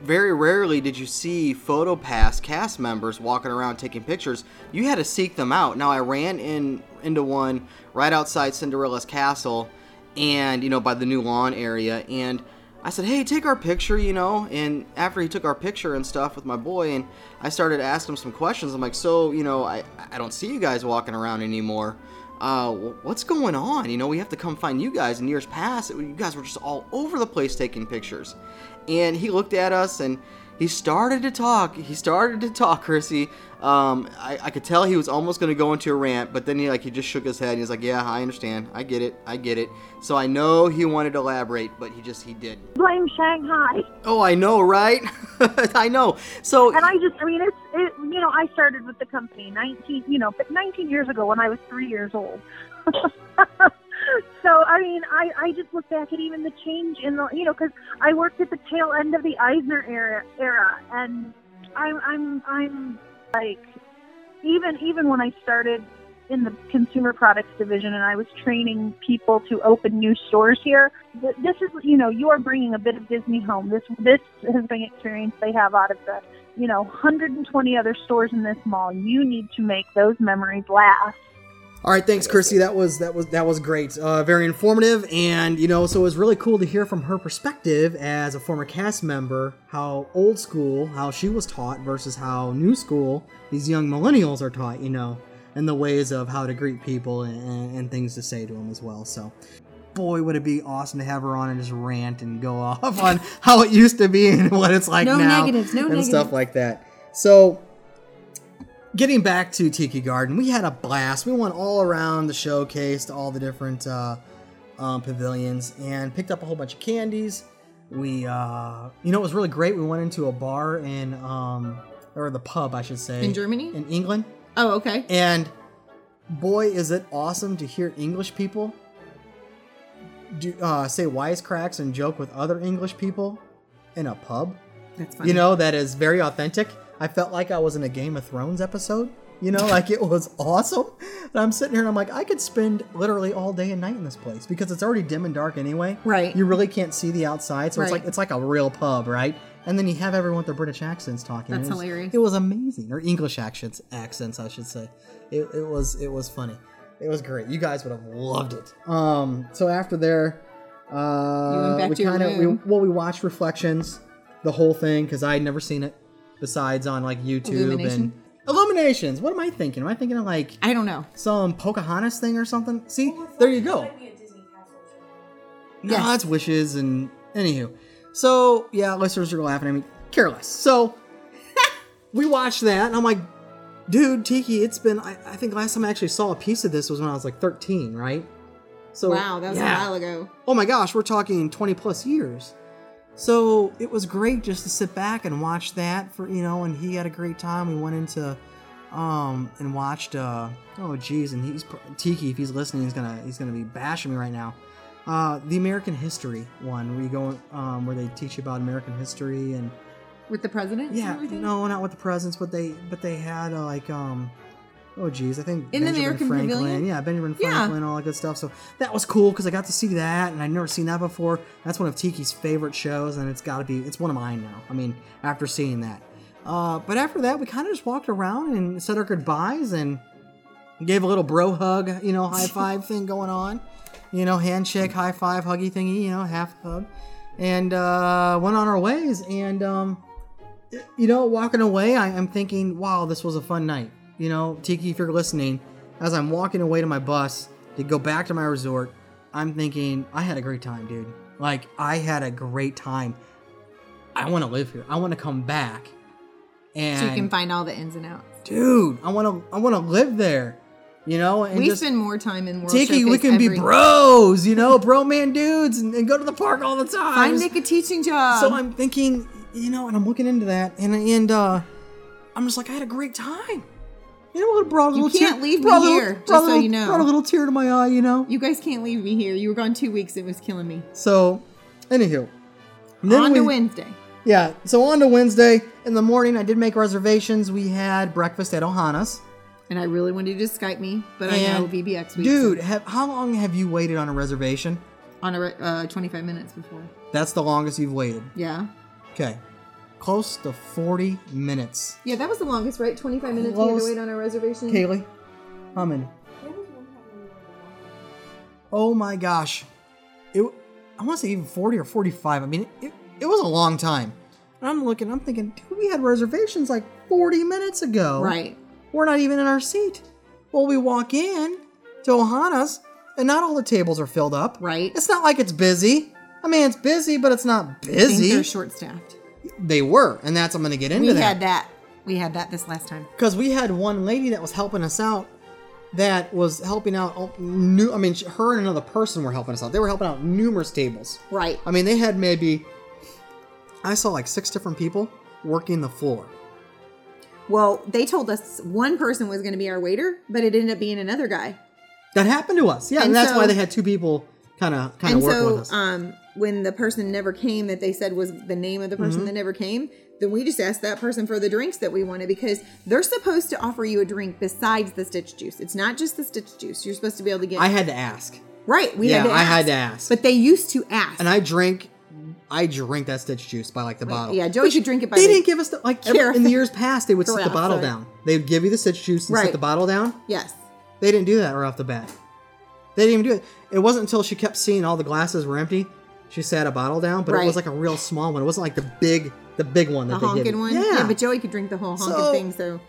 Speaker 6: very rarely did you see PhotoPass cast members walking around taking pictures. You had to seek them out. Now, I ran in into one right outside Cinderella's castle, and you know, by the new lawn area, and I said, "Hey, take our picture," you know. And after he took our picture and stuff with my boy, and I started asking him some questions. I'm like, "So, you know, I I don't see you guys walking around anymore. Uh, wh- what's going on? You know, we have to come find you guys. In years past, it- you guys were just all over the place taking pictures." And he looked at us and he started to talk. He started to talk, Chrissy. Um, I, I could tell he was almost going to go into a rant, but then he like he just shook his head. And he's like, "Yeah, I understand. I get it. I get it." So I know he wanted to elaborate, but he just he did.
Speaker 8: blame shanghai
Speaker 6: Oh, I know, right? I know. So
Speaker 8: and I just, I mean, it's, it, you know, I started with the company 19, you know, but 19 years ago when I was three years old. so, I mean, I, I just look back at even the change in the, you know, because I worked at the tail end of the Eisner era, era and I'm, I'm, I'm like, even, even when I started in the consumer products division and I was training people to open new stores here. Th- This is, you know, you are bringing a bit of Disney home. This this has been experience they have out of the, you know, 120 other stores in this mall. You need to make those memories last.
Speaker 6: All right, thanks, Kirsty. That was that was that was great. Uh, very informative, and you know, so it was really cool to hear from her perspective as a former cast member how old school, how she was taught versus how new school these young millennials are taught. You know, and the ways of how to greet people and, and, and things to say to them as well. So, boy, would it be awesome to have her on and just rant and go off on how it used to be and what it's like
Speaker 7: No
Speaker 6: now
Speaker 7: negatives, no
Speaker 6: and stuff
Speaker 7: negatives.
Speaker 6: like that. So, getting back to Tiki Garden, we had a blast. We went all around the showcase to all the different uh, um, pavilions and picked up a whole bunch of candies. We, uh, you know, it was really great. We went into a bar in, um, or the pub, I should say,
Speaker 7: In Germany?
Speaker 6: in England,
Speaker 7: Oh, okay.
Speaker 6: and boy, is it awesome to hear English people do, uh, say wisecracks and joke with other English people in a pub.
Speaker 7: That's funny.
Speaker 6: You know, that is very authentic. I felt like I was in a Game of Thrones episode. You know, like it was awesome. And I'm sitting here and I'm like, I could spend literally all day and night in this place because it's already dim and dark anyway.
Speaker 7: Right.
Speaker 6: You really can't see the outside, so it's
Speaker 7: Right.
Speaker 6: like it's like a real pub, right? And then you have everyone with their British accents talking.
Speaker 7: That's
Speaker 6: It was-
Speaker 7: hilarious.
Speaker 6: It was amazing, or English accents, accents I should say. It, it was it was funny. It was great. You guys would have loved it. Um. So after there, uh,
Speaker 7: You went back
Speaker 6: we
Speaker 7: to your
Speaker 6: kinda, we,
Speaker 7: room.
Speaker 6: well, we watched Reflections, the whole thing, because I had never seen it besides on like YouTube
Speaker 7: Illumination?
Speaker 6: and Illuminations. What am I thinking? Am I thinking of like
Speaker 7: I don't know.
Speaker 6: some Pocahontas thing or something? See, there you go. No,
Speaker 7: Yes.
Speaker 6: that's wishes and anywho. So yeah, listeners are laughing at me. Care less. So we watched that, and I'm like, dude, Tiki, it's been. I, I think last time I actually saw a piece of this was when I was like 13, right? So
Speaker 7: Wow, that was
Speaker 6: Oh, yeah
Speaker 7: a while ago.
Speaker 6: oh my gosh, we're talking 20 plus years. So it was great just to sit back and watch that for, you know, and he had a great time. We went into, um, and watched, uh, oh geez, and he's, pr- Tiki, if he's listening, he's gonna, he's gonna be bashing me right now. Uh, the American history one, where you go, um, where they teach you about American history and,
Speaker 7: With the president? and
Speaker 6: yeah,
Speaker 7: everything?
Speaker 6: no, not with the presidents, but they, but they had, uh, like, um, oh geez, I think
Speaker 7: In the American
Speaker 6: Franklin,
Speaker 7: Pavilion?
Speaker 6: yeah, Benjamin
Speaker 7: Yeah.
Speaker 6: Franklin, all that good stuff. So that was cool because I got to see that, and I'd never seen that before. That's one of Tiki's favorite shows, and it's got to be it's one of mine now. I mean, after seeing that, uh, but after that, we kind of just walked around and said our goodbyes and gave a little bro hug, you know, high five thing going on, you know, handshake, high five, huggy thingy, you know, half hug, and uh, went on our ways. And um, you know, walking away, I, I'm thinking, wow, this was a fun night. You know, Tiki, if you're listening, as I'm walking away to my bus to go back to my resort, I'm thinking, I had a great time, dude. Like, I had a great time. I want to live here. I want to come back. And
Speaker 7: So you can find all the ins and outs.
Speaker 6: dude, I want to, I want to live there. You know, and
Speaker 7: we
Speaker 6: just,
Speaker 7: spend more time in World
Speaker 6: Tiki, we
Speaker 7: Showcase
Speaker 6: can be
Speaker 7: every-
Speaker 6: bros. You know, bro man dudes, and, and go to the park all the time.
Speaker 7: I
Speaker 6: Just-
Speaker 7: make a teaching job.
Speaker 6: so I'm thinking, you know, and I'm looking into that, and and uh, I'm just like, I had a great time. You know what? Brought a
Speaker 7: You
Speaker 6: little
Speaker 7: can't
Speaker 6: tear,
Speaker 7: leave me
Speaker 6: brought a little-
Speaker 7: here, just
Speaker 6: brought a
Speaker 7: so
Speaker 6: little-
Speaker 7: you know.
Speaker 6: Brought a little tear to my eye. You know.
Speaker 7: You guys can't leave me here. You were gone two weeks. It was killing me.
Speaker 6: So, anywho, And then
Speaker 7: On to
Speaker 6: we-
Speaker 7: Wednesday.
Speaker 6: Yeah. So on to Wednesday in the morning, I did make reservations. We had breakfast at Ohana's.
Speaker 7: And I really wanted you to Skype me, but I know
Speaker 6: And,
Speaker 7: VBX week.
Speaker 6: Dude, have, how long have you waited on a reservation?
Speaker 7: on a re- uh, 25 minutes before.
Speaker 6: That's the longest you've waited.
Speaker 7: Yeah.
Speaker 6: Okay. Close to 40 minutes.
Speaker 7: Yeah, that was the longest, right? 25 minutes
Speaker 6: Close.
Speaker 7: we had to wait on our reservation.
Speaker 6: Kaylee, how many? Oh my gosh. It, I want to say even 40 or 45. I mean, it, it was a long time. And I'm looking, I'm thinking, dude, we had reservations like 40 minutes ago.
Speaker 7: Right.
Speaker 6: We're not even in our seat. Well, we walk in to Ohana's, and not all the tables are filled up.
Speaker 7: Right.
Speaker 6: It's not like it's busy. I mean, it's busy, but it's not
Speaker 7: I think
Speaker 6: busy.
Speaker 7: they're short staffed.
Speaker 6: they were, and that's I'm going to get into
Speaker 7: We
Speaker 6: that
Speaker 7: had that. We had that this last time.
Speaker 6: because we had one lady that was helping us out that was helping out all- new i mean she- her and another person were helping us out they were helping out numerous tables
Speaker 7: Right.
Speaker 6: i mean they had maybe i saw like six different people working the floor
Speaker 7: Well, they told us one person was going to be our waiter, but it ended up being another guy.
Speaker 6: that happened to us yeah and,
Speaker 7: And
Speaker 6: that's
Speaker 7: so-
Speaker 6: why they had two people kind of kind of
Speaker 7: and
Speaker 6: working
Speaker 7: so,
Speaker 6: with us
Speaker 7: um, when the person never came that they said was the name of the
Speaker 6: Mm-hmm.
Speaker 7: person that never came, then we just asked that person for the drinks that we wanted because they're supposed to offer you a drink besides the stitch juice. It's not just the stitch juice. You're supposed to be able to get
Speaker 6: i had to ask
Speaker 7: right. We
Speaker 6: yeah
Speaker 7: had to
Speaker 6: i
Speaker 7: ask.
Speaker 6: had to ask
Speaker 7: but they used to ask.
Speaker 6: and i drank i drank that stitch juice by like the bottle
Speaker 7: yeah, Joey could drink it by
Speaker 6: they
Speaker 7: the-
Speaker 6: didn't give us the like every-
Speaker 7: Sure.
Speaker 6: in the years past they would set the
Speaker 7: Correct,
Speaker 6: bottle
Speaker 7: sorry.
Speaker 6: down they would give you the stitch juice and set
Speaker 7: Right.
Speaker 6: the bottle down
Speaker 7: yes,
Speaker 6: They didn't do that right off the bat. They didn't even do it. It wasn't until she kept seeing all the glasses were empty, she sat a bottle down, but it was
Speaker 7: Right.
Speaker 6: like a real small one. It wasn't like the big, the big one
Speaker 7: the
Speaker 6: that they gave.
Speaker 7: honking
Speaker 6: you.
Speaker 7: one.
Speaker 6: Yeah,
Speaker 7: but Joey could drink the whole honking
Speaker 6: So-
Speaker 7: thing. So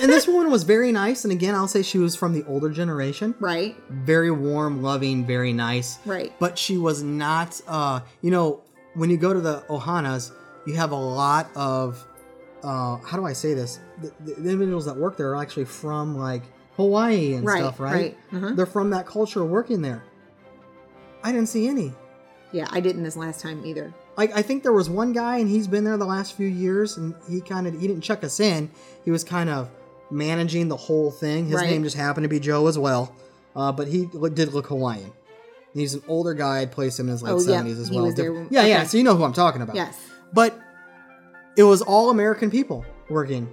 Speaker 6: and this woman was very nice. And again, I'll say she was from the older generation.
Speaker 7: right,
Speaker 6: Very warm, loving, very nice.
Speaker 7: right,
Speaker 6: But she was not. Uh, you know, when you go to the Ohana's, you have a lot of. Uh, how do I say this? The, the individuals that work there are actually from like Hawaii and
Speaker 7: right,
Speaker 6: stuff,
Speaker 7: right. Uh-huh.
Speaker 6: They're from that culture working there. I didn't see any.
Speaker 7: Yeah, I didn't this last time either.
Speaker 6: I, I think there was one guy, and he's been there the last few years, and he kind of he didn't check us in. He was kind of managing the whole thing. His
Speaker 7: Right.
Speaker 6: name just happened to be Joe as well, uh, but he lo- did look Hawaiian. And He's an older guy. I'd place him in his late
Speaker 7: Oh, yeah.
Speaker 6: seventies as
Speaker 7: He
Speaker 6: well.
Speaker 7: was there when-
Speaker 6: yeah, yeah.
Speaker 7: okay.
Speaker 6: So you know who I'm talking about.
Speaker 7: Yes,
Speaker 6: But it was all American people working.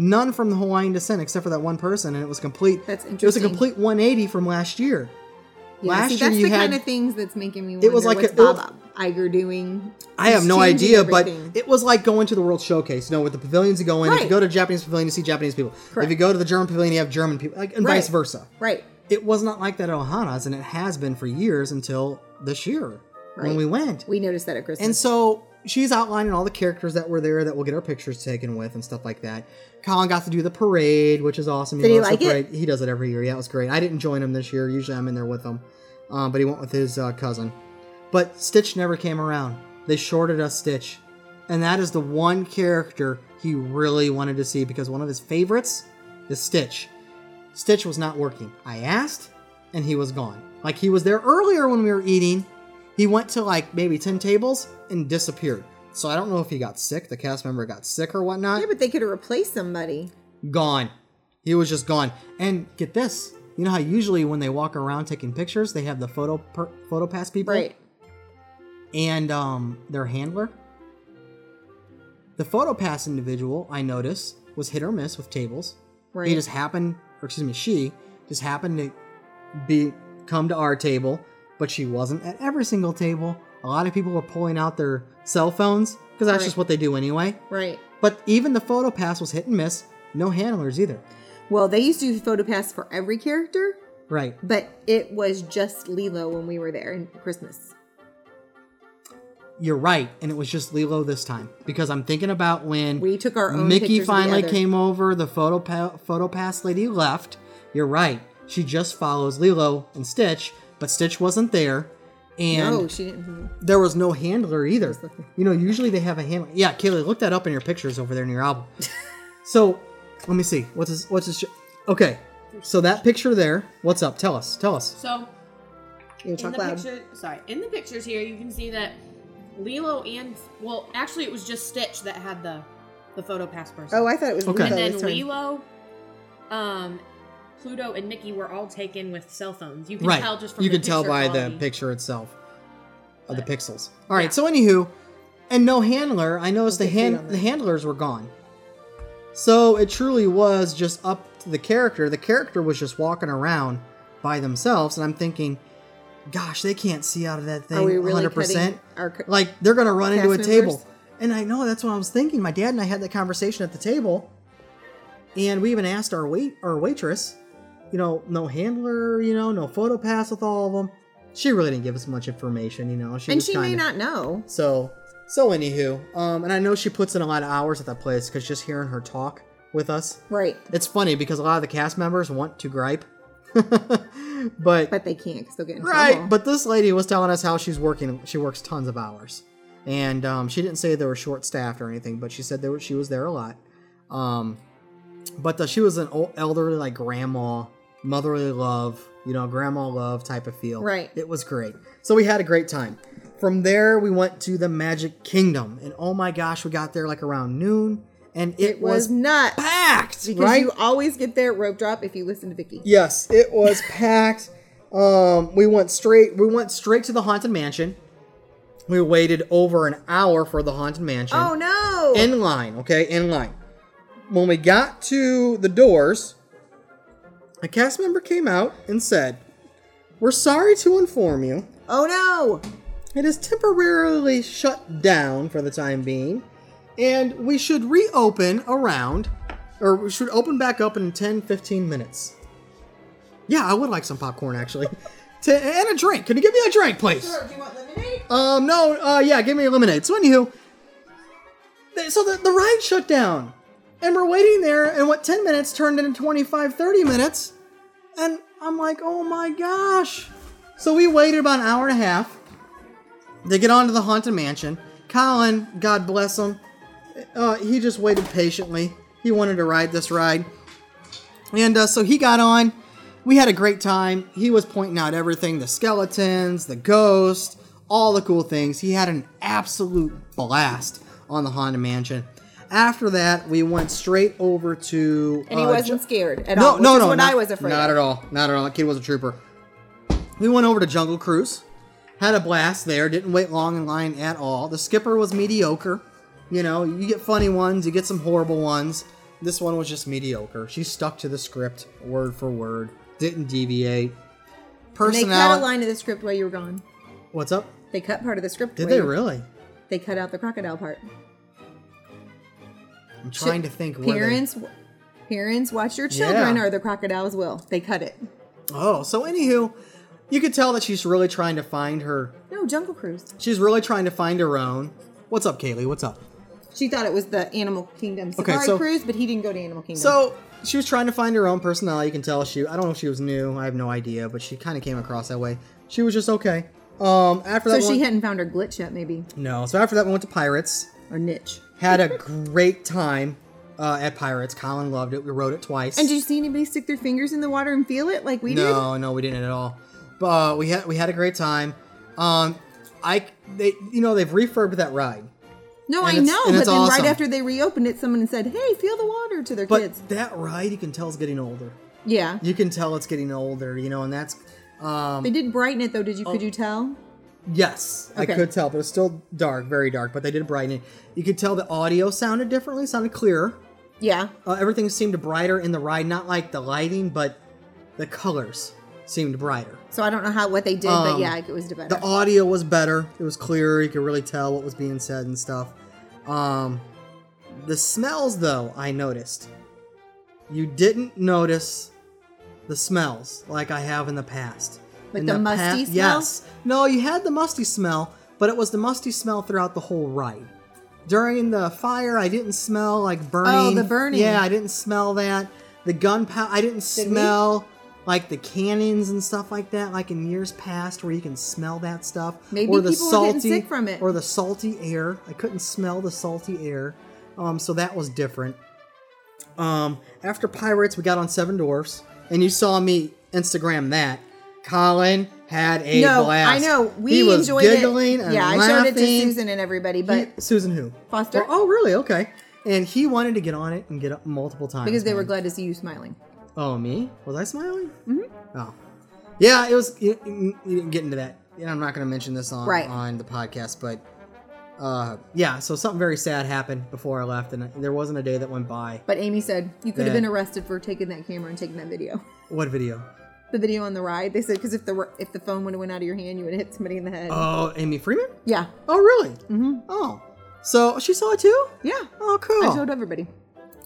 Speaker 6: None from the Hawaiian descent, except for that one person, and it was complete.
Speaker 7: that's
Speaker 6: It was a
Speaker 7: interesting.
Speaker 6: complete 180 from last year.
Speaker 7: Yeah,
Speaker 6: last
Speaker 7: see,
Speaker 6: year
Speaker 7: that's
Speaker 6: you
Speaker 7: the
Speaker 6: had-
Speaker 7: kind of things that's making me. Wonder
Speaker 6: It was like
Speaker 7: what's
Speaker 6: a-
Speaker 7: Bob Iger doing.
Speaker 6: I have
Speaker 7: He's
Speaker 6: no
Speaker 7: changing
Speaker 6: idea,
Speaker 7: everything.
Speaker 6: but it was like going to the World Showcase. You know, with the pavilions you go in, if you
Speaker 7: Right.
Speaker 6: go to a Japanese pavilion, you see Japanese people. If
Speaker 7: Correct.
Speaker 6: you go to the German pavilion, you have German people, like, and
Speaker 7: Right.
Speaker 6: vice versa.
Speaker 7: Right,
Speaker 6: It was not like that at Ohana's, and it has been for years until this year when
Speaker 7: Right.
Speaker 6: we went.
Speaker 7: we noticed that at Christmas.
Speaker 6: And so she's outlining all the characters that were there that we'll get our pictures taken with and stuff like that. Colin got to do the parade, which is awesome.
Speaker 7: Did he
Speaker 6: loves the
Speaker 7: like it?
Speaker 6: parade. He does it every year. Yeah, it was great. I didn't join him this year. Usually I'm in there with him, um, but he went with his uh, cousin. But Stitch never came around. They shorted us Stitch, and that is the one character he really wanted to see because one of his favorites is Stitch. Stitch was not working. I asked, and he was gone. Like he was there earlier when we were eating. He went to like maybe 10 tables and disappeared. So I don't know if he got sick, the cast member got sick or whatnot.
Speaker 7: yeah, but they could have replaced somebody.
Speaker 6: gone. He was just gone. And get this. You know how usually when they walk around taking pictures, they have the photo per, photo pass people
Speaker 7: Right.
Speaker 6: and um their handler. The photo pass individual, I noticed, was hit or miss with tables.
Speaker 7: Right.
Speaker 6: He just happened, or excuse me, she just happened to be come to our table, but she wasn't at every single table. A lot of people were pulling out their cell phones because that's
Speaker 7: Right.
Speaker 6: just what they do anyway.
Speaker 7: right.
Speaker 6: But even the photo pass was hit and miss. No handlers either.
Speaker 7: Well, they used to do photo pass for every character,
Speaker 6: Right.
Speaker 7: but it was just Lilo when we were there in Christmas.
Speaker 6: You're right, and it was just Lilo this time because I'm thinking about when
Speaker 7: We took our own.
Speaker 6: Mickey
Speaker 7: pictures
Speaker 6: finally
Speaker 7: together.
Speaker 6: came over. The photo pa- photo pass lady left. You're right. She just follows Lilo and Stitch, but Stitch wasn't there, and
Speaker 7: No, Oh, she didn't.
Speaker 6: there was no handler either. You know, usually they have a handler. Yeah, Kaylee, look that up in your pictures over there in your album. so, let me see. What's his? What's his? Sh- okay, so that picture there. What's up? Tell us. Tell us.
Speaker 9: So
Speaker 7: You
Speaker 9: in
Speaker 7: talk
Speaker 9: the
Speaker 7: loud.
Speaker 9: picture, sorry, in the pictures here, you can see that Lilo and well, actually, it was just Stitch that had the the photo pass person.
Speaker 7: Oh, I thought it was.
Speaker 6: Okay.
Speaker 7: Lilo
Speaker 9: and then
Speaker 7: this time.
Speaker 9: Lilo um, Pluto and Nikki were all taken with cell phones. You can
Speaker 6: right.
Speaker 9: tell just from
Speaker 6: you
Speaker 9: the
Speaker 6: can tell
Speaker 9: picture
Speaker 6: by
Speaker 9: quality.
Speaker 6: the picture itself of the pixels. All right. So anywho, and no handler. I noticed the hand the handlers were gone. So it truly was just up to the character. The character was just walking around by themselves, and I'm thinking, gosh, they can't see out of that thing
Speaker 7: Are we really
Speaker 6: 100. percent
Speaker 7: cutting our co-
Speaker 6: Like they're gonna run into a
Speaker 7: Cast members?
Speaker 6: table. And I know that's what I was thinking. My dad and I had that conversation at the table, and we even asked our wait our waitress, you know, no handler, you know, no photo pass with all of them. She really didn't give us much information, you know. She
Speaker 7: and
Speaker 6: was
Speaker 7: she
Speaker 6: kinda,
Speaker 7: may not know.
Speaker 6: So, so anywho, um, and I know she puts in a lot of hours at that place because just hearing her talk with us,
Speaker 7: Right.
Speaker 6: it's funny because a lot of the cast members want to gripe, but
Speaker 7: But they can't because they'll get in trouble.
Speaker 6: Right, but this lady was telling us how she's working. She works tons of hours, and um, she didn't say they were short staffed or anything, but she said they were, she was there a lot. Um, but uh, she was an old, elderly, like grandma, motherly love, you know, grandma love type of feel.
Speaker 7: Right.
Speaker 6: It was great. So we had a great time. From there, we went to the Magic Kingdom, and oh my gosh, we got there like around noon, and it,
Speaker 7: it was nuts.
Speaker 6: packed.
Speaker 7: Because
Speaker 6: right?
Speaker 7: you always get there at rope drop if you listen to Vicky.
Speaker 6: Yes, it was packed. Um, we went straight. We went straight to the haunted mansion. We waited over an hour for the haunted mansion.
Speaker 7: Oh no!
Speaker 6: In line, okay, in line. When we got to the doors, a cast member came out and said, "We're sorry to inform you,
Speaker 7: oh no!
Speaker 6: it is temporarily shut down for the time being, and we should reopen around, or we should open back up in 10 15 minutes. Yeah, I would like some popcorn actually. to, and a drink. Can you give me a drink, please?
Speaker 7: Do you want lemonade?
Speaker 6: Um, no, uh, yeah, give me a lemonade. So, anywho, they, so the, the ride shut down. And we're waiting there, and what 10 minutes turned into 25, 30 minutes. And I'm like, oh my gosh. So, we waited about an hour and a half to get onto the Haunted Mansion. Colin, God bless him, uh, he just waited patiently. He wanted to ride this ride. And uh, so he got on. We had a great time. He was pointing out everything the skeletons, the ghost, all the cool things. He had an absolute blast on the Haunted Mansion. After that, we went straight over to.
Speaker 7: And he
Speaker 6: uh,
Speaker 7: wasn't scared at
Speaker 6: no,
Speaker 7: all. Which
Speaker 6: no,
Speaker 7: is
Speaker 6: no,
Speaker 7: What
Speaker 6: not,
Speaker 7: I was afraid.
Speaker 6: Not
Speaker 7: of.
Speaker 6: at all. Not at all. That kid was a trooper. We went over to Jungle Cruise, had a blast there. Didn't wait long in line at all. The skipper was mediocre. You know, you get funny ones, you get some horrible ones. This one was just mediocre. She stuck to the script word for word. Didn't deviate.
Speaker 7: And They cut a
Speaker 6: Personality.
Speaker 7: line of the script while you were gone.
Speaker 6: What's up?
Speaker 7: They cut part of the script.
Speaker 6: Did
Speaker 7: while
Speaker 6: they
Speaker 7: you-
Speaker 6: really?
Speaker 7: They cut out the crocodile part.
Speaker 6: I'm trying to think. were they-
Speaker 7: Parents, parents, watch your children,
Speaker 6: Yeah.
Speaker 7: or the crocodiles will. They cut it.
Speaker 6: Oh, so anywho, you could tell that she's really trying to find her.
Speaker 7: No, Jungle Cruise.
Speaker 6: She's really trying to find her own. What's up, Kaylee? What's up?
Speaker 7: She thought it was the Animal Kingdom
Speaker 6: Okay,
Speaker 7: Safari
Speaker 6: so-
Speaker 7: Cruise, but he didn't go to Animal Kingdom.
Speaker 6: So she was trying to find her own personality. You can tell she. I don't know if she was new. I have no idea, but she kind of came across that way. She was just okay. Um, after
Speaker 7: so
Speaker 6: that,
Speaker 7: she
Speaker 6: one,
Speaker 7: hadn't found her glitch yet, maybe
Speaker 6: no. So after that, we went to Pirates.
Speaker 7: or niche.
Speaker 6: Had a great time uh, at Pirates. Colin loved it. We rode it twice.
Speaker 7: And did you see anybody stick their fingers in the water and feel it like we
Speaker 6: no, no, we didn't at all. But uh, we had we had a great time. Um, I they you know they've refurbed that ride,
Speaker 7: did? No,
Speaker 6: and
Speaker 7: I
Speaker 6: it's-
Speaker 7: know.
Speaker 6: and
Speaker 7: But
Speaker 6: it's
Speaker 7: then
Speaker 6: awesome.
Speaker 7: right after they reopened it, someone said, "Hey, feel the water" to their
Speaker 6: but
Speaker 7: kids.
Speaker 6: that ride you can tell is getting older.
Speaker 7: Yeah,
Speaker 6: You can tell it's getting older. You know, and that's um,
Speaker 7: they did brighten it though. Did you?
Speaker 6: Oh.
Speaker 7: Could you tell?
Speaker 6: Yes, I
Speaker 7: Okay.
Speaker 6: could tell, but it was still dark, very dark. But they did brighten it. You could tell the audio sounded differently, sounded clearer.
Speaker 7: Yeah.
Speaker 6: Uh, everything seemed brighter in the ride, not like the lighting, but the colors seemed brighter.
Speaker 7: So I don't know how what they did,
Speaker 6: Um,
Speaker 7: but yeah, it was better.
Speaker 6: The audio was better; it was clearer. You could really tell what was being said and stuff. Um, the smells, though, I noticed. You didn't notice the smells like I have in the past.
Speaker 7: Like
Speaker 6: In
Speaker 7: the
Speaker 6: pa-
Speaker 7: musty smell?
Speaker 6: Yes. No, you had the musty smell, but it was the musty smell throughout the whole ride. During the fire, I didn't smell like burning.
Speaker 7: Oh, the burning.
Speaker 6: Yeah, I didn't smell that. The gunpowder, I didn't
Speaker 7: Did we?
Speaker 6: smell like the cannons and stuff like that, like in years past, where you can smell that stuff.
Speaker 7: Maybe
Speaker 6: or the
Speaker 7: people were
Speaker 6: salty,
Speaker 7: getting sick from it.
Speaker 6: Or the salty air. I couldn't smell the salty air, um, so that was different. Um, after Pirates, we got on Seven Dwarfs, and you saw me Instagram that. Colin had a
Speaker 7: no,
Speaker 6: blast.
Speaker 7: I know. We
Speaker 6: he was
Speaker 7: enjoyed
Speaker 6: giggling
Speaker 7: it.
Speaker 6: and
Speaker 7: yeah,
Speaker 6: laughing.
Speaker 7: I showed it to Susan and everybody, but
Speaker 6: He- Susan who?
Speaker 7: Foster.
Speaker 6: Oh, really? Okay. And he wanted to get on it and get up multiple times
Speaker 7: because they were
Speaker 6: man.
Speaker 7: glad to see you smiling.
Speaker 6: Oh, me? Was I smiling? Mm-hmm. Oh, yeah. It was. You, you you didn't get into that. Yeah, I'm not going to mention this on
Speaker 7: Right.
Speaker 6: on the podcast, but uh, yeah. So something very sad happened before I left, and there wasn't a day that went by.
Speaker 7: But Amy said you could have
Speaker 6: That-
Speaker 7: been arrested for taking that camera and taking that video.
Speaker 6: What video?
Speaker 7: The video on the ride. They said because if the ri- if the phone would have went out of your hand, you would have hit somebody in the head.
Speaker 6: Oh, Amy Freeman.
Speaker 7: yeah,
Speaker 6: Oh, really? Mm-hmm. Oh, so she saw it too?
Speaker 7: yeah.
Speaker 6: Oh, cool.
Speaker 7: I told everybody.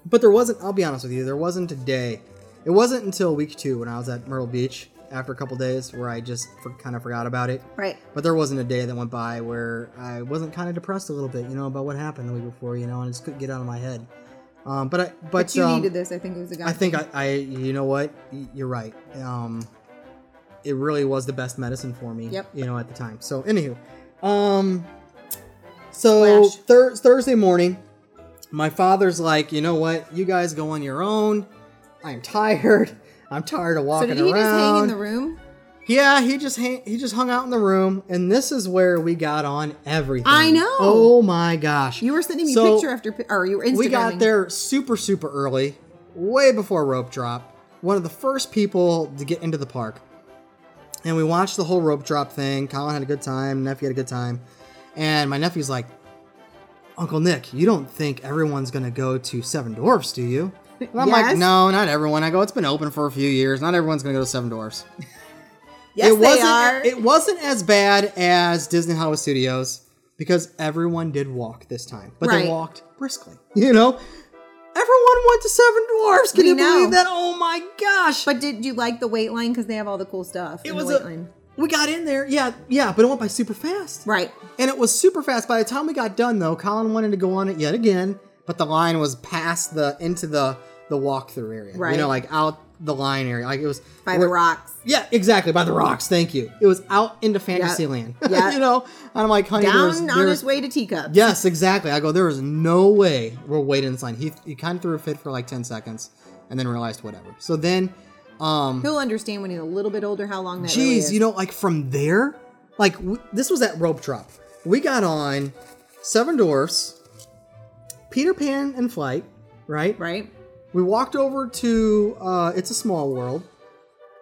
Speaker 6: But there wasn't, I'll be honest with you, there wasn't a day. It wasn't until week two when I was at Myrtle Beach after a couple days where I just for, kind of forgot about it.
Speaker 7: Right.
Speaker 6: But there wasn't a day that went by where I wasn't kind of depressed a little bit, you know, about what happened the week before, you know, and I just couldn't get it out of my head. Um, but I, but,
Speaker 7: But you
Speaker 6: um,
Speaker 7: needed this. I think it was a guy.
Speaker 6: I think I, I, you know what, Y- you're right. Um, it really was the best medicine for me.
Speaker 7: Yep.
Speaker 6: You know, at the time. So, anywho, um, so
Speaker 7: Splash.
Speaker 6: thir- Thursday morning, my father's like, you know what, you guys go on your own. I'm tired. I'm tired of
Speaker 7: so
Speaker 6: walking
Speaker 7: did he
Speaker 6: around.
Speaker 7: just hang in the room?
Speaker 6: Yeah, he just hang- he just hung out in the room, and this is where we got on everything.
Speaker 7: I know.
Speaker 6: Oh my gosh.
Speaker 7: You were sending me
Speaker 6: So-
Speaker 7: picture after pi- or you were Instagramming.
Speaker 6: we got there super, super early, way before rope drop. One of the first people to get into the park. And we watched the whole rope drop thing. Colin had a good time. Nephew had a good time. And my nephew's like, Uncle Nick, you don't think everyone's going to go to Seven Dwarfs, do you? And I'm like,
Speaker 7: Yes.
Speaker 6: no, not everyone. I go, it's been open for a few years. Not everyone's going to go to Seven Dwarfs
Speaker 7: Yes,
Speaker 6: it wasn't,
Speaker 7: they are.
Speaker 6: It wasn't as bad as Disney Hollywood Studios because everyone did walk this time, but
Speaker 7: Right.
Speaker 6: they walked briskly. You know, everyone went to Seven Dwarfs. Can
Speaker 7: We
Speaker 6: you
Speaker 7: know.
Speaker 6: believe that? Oh my gosh!
Speaker 7: but did you like the wait line because they have all the cool stuff?
Speaker 6: it
Speaker 7: in
Speaker 6: was
Speaker 7: the wait
Speaker 6: a.
Speaker 7: line.
Speaker 6: We got in there, yeah, yeah, but it went by super fast.
Speaker 7: right.
Speaker 6: And it was super fast. By the time we got done, though, Colin wanted to go on it yet again, but the line was past the into the the walkthrough area.
Speaker 7: Right.
Speaker 6: You know, like out the line area. Like it was
Speaker 7: By the
Speaker 6: we're-
Speaker 7: rocks.
Speaker 6: yeah, exactly. By the rocks. Thank you. It was out into Fantasyland.
Speaker 7: Yeah.
Speaker 6: you know, and I'm like, honey, there's,
Speaker 7: Down on
Speaker 6: there's-
Speaker 7: his way to teacup.
Speaker 6: Yes, exactly. I go. There is no way we're waiting in this line. He he kind of threw a fit for like ten seconds, and then realized whatever. So then, um,
Speaker 7: He'll understand when he's a little bit older how long that
Speaker 6: jeez,
Speaker 7: really is.
Speaker 6: you know, like from there, like w- this was at rope drop. We got on Seven Dwarfs, Peter Pan and Flight, right?
Speaker 7: right?
Speaker 6: We walked over to uh, It's a Small World,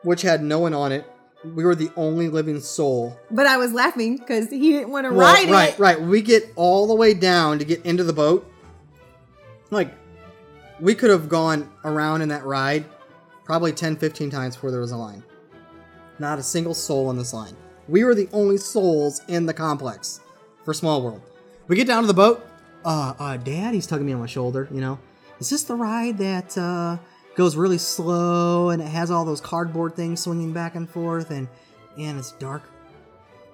Speaker 6: which had no one on it. We were the only living soul
Speaker 7: But I was laughing because he didn't want to
Speaker 6: Well,
Speaker 7: ride
Speaker 6: right,
Speaker 7: it.
Speaker 6: right. We get all the way down to get into the boat. Like, we could have gone around in that ride probably 10, 15 times before there was a line. Not a single soul on this line. We were the only souls in the complex for Small World. We get down to the boat. Uh, uh, Dad, he's tugging me on my shoulder, you know. Is this the ride that uh, goes really slow and it has all those cardboard things swinging back and forth and and it's dark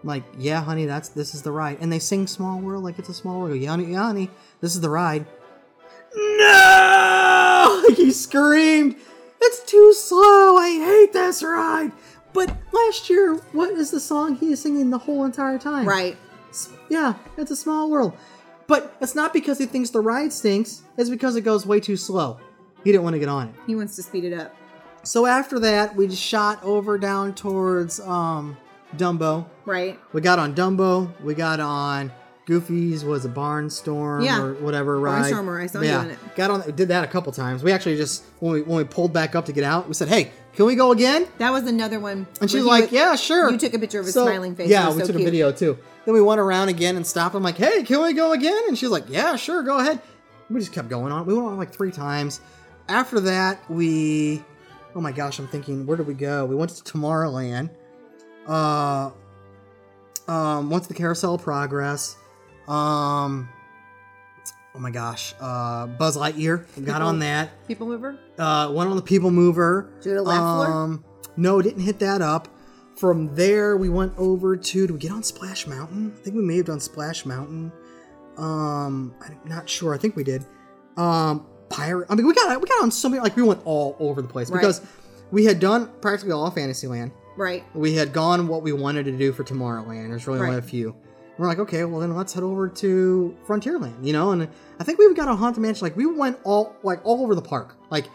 Speaker 6: I'm like, yeah, honey, that's this is the ride. And they sing Small World like it's a small world. I go, Yeah, honey, yeah, honey, this is the ride. No! he screamed. It's too slow. I hate this ride. But last year, what is the song he is singing the whole entire time?
Speaker 7: Right.
Speaker 6: S- Yeah, it's a small world. But it's not because he thinks the ride stinks. It's because it goes way too slow. He didn't want to get on it.
Speaker 7: He wants to speed it up.
Speaker 6: So after that, we just shot over down towards um, Dumbo.
Speaker 7: Right.
Speaker 6: We got on Dumbo. We got on Goofy's was a barnstorm
Speaker 7: Yeah.
Speaker 6: or whatever ride.
Speaker 7: Barnstormer, I saw you
Speaker 6: yeah.
Speaker 7: on it.
Speaker 6: Got on. Did that a couple times. We actually just when we when we pulled back up to get out, we said, "Hey, can we go again?"
Speaker 7: That was another one.
Speaker 6: And
Speaker 7: where
Speaker 6: she's
Speaker 7: he
Speaker 6: like,
Speaker 7: would-
Speaker 6: "Yeah, sure."
Speaker 7: You took a picture of his
Speaker 6: So-
Speaker 7: smiling face.
Speaker 6: Yeah,
Speaker 7: It was
Speaker 6: we
Speaker 7: so
Speaker 6: took a
Speaker 7: cute.
Speaker 6: video too. Then we went around again and stopped. I'm like, "Hey, can we go again?" And she's like, "Yeah, sure, go ahead." We just kept going on. We went on like three times. After that, we oh my gosh, I'm thinking, where did we go? We went to Tomorrowland. Uh, um, once the carousel of progress. Um, oh my gosh, uh, Buzz Lightyear we got on that.
Speaker 7: People mover.
Speaker 6: Uh, went on the People Mover. Um,
Speaker 7: Judah Lafleur?
Speaker 6: no, didn't hit that up. From there, we went over to. Did we get on Splash Mountain? I think we may have done Splash Mountain. Um, I'm not sure. I think we did. Um, Pirate. I mean, we got we got on something like we went all over the place
Speaker 7: Right.
Speaker 6: because we had done practically all of Fantasyland
Speaker 7: Right.
Speaker 6: we had gone what we wanted to do for Tomorrowland. There's really only a
Speaker 7: Right.
Speaker 6: few. We're like, okay, well then let's head over to Frontierland, you know. And I think we got a haunted mansion. Like we went all like all over the park, like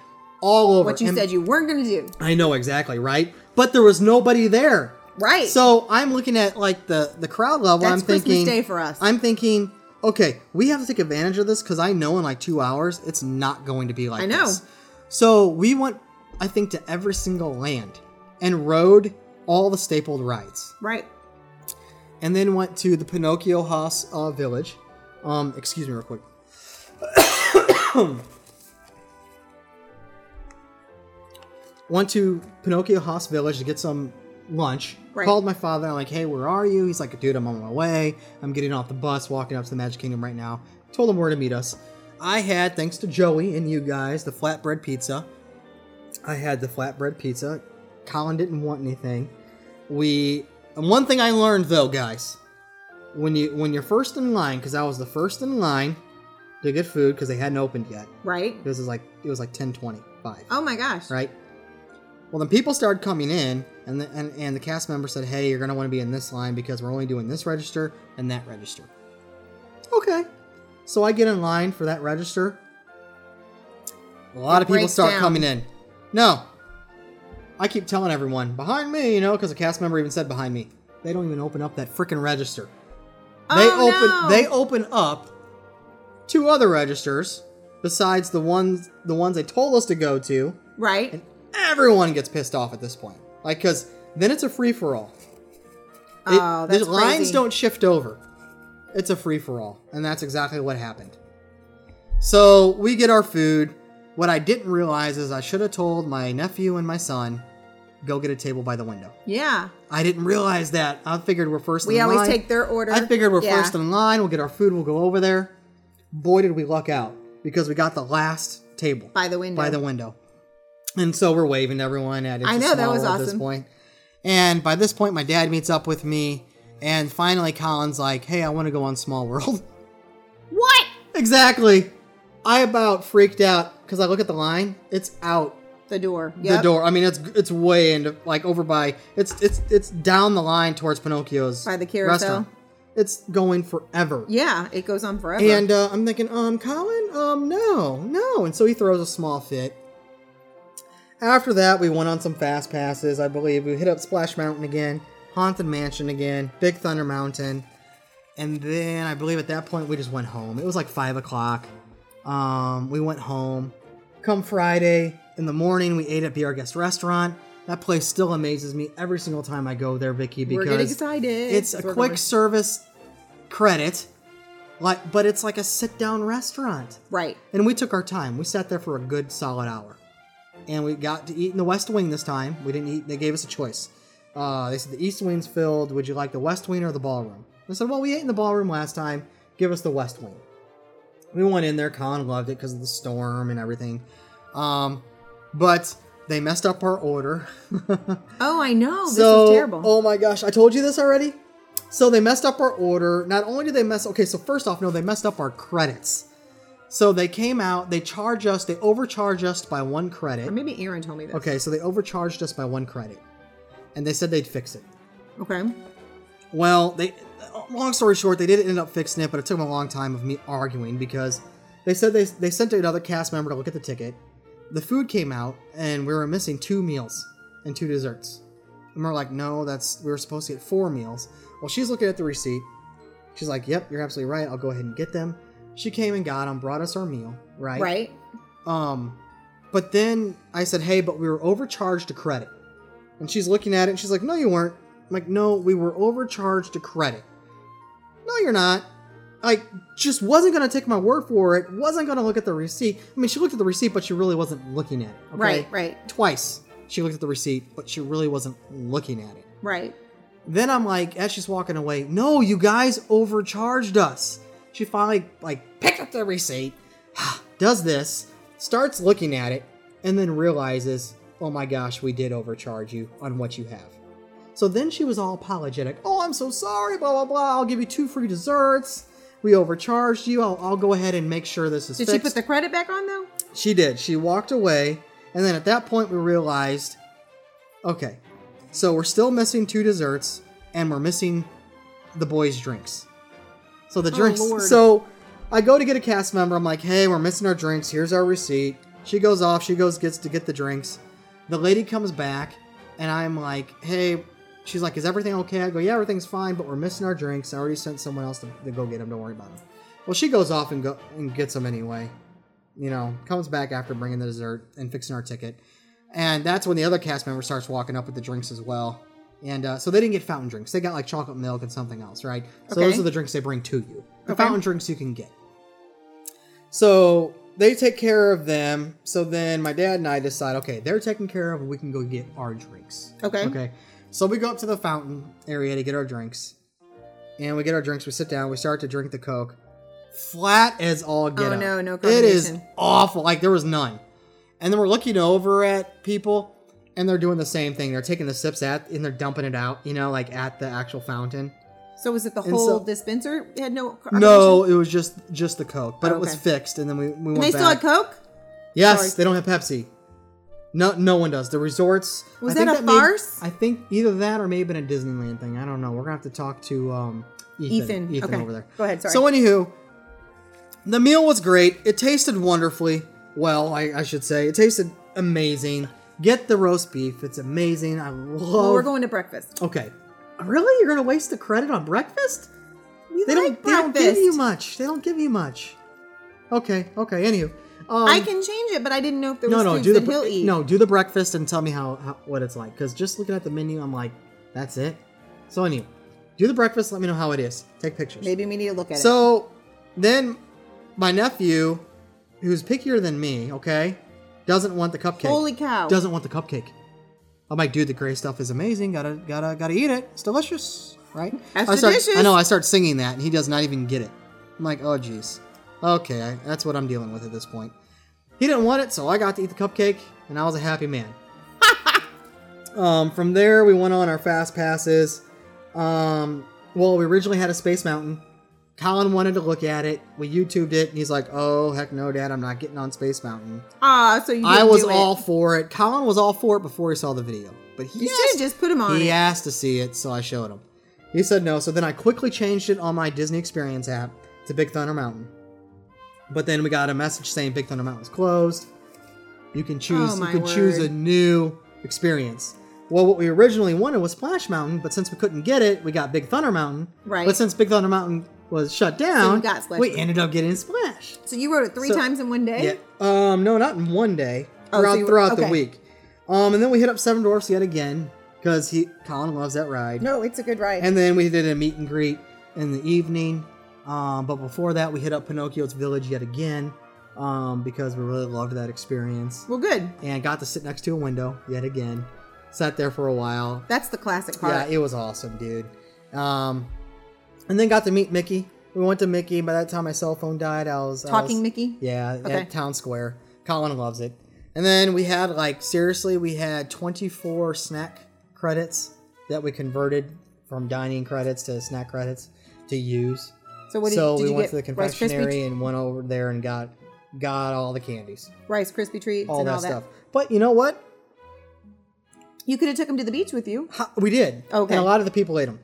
Speaker 6: all over.
Speaker 7: What you
Speaker 6: And-
Speaker 7: said you weren't going to do.
Speaker 6: I know exactly right, but there was nobody there.
Speaker 7: Right.
Speaker 6: So I'm looking at like the the crowd level.
Speaker 7: That's
Speaker 6: I'm thinking
Speaker 7: Christmas Day for us.
Speaker 6: I'm thinking, okay, we have to take advantage of this because I know in like two hours it's not going to be like
Speaker 7: I know.
Speaker 6: this. So we went. I think, to every single land and rode all the stapled rides.
Speaker 7: Right.
Speaker 6: And then went to the Pinocchio Haas uh, village. Um, excuse me, real quick. went to Pinocchio Haas village to get some lunch.
Speaker 7: Right.
Speaker 6: Called my father. I'm like, hey, where are you? He's like, dude, I'm on my way. I'm getting off the bus, walking up to the Magic Kingdom right now. Told him where to meet us. I had, thanks to Joey and you guys, the flatbread pizza. I had the flatbread pizza. Colin didn't want anything. We and one thing I learned though, guys, when you when you're first in line, because I was the first in line to get food because they hadn't opened yet.
Speaker 7: Right.
Speaker 6: This is like it was like 10, 5
Speaker 7: Oh my gosh.
Speaker 6: right? Well, then people started coming in, and the, and, and the cast member said, "Hey, you're gonna want to be in this line because we're only doing this register and that register." Okay, so I get in line for that register. A lot
Speaker 7: It
Speaker 6: of people
Speaker 7: breaks
Speaker 6: start
Speaker 7: down.
Speaker 6: coming in. No, I keep telling everyone behind me, you know, because a cast member even said behind me. They don't even open up that freaking register. They
Speaker 7: Oh,
Speaker 6: open
Speaker 7: no.
Speaker 6: they open up two other registers besides the ones the ones they told us to go to
Speaker 7: Right.
Speaker 6: everyone gets pissed off at this point. Like, because then it's a free for all.
Speaker 7: Oh, that's
Speaker 6: The lines
Speaker 7: crazy.
Speaker 6: don't shift over. It's a free for all, and that's exactly what happened. So we get our food. What I didn't realize is I should have told my nephew and my son, go get a table by the window.
Speaker 7: yeah.
Speaker 6: I didn't realize that. I figured we're first.
Speaker 7: We
Speaker 6: in
Speaker 7: always
Speaker 6: line.
Speaker 7: take their order.
Speaker 6: I figured we're
Speaker 7: Yeah.
Speaker 6: first in line. We'll get our food. We'll go over there. Boy, did we luck out because we got the last table
Speaker 7: By the window.
Speaker 6: By the window. And so we're waving to everyone at. It's
Speaker 7: I
Speaker 6: a
Speaker 7: know, that
Speaker 6: small
Speaker 7: was
Speaker 6: world At this
Speaker 7: awesome.
Speaker 6: point. And by this point, my dad meets up with me, and finally, Colin's like, "Hey, I want to go on Small World."
Speaker 7: What?
Speaker 6: exactly. I about freaked out because I look at the line. It's out
Speaker 7: The door. Yep.
Speaker 6: the door. I mean, it's it's way into like over by it's it's it's down the line towards Pinocchio's
Speaker 7: By the carousel?
Speaker 6: Restaurant. It's going forever.
Speaker 7: Yeah. It goes on forever.
Speaker 6: And uh, I'm thinking, um, Colin, um, no, no. And so he throws a small fit. After that, we went on some fast passes. I believe we hit up Splash Mountain again, Haunted Mansion again, Big Thunder Mountain, and then I believe at that point we just went home. It was like five o'clock. Um, we went home. Come Friday in the morning, we ate at Be Our Guest restaurant. That place still amazes me every single time I go there, Vicky.
Speaker 7: We're
Speaker 6: Because
Speaker 7: getting excited.
Speaker 6: it's a
Speaker 7: We're
Speaker 6: quick
Speaker 7: going-
Speaker 6: service credit, like, but it's like a sit down restaurant.
Speaker 7: Right.
Speaker 6: And we took our time. We sat there for a good solid hour, and we got to eat in the West Wing this time. We didn't eat. They gave us a choice. Uh, they said the East Wing's filled. Would you like the West Wing or the ballroom? I said, well, we ate in the ballroom last time. Give us the West Wing. We went in there. Colin loved it because of the storm and everything. Um, but they messed up our order.
Speaker 7: Oh, I know. This
Speaker 6: so,
Speaker 7: is terrible.
Speaker 6: Oh my gosh, I told you this already? So they messed up our order. Not only did they mess okay, so first off, no, they messed up our credits. So they came out, they charge us, they overcharge us by one credit.
Speaker 7: or maybe Aaron told me this.
Speaker 6: Okay, so they overcharged us by one credit. And they said they'd fix it.
Speaker 7: Okay.
Speaker 6: Well, they long story short, they didn't end up fixing it, but it took them a long time of me arguing because they said they they sent another cast member to look at the ticket. The food came out and we were missing two meals and two desserts. And we're like, no, that's we were supposed to get four meals. Well, she's looking at the receipt. She's like, yep, you're absolutely right. I'll go ahead and get them. She came and got them, brought us our meal, right?
Speaker 7: Right.
Speaker 6: Um, but then I said, hey, but we were overcharged a credit. And she's looking at it and she's like, no, you weren't. I'm like, no, we were overcharged a credit. No, you're not. Like, just wasn't going to take my word for it, wasn't going to look at the receipt. I mean, she looked at the receipt, but she really wasn't looking at it. okay?
Speaker 7: Right. Right.
Speaker 6: Twice she looked at the receipt, but she really wasn't looking at it.
Speaker 7: Right.
Speaker 6: Then I'm like, as she's walking away, no, you guys overcharged us. She finally like picked up the receipt, does this, starts looking at it, and then realizes, oh my gosh, we did overcharge you on what you have. So then she was all apologetic. Oh, I'm so sorry, blah blah blah. I'll give you two free desserts. We overcharged you. I'll, I'll go ahead and make sure this is
Speaker 7: Did
Speaker 6: fixed.
Speaker 7: she put the credit back on though?
Speaker 6: She did. She walked away, and then at that point we realized, okay, so we're still missing two desserts, and we're missing the boys' drinks. So the drinks.
Speaker 7: Lord.
Speaker 6: So I go to get a cast member. I'm like, hey, we're missing our drinks. Here's our receipt. She goes off. She goes gets to get the drinks. The lady comes back, and I'm like, hey. She's like, is everything okay? I go, yeah, everything's fine, but we're missing our drinks. I already sent someone else to, to go get them. Don't worry about them. Well, she goes off and go and gets them anyway you know, comes back after bringing the dessert and fixing our ticket. And that's when the other cast member starts walking up with the drinks as well. And uh, so they didn't get fountain drinks. They got like chocolate milk and something else, right? So
Speaker 7: Okay.
Speaker 6: those are the drinks they bring to you. The
Speaker 7: Okay.
Speaker 6: fountain drinks you can get. So they take care of them. So then my dad and I decide, okay, they're taken care of. We can go get our drinks.
Speaker 7: Okay.
Speaker 6: Okay. So we go up to the fountain area to get our drinks. And we get our drinks. We sit down. We start to drink the Coke. Flat as all get
Speaker 7: Oh,
Speaker 6: out.
Speaker 7: no, no
Speaker 6: It is
Speaker 7: combination.
Speaker 6: awful. Like there was none. And then we're looking over at people and they're doing the same thing. They're taking the sips at and they're dumping it out, you know, like at the actual fountain.
Speaker 7: So was it the
Speaker 6: And
Speaker 7: whole
Speaker 6: so-
Speaker 7: dispenser had no?
Speaker 6: No, it was just just the Coke, but
Speaker 7: Oh,
Speaker 6: it was
Speaker 7: okay.
Speaker 6: fixed and then we, we went
Speaker 7: And they
Speaker 6: back.
Speaker 7: still had Coke.
Speaker 6: Yes,
Speaker 7: Sorry.
Speaker 6: they don't have Pepsi. No, no one does. The resorts.
Speaker 7: Was
Speaker 6: I think
Speaker 7: that a
Speaker 6: may-
Speaker 7: farce?
Speaker 6: I think either that or maybe been a Disneyland thing. I don't know. We're gonna have to talk to um, Ethan.
Speaker 7: Ethan, okay.
Speaker 6: over there.
Speaker 7: Go ahead, sorry.
Speaker 6: So anywho, the meal was great. It tasted wonderfully well. I, I should say it tasted amazing. Get the roast beef. It's amazing. I love.
Speaker 7: Well, we're going to breakfast.
Speaker 6: Okay. Really, you're gonna waste the credit on breakfast?
Speaker 7: We
Speaker 6: They
Speaker 7: like
Speaker 6: don't. They don't
Speaker 7: breakfast.
Speaker 6: give you much. They don't give you much. Okay. Okay. Anywho. Um,
Speaker 7: I can change it, but I didn't know if there
Speaker 6: no,
Speaker 7: was
Speaker 6: no,
Speaker 7: foods
Speaker 6: do the
Speaker 7: that
Speaker 6: bre-
Speaker 7: he'll eat.
Speaker 6: no, do the breakfast and tell me how, how what it's like. Because just looking at the menu, I'm like, that's it. So anyway, do the breakfast. Let me know how it is. Take pictures.
Speaker 7: maybe we need to look at it.
Speaker 6: So then, my nephew, who's pickier than me, okay, doesn't want the cupcake.
Speaker 7: Holy cow!
Speaker 6: Doesn't want the cupcake. I'm like, dude, the gray stuff is amazing. Gotta, gotta, gotta eat it. It's delicious, right?
Speaker 7: That's
Speaker 6: oh, I start,
Speaker 7: delicious.
Speaker 6: I know. I start singing that, and he does not even get it. I'm like, oh, jeez. Okay, I, that's what I'm dealing with at this point. He didn't want it, so I got to eat the cupcake, and I was a happy man. um, from there, we went on our fast passes. Um, well, we originally had a Space Mountain. Colin wanted to look at it. We YouTubed it, and he's like, "Oh heck no, Dad! I'm not getting on Space Mountain."
Speaker 7: Ah, so you.
Speaker 6: I
Speaker 7: didn't
Speaker 6: was
Speaker 7: do it.
Speaker 6: all for it. Colin was all for it before he saw the video, but he
Speaker 7: You should
Speaker 6: asked,
Speaker 7: have just put him on.
Speaker 6: he
Speaker 7: Yeah.
Speaker 6: asked to see it, so I showed him. He said no, so then I quickly changed it on my Disney Experience app to Big Thunder Mountain. But then we got a message saying Big Thunder Mountain's closed. You can choose.
Speaker 7: Oh,
Speaker 6: you
Speaker 7: my
Speaker 6: can choose a
Speaker 7: word.
Speaker 6: new experience. Well, what we originally wanted was Splash Mountain, but since we couldn't get it, we got Big Thunder Mountain.
Speaker 7: Right.
Speaker 6: But since Big Thunder Mountain was shut down,
Speaker 7: got Splash
Speaker 6: we
Speaker 7: Mountain.
Speaker 6: ended up getting Splash.
Speaker 7: So you wrote it three
Speaker 6: So-
Speaker 7: times in one day.
Speaker 6: Yeah. Um. No, not in one day.
Speaker 7: Oh, so
Speaker 6: throughout
Speaker 7: you-
Speaker 6: throughout the
Speaker 7: okay.
Speaker 6: week. Um. And then we hit up Seven Dwarfs yet again because he Colin loves that ride.
Speaker 7: No, it's a good ride.
Speaker 6: And then we did a meet and greet in the evening. Um. But before that, we hit up Pinocchio's Village yet again. Um. Because we really loved that experience
Speaker 7: well, good.
Speaker 6: and got to sit next to a window yet again. Sat there for a while.
Speaker 7: That's the classic part.
Speaker 6: Yeah, it was awesome, dude. Um. And then got to meet Mickey. We went to Mickey. By that time, my cell phone died. I was I was-
Speaker 7: Talking Mickey.
Speaker 6: yeah,
Speaker 7: Okay.
Speaker 6: at Town Square. Colin loves it. And then we had like seriously, we had 24 snack credits that we converted from dining credits to snack credits to use.
Speaker 7: So what did,
Speaker 6: so
Speaker 7: did
Speaker 6: we
Speaker 7: you
Speaker 6: went
Speaker 7: get?
Speaker 6: to the
Speaker 7: Rice
Speaker 6: confectionery
Speaker 7: Krispie,
Speaker 6: and went over there and got got all the candies,
Speaker 7: Rice Krispie treats,
Speaker 6: all
Speaker 7: and
Speaker 6: that
Speaker 7: all that
Speaker 6: stuff. But you know what?
Speaker 7: You could have took him to the beach with you.
Speaker 6: Ha- We did.
Speaker 7: Okay.
Speaker 6: And a lot of the people ate them.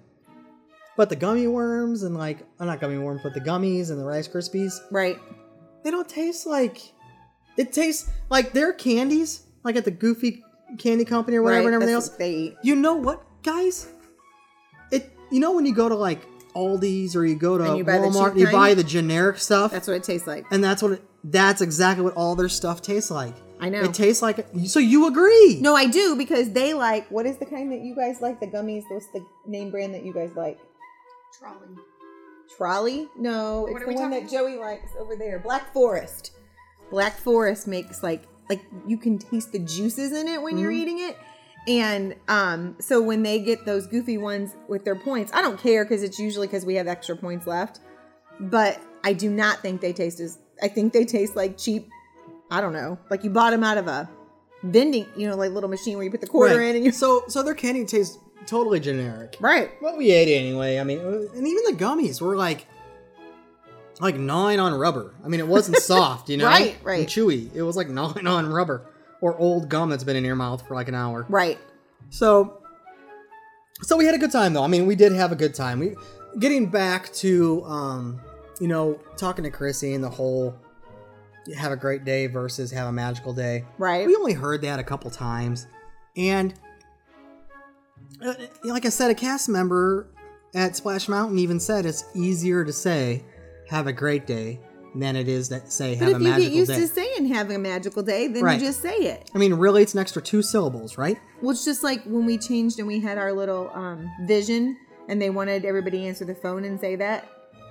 Speaker 6: But the gummy worms and like, uh, not gummy worms, but the gummies and the Rice Krispies,
Speaker 7: Right.
Speaker 6: they don't taste like it tastes like their candies like at the goofy candy company or whatever
Speaker 7: right.
Speaker 6: and everything
Speaker 7: That's
Speaker 6: else
Speaker 7: what They eat.
Speaker 6: you know what guys it you know when you go to like aldi's or you go to
Speaker 7: And you buy the
Speaker 6: walmart
Speaker 7: cheap
Speaker 6: and you
Speaker 7: kind?
Speaker 6: buy the generic stuff
Speaker 7: That's what it tastes like.
Speaker 6: and that's what it, that's exactly what all their stuff tastes like
Speaker 7: I know.
Speaker 6: it tastes like so you agree
Speaker 7: No, I do because they like. What is the kind that you guys like? The gummies. What's the name brand that you guys like?
Speaker 9: Trolley.
Speaker 7: Trolley? No,
Speaker 9: What
Speaker 7: it's
Speaker 9: are
Speaker 7: the
Speaker 9: we
Speaker 7: one that
Speaker 9: talking about?
Speaker 7: Joey likes over there. Black Forest. Black Forest makes like like you can taste the juices in it when you're eating it. And um, so when they get those goofy ones with their points, I don't care because it's usually because we have extra points left. But I do not think they taste as. I think they taste like cheap. I don't know, like you bought them out of a vending, you know, like little machine where you put the quarter
Speaker 6: Right.
Speaker 7: in and you.
Speaker 6: so so their candy tastes totally generic
Speaker 7: Right.
Speaker 6: what we ate anyway. I mean, uh, and even the gummies were like, like gnawing on rubber. I mean, it wasn't soft, you know,
Speaker 7: Right, right.
Speaker 6: and chewy. It was like gnawing on rubber or old gum that's been in your mouth for like an hour.
Speaker 7: Right.
Speaker 6: So, so we had a good time though. I mean, we did have a good time. We getting back to, um, you know, talking to Chrissy and the whole have a great day versus have a magical day.
Speaker 7: Right.
Speaker 6: We only heard that a couple times, and uh, like I said, a cast member at Splash Mountain even said it's easier to say "Have a great day" than it is that say
Speaker 7: But
Speaker 6: have
Speaker 7: if
Speaker 6: a
Speaker 7: you
Speaker 6: magical
Speaker 7: get used
Speaker 6: day.
Speaker 7: to saying having a magical day, then
Speaker 6: Right.
Speaker 7: you just say it.
Speaker 6: I mean, really, it's an extra two syllables, right?
Speaker 7: Well, it's just like when we changed and we had our little um, vision, and they wanted everybody to answer the phone and say that,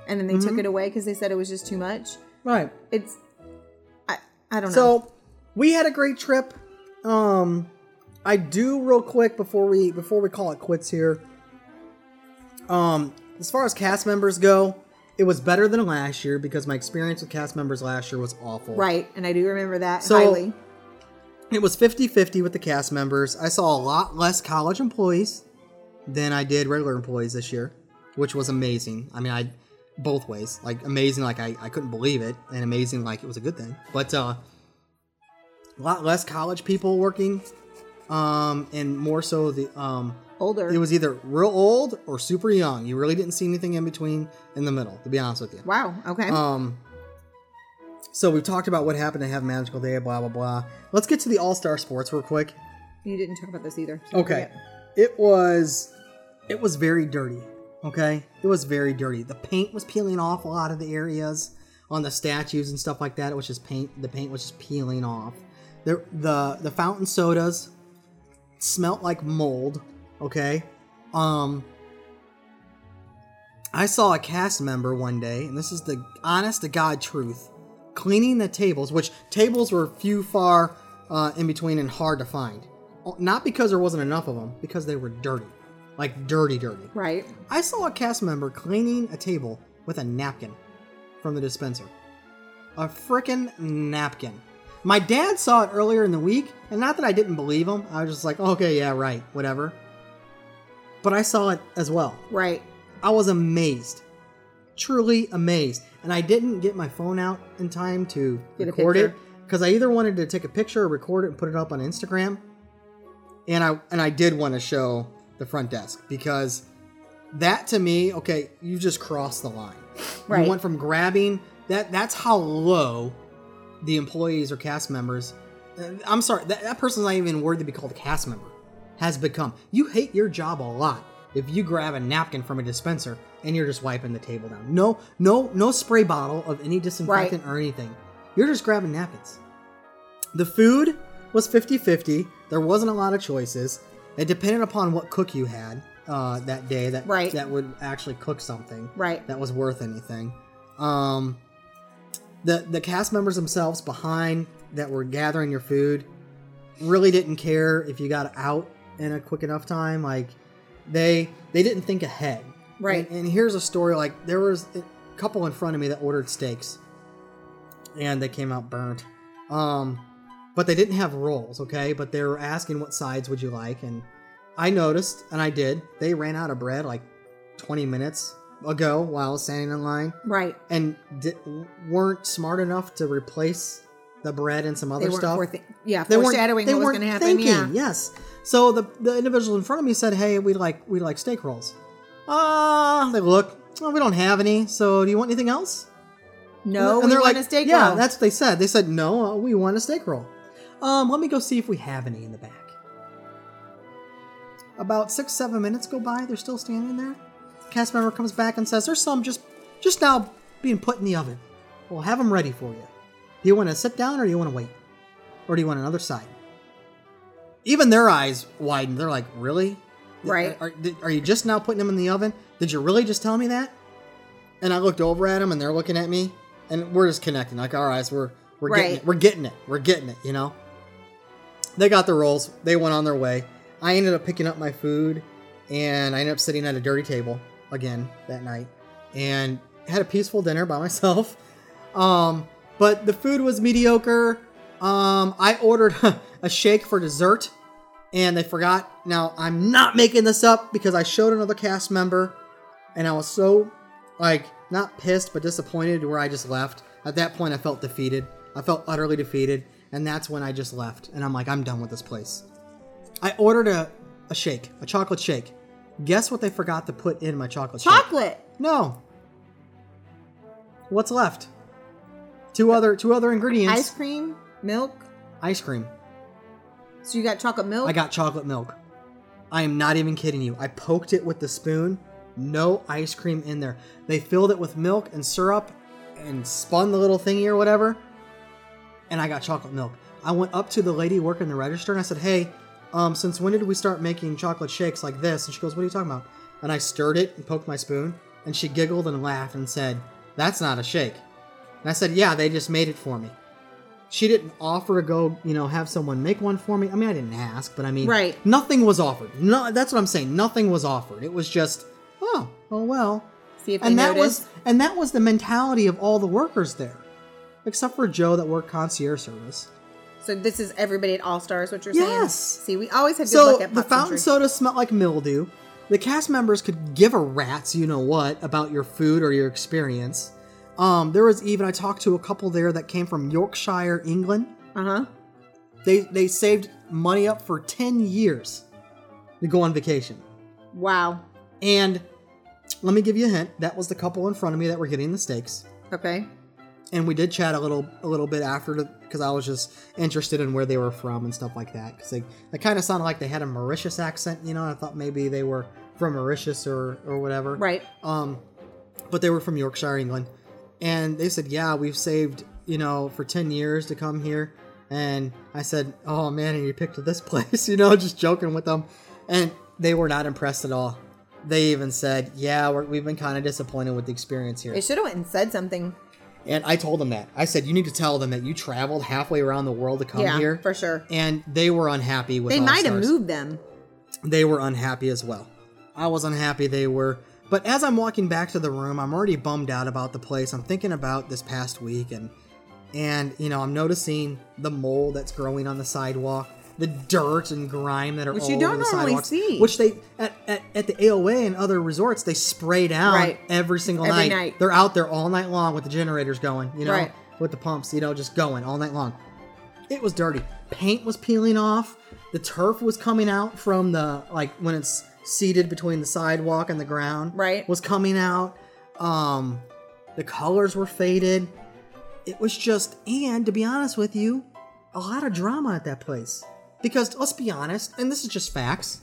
Speaker 7: and then they
Speaker 6: Mm-hmm.
Speaker 7: took it away because they said it was just too much.
Speaker 6: Right.
Speaker 7: It's, I, I don't know.
Speaker 6: So we had a great trip. Um, I do real quick before we before we call it quits here. Um, as far as cast members go, it was better than last year because my experience with cast members last year was awful.
Speaker 7: right, and I do remember that
Speaker 6: So-
Speaker 7: highly.
Speaker 6: It was 50-50 with the cast members. I saw a lot less college employees than I did regular employees this year, which was amazing. I mean, I both ways. Like amazing like I, I couldn't believe it and amazing like it was a good thing. But uh a lot less college people working um and more so the um
Speaker 7: Older.
Speaker 6: it was either real old or super young. You really didn't see anything in between in the middle, to be honest with you.
Speaker 7: wow. Okay.
Speaker 6: Um, so we've talked about what happened to have magical day, blah blah blah. Let's get to the All Star Sports real quick.
Speaker 7: you didn't talk about this either. so
Speaker 6: Okay,
Speaker 7: forget.
Speaker 6: it was it was very dirty. Okay, it was very dirty. The paint was peeling off a lot of the areas on the statues and stuff like that. It was just paint. The paint was just peeling off. The the the fountain sodas smelt like mold. Okay, um, I saw a cast member one day, and this is the honest to God truth, cleaning the tables, which tables were few, far uh, in between, and hard to find. Not because there wasn't enough of them, because they were dirty. Like dirty, dirty.
Speaker 7: Right.
Speaker 6: I saw a cast member cleaning a table with a napkin from the dispenser. A frickin' napkin. My dad saw it earlier in the week, and not that I didn't believe him, I was just like, okay, yeah, right, whatever. But I saw it as well.
Speaker 7: Right.
Speaker 6: I was amazed. Truly amazed. And I didn't get my phone out in time to
Speaker 7: Get a
Speaker 6: record it
Speaker 7: picture.
Speaker 6: because I either wanted to take a picture or record it and put it up on Instagram. And I and I did want to show the front desk because that to me, okay, you just crossed the line.
Speaker 7: Right.
Speaker 6: You went from grabbing that that's how low the employees or cast members uh, I'm sorry, that, that person's not even worthy to be called a cast member. Has become. You hate your job a lot if you grab a napkin from a dispenser and you're just wiping the table down. No, no, no spray bottle of any disinfectant or anything. You're just grabbing napkins. The food was 50 50. There wasn't a lot of choices. It depended upon what cook you had uh, that day that,
Speaker 7: Right.
Speaker 6: that would actually cook something
Speaker 7: Right.
Speaker 6: that was worth anything. Um, the the cast members themselves behind that were gathering your food really didn't care if you got out in a quick enough time. Like they they didn't think ahead.
Speaker 7: Right.
Speaker 6: And, and here's a story. Like there was a couple in front of me that ordered steaks, and they came out burnt. Um, but they didn't have rolls. Okay, but they were asking what sides would you like, and I noticed, and I did. They ran out of bread like 20 minutes ago while I was standing in line
Speaker 7: Right.
Speaker 6: and di- weren't smart enough to replace the bread and some other
Speaker 7: They weren't
Speaker 6: stuff.
Speaker 7: foreth- yeah,
Speaker 6: They weren't-
Speaker 7: foreshadowing
Speaker 6: they
Speaker 7: what was
Speaker 6: weren't
Speaker 7: going to happen.
Speaker 6: Thinking,
Speaker 7: yeah.
Speaker 6: Yes. So the the individual in front of me said, "Hey, we like we like steak rolls." Ah, they look. Oh, we don't have any. So do you want anything else?
Speaker 7: No,
Speaker 6: and
Speaker 7: we
Speaker 6: they're
Speaker 7: want
Speaker 6: like,
Speaker 7: a steak
Speaker 6: "Yeah,
Speaker 7: roll."
Speaker 6: that's what they said." They said, "No, uh, we want a steak roll." Um, let me go see if we have any in the back. About six, seven minutes go by. They're still standing there. Cast member comes back and says, "There's some just just now being put in the oven. We'll have them ready for you. Do you want to sit down or do you want to wait, or do you want another side?" Even their eyes widen. They're like, "Really?
Speaker 7: Right.
Speaker 6: Are, are- are you just now putting them in the oven? Did you really just tell me that?" And I looked over at them, and they're looking at me, and we're just connecting. Like, all right, so we're we're getting
Speaker 7: Right.
Speaker 6: it. We're getting it. We're getting it. You know. They got their rolls. They went on their way. I ended up picking up my food, and I ended up sitting at a dirty table again that night, and had a peaceful dinner by myself. Um, but the food was mediocre. Um, I ordered a shake for dessert, and they forgot. Now I'm not making this up because I showed another cast member, and I was so like not pissed but disappointed where I just left. At that point, I felt defeated. I felt utterly defeated, and that's when I just left. And I'm like, I'm done with this place. I ordered a, a shake, a chocolate shake. Guess what they forgot to put in my chocolate shake?
Speaker 7: Chocolate.
Speaker 6: No. What's left? Two other two other ingredients.
Speaker 7: Ice cream. Milk.
Speaker 6: Ice cream.
Speaker 7: So you got chocolate milk.
Speaker 6: I got chocolate milk. I am not even kidding you. I poked it with the spoon. No ice cream in there. They filled it with milk and syrup and and spun the little thingy or whatever, and I got chocolate milk. I went up to the lady working the register and I said, "Hey, um, since when did we start making chocolate shakes like this?" And she goes, "What are you talking about?" And I stirred it and poked my spoon, and she giggled and laughed and said, "That's not a shake." And I said, "Yeah, they just made it for me." She didn't offer to go, you know, have someone make one for me. I mean, I didn't ask, but I mean,
Speaker 7: Right.
Speaker 6: Nothing was offered. No, that's what I'm saying. Nothing was offered. It was just, oh, oh well.
Speaker 7: See if they
Speaker 6: And that
Speaker 7: notice.
Speaker 6: was and that was the mentality of all the workers there, except for Joe that worked concierge service.
Speaker 7: so this is everybody at All Stars. What you're
Speaker 6: Yes.
Speaker 7: saying? See, we always have good
Speaker 6: So
Speaker 7: luck at
Speaker 6: the
Speaker 7: Pop
Speaker 6: fountain
Speaker 7: Country.
Speaker 6: soda smelled like mildew. The cast members could give a rat's you know what about your food or your experience. Um, there was even I talked to a couple there that came from Yorkshire, England.
Speaker 7: Uh-huh.
Speaker 6: They they saved money up for ten years to go on vacation.
Speaker 7: Wow.
Speaker 6: And let me give you a hint. That was the couple in front of me that were getting the steaks.
Speaker 7: Okay.
Speaker 6: and we did chat a little a little bit after because I was just interested in where they were from and stuff like that because they, they kind of sounded like they had a Mauritius accent, you know. And I thought maybe they were from Mauritius or or whatever,
Speaker 7: Right.
Speaker 6: Um, but they were from Yorkshire, England, and they said, "Yeah, we've saved you know for ten years to come here." And I said, "Oh man, and you picked this place," you know, just joking with them, and they were not impressed at all. They even said, "Yeah, we're, we've been kind of disappointed with the experience here."
Speaker 7: They should have went and said something.
Speaker 6: And I told them that. I said, you need to tell them that you traveled halfway around the world to come
Speaker 7: yeah,
Speaker 6: here.
Speaker 7: for sure.
Speaker 6: And they were unhappy with
Speaker 7: They
Speaker 6: All
Speaker 7: might have
Speaker 6: Stars.
Speaker 7: moved them.
Speaker 6: They were unhappy as well. I was unhappy, they were. But as I'm walking back to the room, I'm already bummed out about the place. I'm thinking about this past week and and you know, I'm noticing the mold that's growing on the sidewalk, the dirt and grime that are
Speaker 7: Which
Speaker 6: all
Speaker 7: you don't
Speaker 6: over the
Speaker 7: normally
Speaker 6: sidewalks,
Speaker 7: see.
Speaker 6: which they at, at, at the AOA and other resorts they spray down
Speaker 7: Right.
Speaker 6: every single
Speaker 7: Every
Speaker 6: night.
Speaker 7: night.
Speaker 6: They're out there all night long with the generators going, you know,
Speaker 7: Right.
Speaker 6: with the pumps, you know, just going all night long. It was dirty. Paint was peeling off. The turf was coming out from the like when it's seated between the sidewalk and the ground.
Speaker 7: Right.
Speaker 6: Was coming out. Um the colors were faded. It was just and to be honest with you, a lot of drama at that place. Because let's be honest, and this is just facts.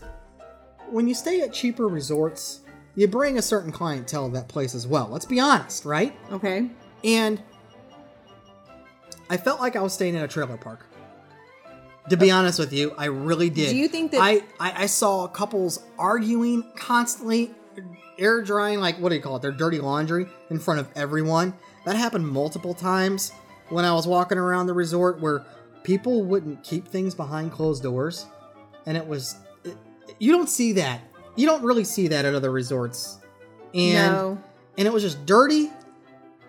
Speaker 6: When you stay at cheaper resorts, you bring a certain clientele to that place as well. Let's be honest, right?
Speaker 7: Okay.
Speaker 6: And I felt like I was staying in a trailer park. To be honest with you, I really did.
Speaker 7: Do you think that-
Speaker 6: I, I, I saw couples arguing constantly, air drying like what do you call it? Their dirty laundry in front of everyone. That happened multiple times when I was walking around the resort where people wouldn't keep things behind closed doors, and it was it, you don't see that. You don't really see that at other resorts. And
Speaker 7: no.
Speaker 6: and it was just dirty.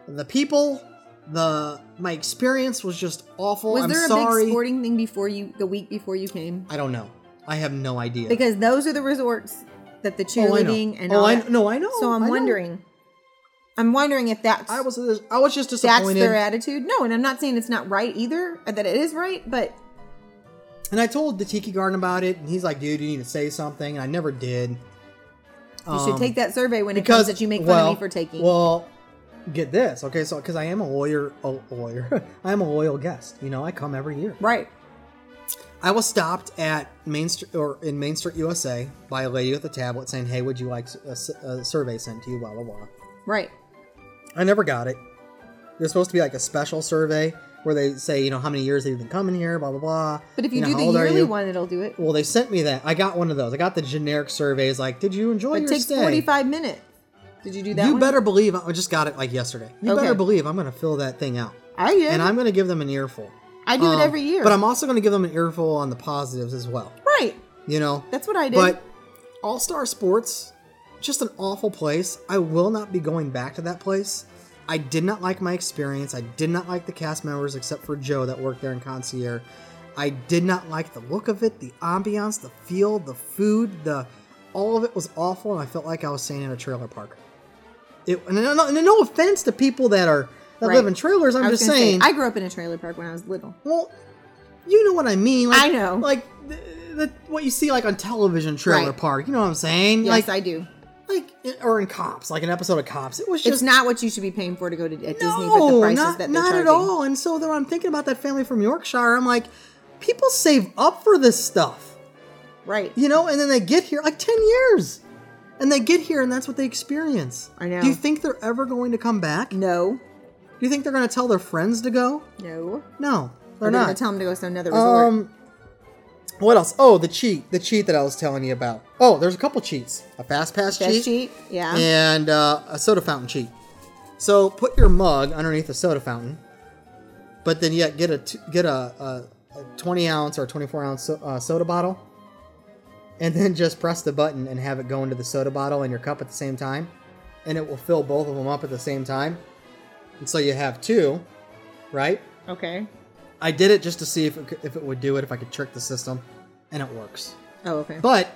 Speaker 6: The people, the my experience was just awful.
Speaker 7: Was
Speaker 6: I'm
Speaker 7: there a
Speaker 6: sorry.
Speaker 7: big sporting thing before you the week before you came?
Speaker 6: I don't know. I have no idea.
Speaker 7: Because those are the resorts that the
Speaker 6: oh, I
Speaker 7: cheerleading
Speaker 6: know.
Speaker 7: and
Speaker 6: oh,
Speaker 7: all
Speaker 6: I
Speaker 7: that-
Speaker 6: no, I know.
Speaker 7: So I'm
Speaker 6: I know.
Speaker 7: wondering. I'm wondering if that's
Speaker 6: I was uh, I was just
Speaker 7: that's
Speaker 6: disappointed.
Speaker 7: their attitude. No, and I'm not saying it's not right either, or that it is right, but
Speaker 6: and I told the Tiki Garden about it, and he's like, "Dude, you need to say something." And I never did. You
Speaker 7: you should take that survey when it comes that you make fun
Speaker 6: Um, well,
Speaker 7: of me for taking.
Speaker 6: Well, get this, okay? So because I am a lawyer, a lawyer, I am a loyal guest. You know, I come every year.
Speaker 7: right.
Speaker 6: I was stopped at Main Street or in Main Street USA by a lady with a tablet saying, "Hey, would you like s- a, s- a survey sent to you?" Blah blah blah.
Speaker 7: Right.
Speaker 6: I never got it. There's supposed to be like a special survey where they say, you know, how many years have you been coming here? Blah blah blah.
Speaker 7: But if you,
Speaker 6: know, how
Speaker 7: do
Speaker 6: old
Speaker 7: the
Speaker 6: are
Speaker 7: yearly
Speaker 6: you?
Speaker 7: one, it'll do it.
Speaker 6: well, they sent me that. I got one of those. I got the generic surveys. Like, did you enjoy
Speaker 7: But
Speaker 6: your
Speaker 7: it takes
Speaker 6: stay?
Speaker 7: 45 minutes. Did you do that
Speaker 6: you
Speaker 7: one?
Speaker 6: better believe I just got it like yesterday. You
Speaker 7: Okay.
Speaker 6: better believe I'm gonna fill that thing out,
Speaker 7: I did.
Speaker 6: and I'm gonna give them an earful.
Speaker 7: I do
Speaker 6: Um,
Speaker 7: it every year.
Speaker 6: But I'm also gonna give them an earful on the positives as well.
Speaker 7: right.
Speaker 6: You know,
Speaker 7: That's what I did.
Speaker 6: But All Star Sports, just an awful place. I will not be going back to that place. I did not like my experience. I did not like the cast members except for Joe that worked there in concierge. I did not like the look of it, the ambiance, the feel, the food, the all of it was awful, and I felt like I was staying in a trailer park. It, and, no, no, no offense to people that are that
Speaker 7: Right.
Speaker 6: live in trailers. I'm
Speaker 7: I was
Speaker 6: just
Speaker 7: gonna say,
Speaker 6: saying.
Speaker 7: I grew up in a trailer park when I was little.
Speaker 6: Well, you know what I mean. Like,
Speaker 7: I know.
Speaker 6: Like the, the, what you see like on television trailer
Speaker 7: Right.
Speaker 6: park. You know what I'm saying?
Speaker 7: Yes,
Speaker 6: like,
Speaker 7: I do.
Speaker 6: like or in Cops, like an episode of Cops. It was just
Speaker 7: It's not what you should be paying for to go to at Disney, but the
Speaker 6: no,
Speaker 7: prices
Speaker 6: not,
Speaker 7: that they're
Speaker 6: not at
Speaker 7: charging.
Speaker 6: all. And so then I'm thinking about that family from Yorkshire. I'm like, people save up for this stuff,
Speaker 7: Right.
Speaker 6: you know, and then they get here like ten years, and they get here and that's what they experience.
Speaker 7: I know.
Speaker 6: Do you think they're ever going to come back?
Speaker 7: No.
Speaker 6: Do Do you think they're going to tell their friends to go?
Speaker 7: No.
Speaker 6: No,
Speaker 7: Or
Speaker 6: they're
Speaker 7: gonna
Speaker 6: not.
Speaker 7: Tell them to go to another resort.
Speaker 6: Um, what else? Oh, the cheat, the cheat that I was telling you about. Oh, there's a couple cheats: a fast pass
Speaker 7: Best
Speaker 6: cheat,
Speaker 7: cheat. Yeah.
Speaker 6: and uh, a soda fountain cheat. So put your mug underneath the soda fountain, but then yet get a t- get a, a, a 20 ounce or 24 ounce so- uh, soda bottle, and then just press the button and have it go into the soda bottle and your cup at the same time, and it will fill both of them up at the same time, and so you have two, right?
Speaker 7: Okay.
Speaker 6: I did it just to see if it, could- if it would do it, if I could trick the system, and it works.
Speaker 7: Oh, okay.
Speaker 6: But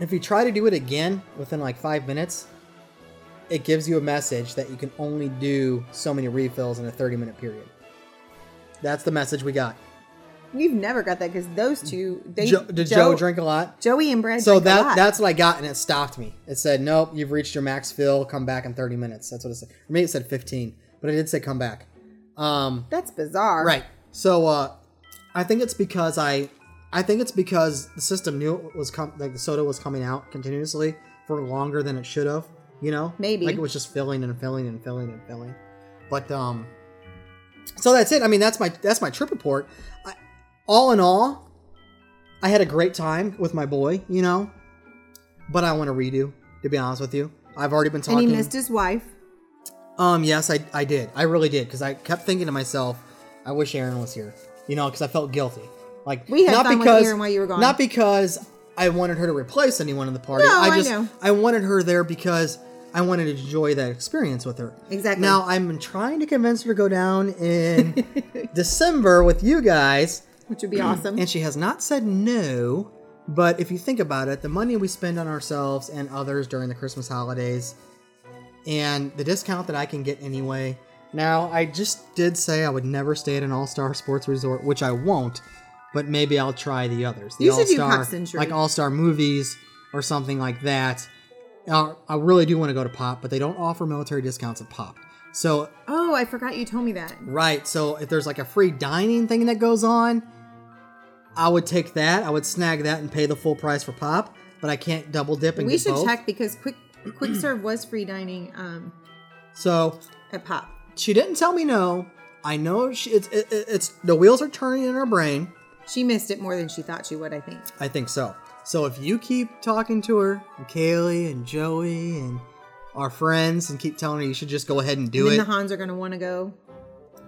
Speaker 6: if you try to do it again within like five minutes, it gives you a message that you can only do so many refills in a 30 minute period. That's the message we got.
Speaker 7: We've never got that because those two. They
Speaker 6: Jo- did Joe, drink a lot?
Speaker 7: Joey and Brad.
Speaker 6: So
Speaker 7: drink a
Speaker 6: that
Speaker 7: lot.
Speaker 6: that's what I got, and it stopped me. It said, "Nope, you've reached your max fill. Come back in 30 minutes." That's what it said. Or maybe it said 15, but it did say come back. Um,
Speaker 7: that's bizarre.
Speaker 6: Right. So uh, I think it's because I, I think it's because the system knew it was com- like the soda was coming out continuously for longer than it should have. You know,
Speaker 7: Maybe.
Speaker 6: like it was just filling and filling and filling and filling. But um, so that's it. I mean, that's my that's my trip report. I, all in all, I had a great time with my boy. You know, but I want to redo. To be honest with you, I've already been
Speaker 7: And
Speaker 6: talking.
Speaker 7: he missed his wife.
Speaker 6: Um, yes, I, I did. I really did because I kept thinking to myself, I wish Aaron was here. You know, because I felt guilty. Like
Speaker 7: We had
Speaker 6: not
Speaker 7: fun with
Speaker 6: because
Speaker 7: Aaron while you were gone.
Speaker 6: not because I wanted her to replace anyone in the party.
Speaker 7: No, I
Speaker 6: just
Speaker 7: know.
Speaker 6: I wanted her there because I wanted to enjoy that experience with her.
Speaker 7: Exactly.
Speaker 6: Now I'm trying to convince her to go down in December with you guys,
Speaker 7: Which would be awesome.
Speaker 6: and she has not said no. But if you think about it, the money we spend on ourselves and others during the Christmas holidays, and the discount that I can get anyway. Now, I just did say I would never stay at an All Star Sports Resort, which I won't, but maybe I'll try the others. The
Speaker 7: You should do
Speaker 6: All-Star-
Speaker 7: Pop Century.
Speaker 6: Like All Star Movies or something like that. Uh, I really do want to go to Pop, but they don't offer military discounts at Pop. So
Speaker 7: oh, I forgot you told me that.
Speaker 6: Right. So if there's like a free dining thing that goes on, I would take that. I would snag that and pay the full price for pop. But I can't double dip and
Speaker 7: We
Speaker 6: get
Speaker 7: should
Speaker 6: both.
Speaker 7: check because quick quick serve was free dining um,
Speaker 6: So
Speaker 7: at Pop.
Speaker 6: she didn't tell me no. I know she, it's it, it- it's the wheels are turning in her brain.
Speaker 7: She missed it more than she thought she would. I think.
Speaker 6: I think so. So if you keep talking to her, and Kaylee and Joey and our friends, and keep telling her you should just go ahead and do
Speaker 7: and
Speaker 6: it.
Speaker 7: then the Hans are going to want to go.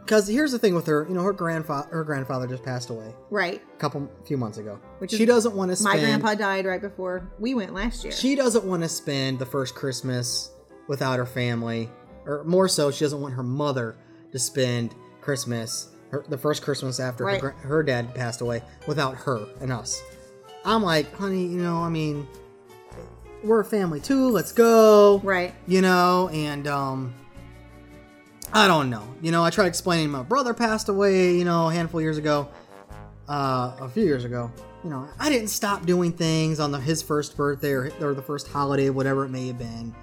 Speaker 6: Because here's the thing with her, you know, her grandfather her grandfather just passed away
Speaker 7: Right.
Speaker 6: a couple few months ago.
Speaker 7: Which
Speaker 6: she
Speaker 7: is-
Speaker 6: doesn't want to spend
Speaker 7: My grandpa died right before we went last year.
Speaker 6: She doesn't want to spend the first Christmas without her family, or more so, she doesn't want her mother to spend Christmas, her, the first Christmas after
Speaker 7: Right.
Speaker 6: her, gra- her dad passed away, without her and us. I'm like, honey, you know, I mean, we're a family too. Let's go
Speaker 7: right.
Speaker 6: you know, and um, I don't know. You know, I tried explaining my brother passed away, you know, a handful of years ago, uh, a few years ago. You know, I didn't stop doing things on the, his first birthday or, or the first holiday, whatever it may have been,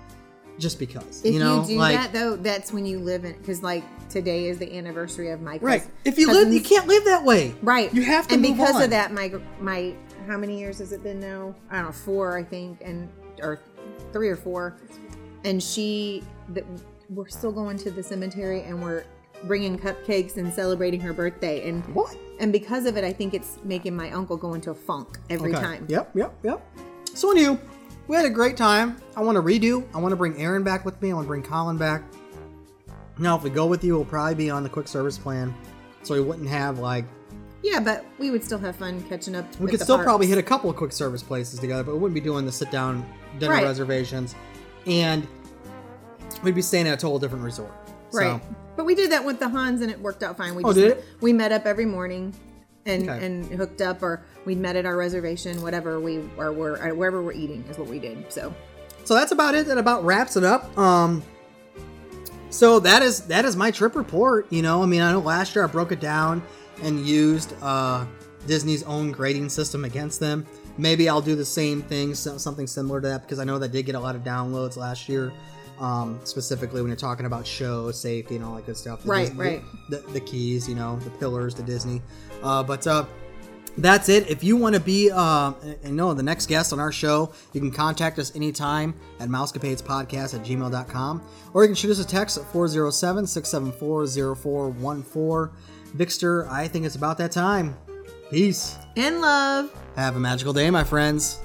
Speaker 6: just because.
Speaker 7: If
Speaker 6: you know,
Speaker 7: do
Speaker 6: like
Speaker 7: that though, that's when you live in because like today is the anniversary of my
Speaker 6: right.
Speaker 7: cousin-
Speaker 6: If you live, you
Speaker 7: cousin's-
Speaker 6: can't live that way.
Speaker 7: right.
Speaker 6: You have to.
Speaker 7: and
Speaker 6: move
Speaker 7: because
Speaker 6: on.
Speaker 7: of that, my my how many years has it been now? I don't know, four I think, and or three or four. And she, th- we're still going to the cemetery and we're bringing cupcakes and celebrating her birthday. And
Speaker 6: What?
Speaker 7: And because of it, I think it's making my uncle go into a funk every
Speaker 6: Okay.
Speaker 7: time.
Speaker 6: Yep, yep, yep. So anywho, we had a great time. I want to redo. I want to bring Aaron back with me. I want to bring Colin back. Now, if we go with you, we'll probably be on the quick service plan, so we wouldn't have like
Speaker 7: Yeah, but we would still have fun catching up.
Speaker 6: we could still probably hit a couple of quick service places together, but we wouldn't be doing the sit down dinner
Speaker 7: Right.
Speaker 6: reservations, and we'd be staying at a total different resort. So,
Speaker 7: Right. But we did that with the Hans and it worked out fine. We
Speaker 6: Oh,
Speaker 7: just
Speaker 6: did it?
Speaker 7: we met up every morning and
Speaker 6: Okay.
Speaker 7: and hooked up or we met at our reservation, whatever we or were or wherever we're eating is what we did. So
Speaker 6: so that's about it. That about wraps it up. Um, so that is that is my trip report. You know, I mean, I know last year I broke it down and used uh, Disney's own grading system against them. Maybe I'll do the same thing, so- something similar to that, because I know that did get a lot of downloads last year. Um, specifically when you're talking about show safety and all that good stuff. The
Speaker 7: Right,
Speaker 6: Disney-
Speaker 7: right.
Speaker 6: The, the keys, you know, the pillars to Disney. Uh, but uh, that's it. If you want to be, uh, and- and no, the next guest on our show, you can contact us anytime at mousecapadespodcast at gmail.com or you can shoot us a text at 407 674 0414. Vixter, I think it's about that time. Peace.
Speaker 7: And love.
Speaker 6: Have a magical day, my friends.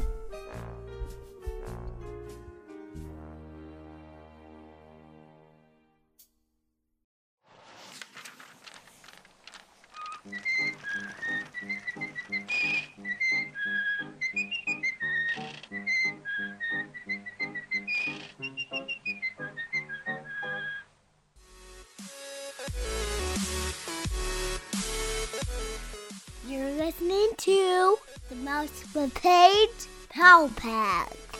Speaker 8: You're listening to the Mouse with Page Power Pads.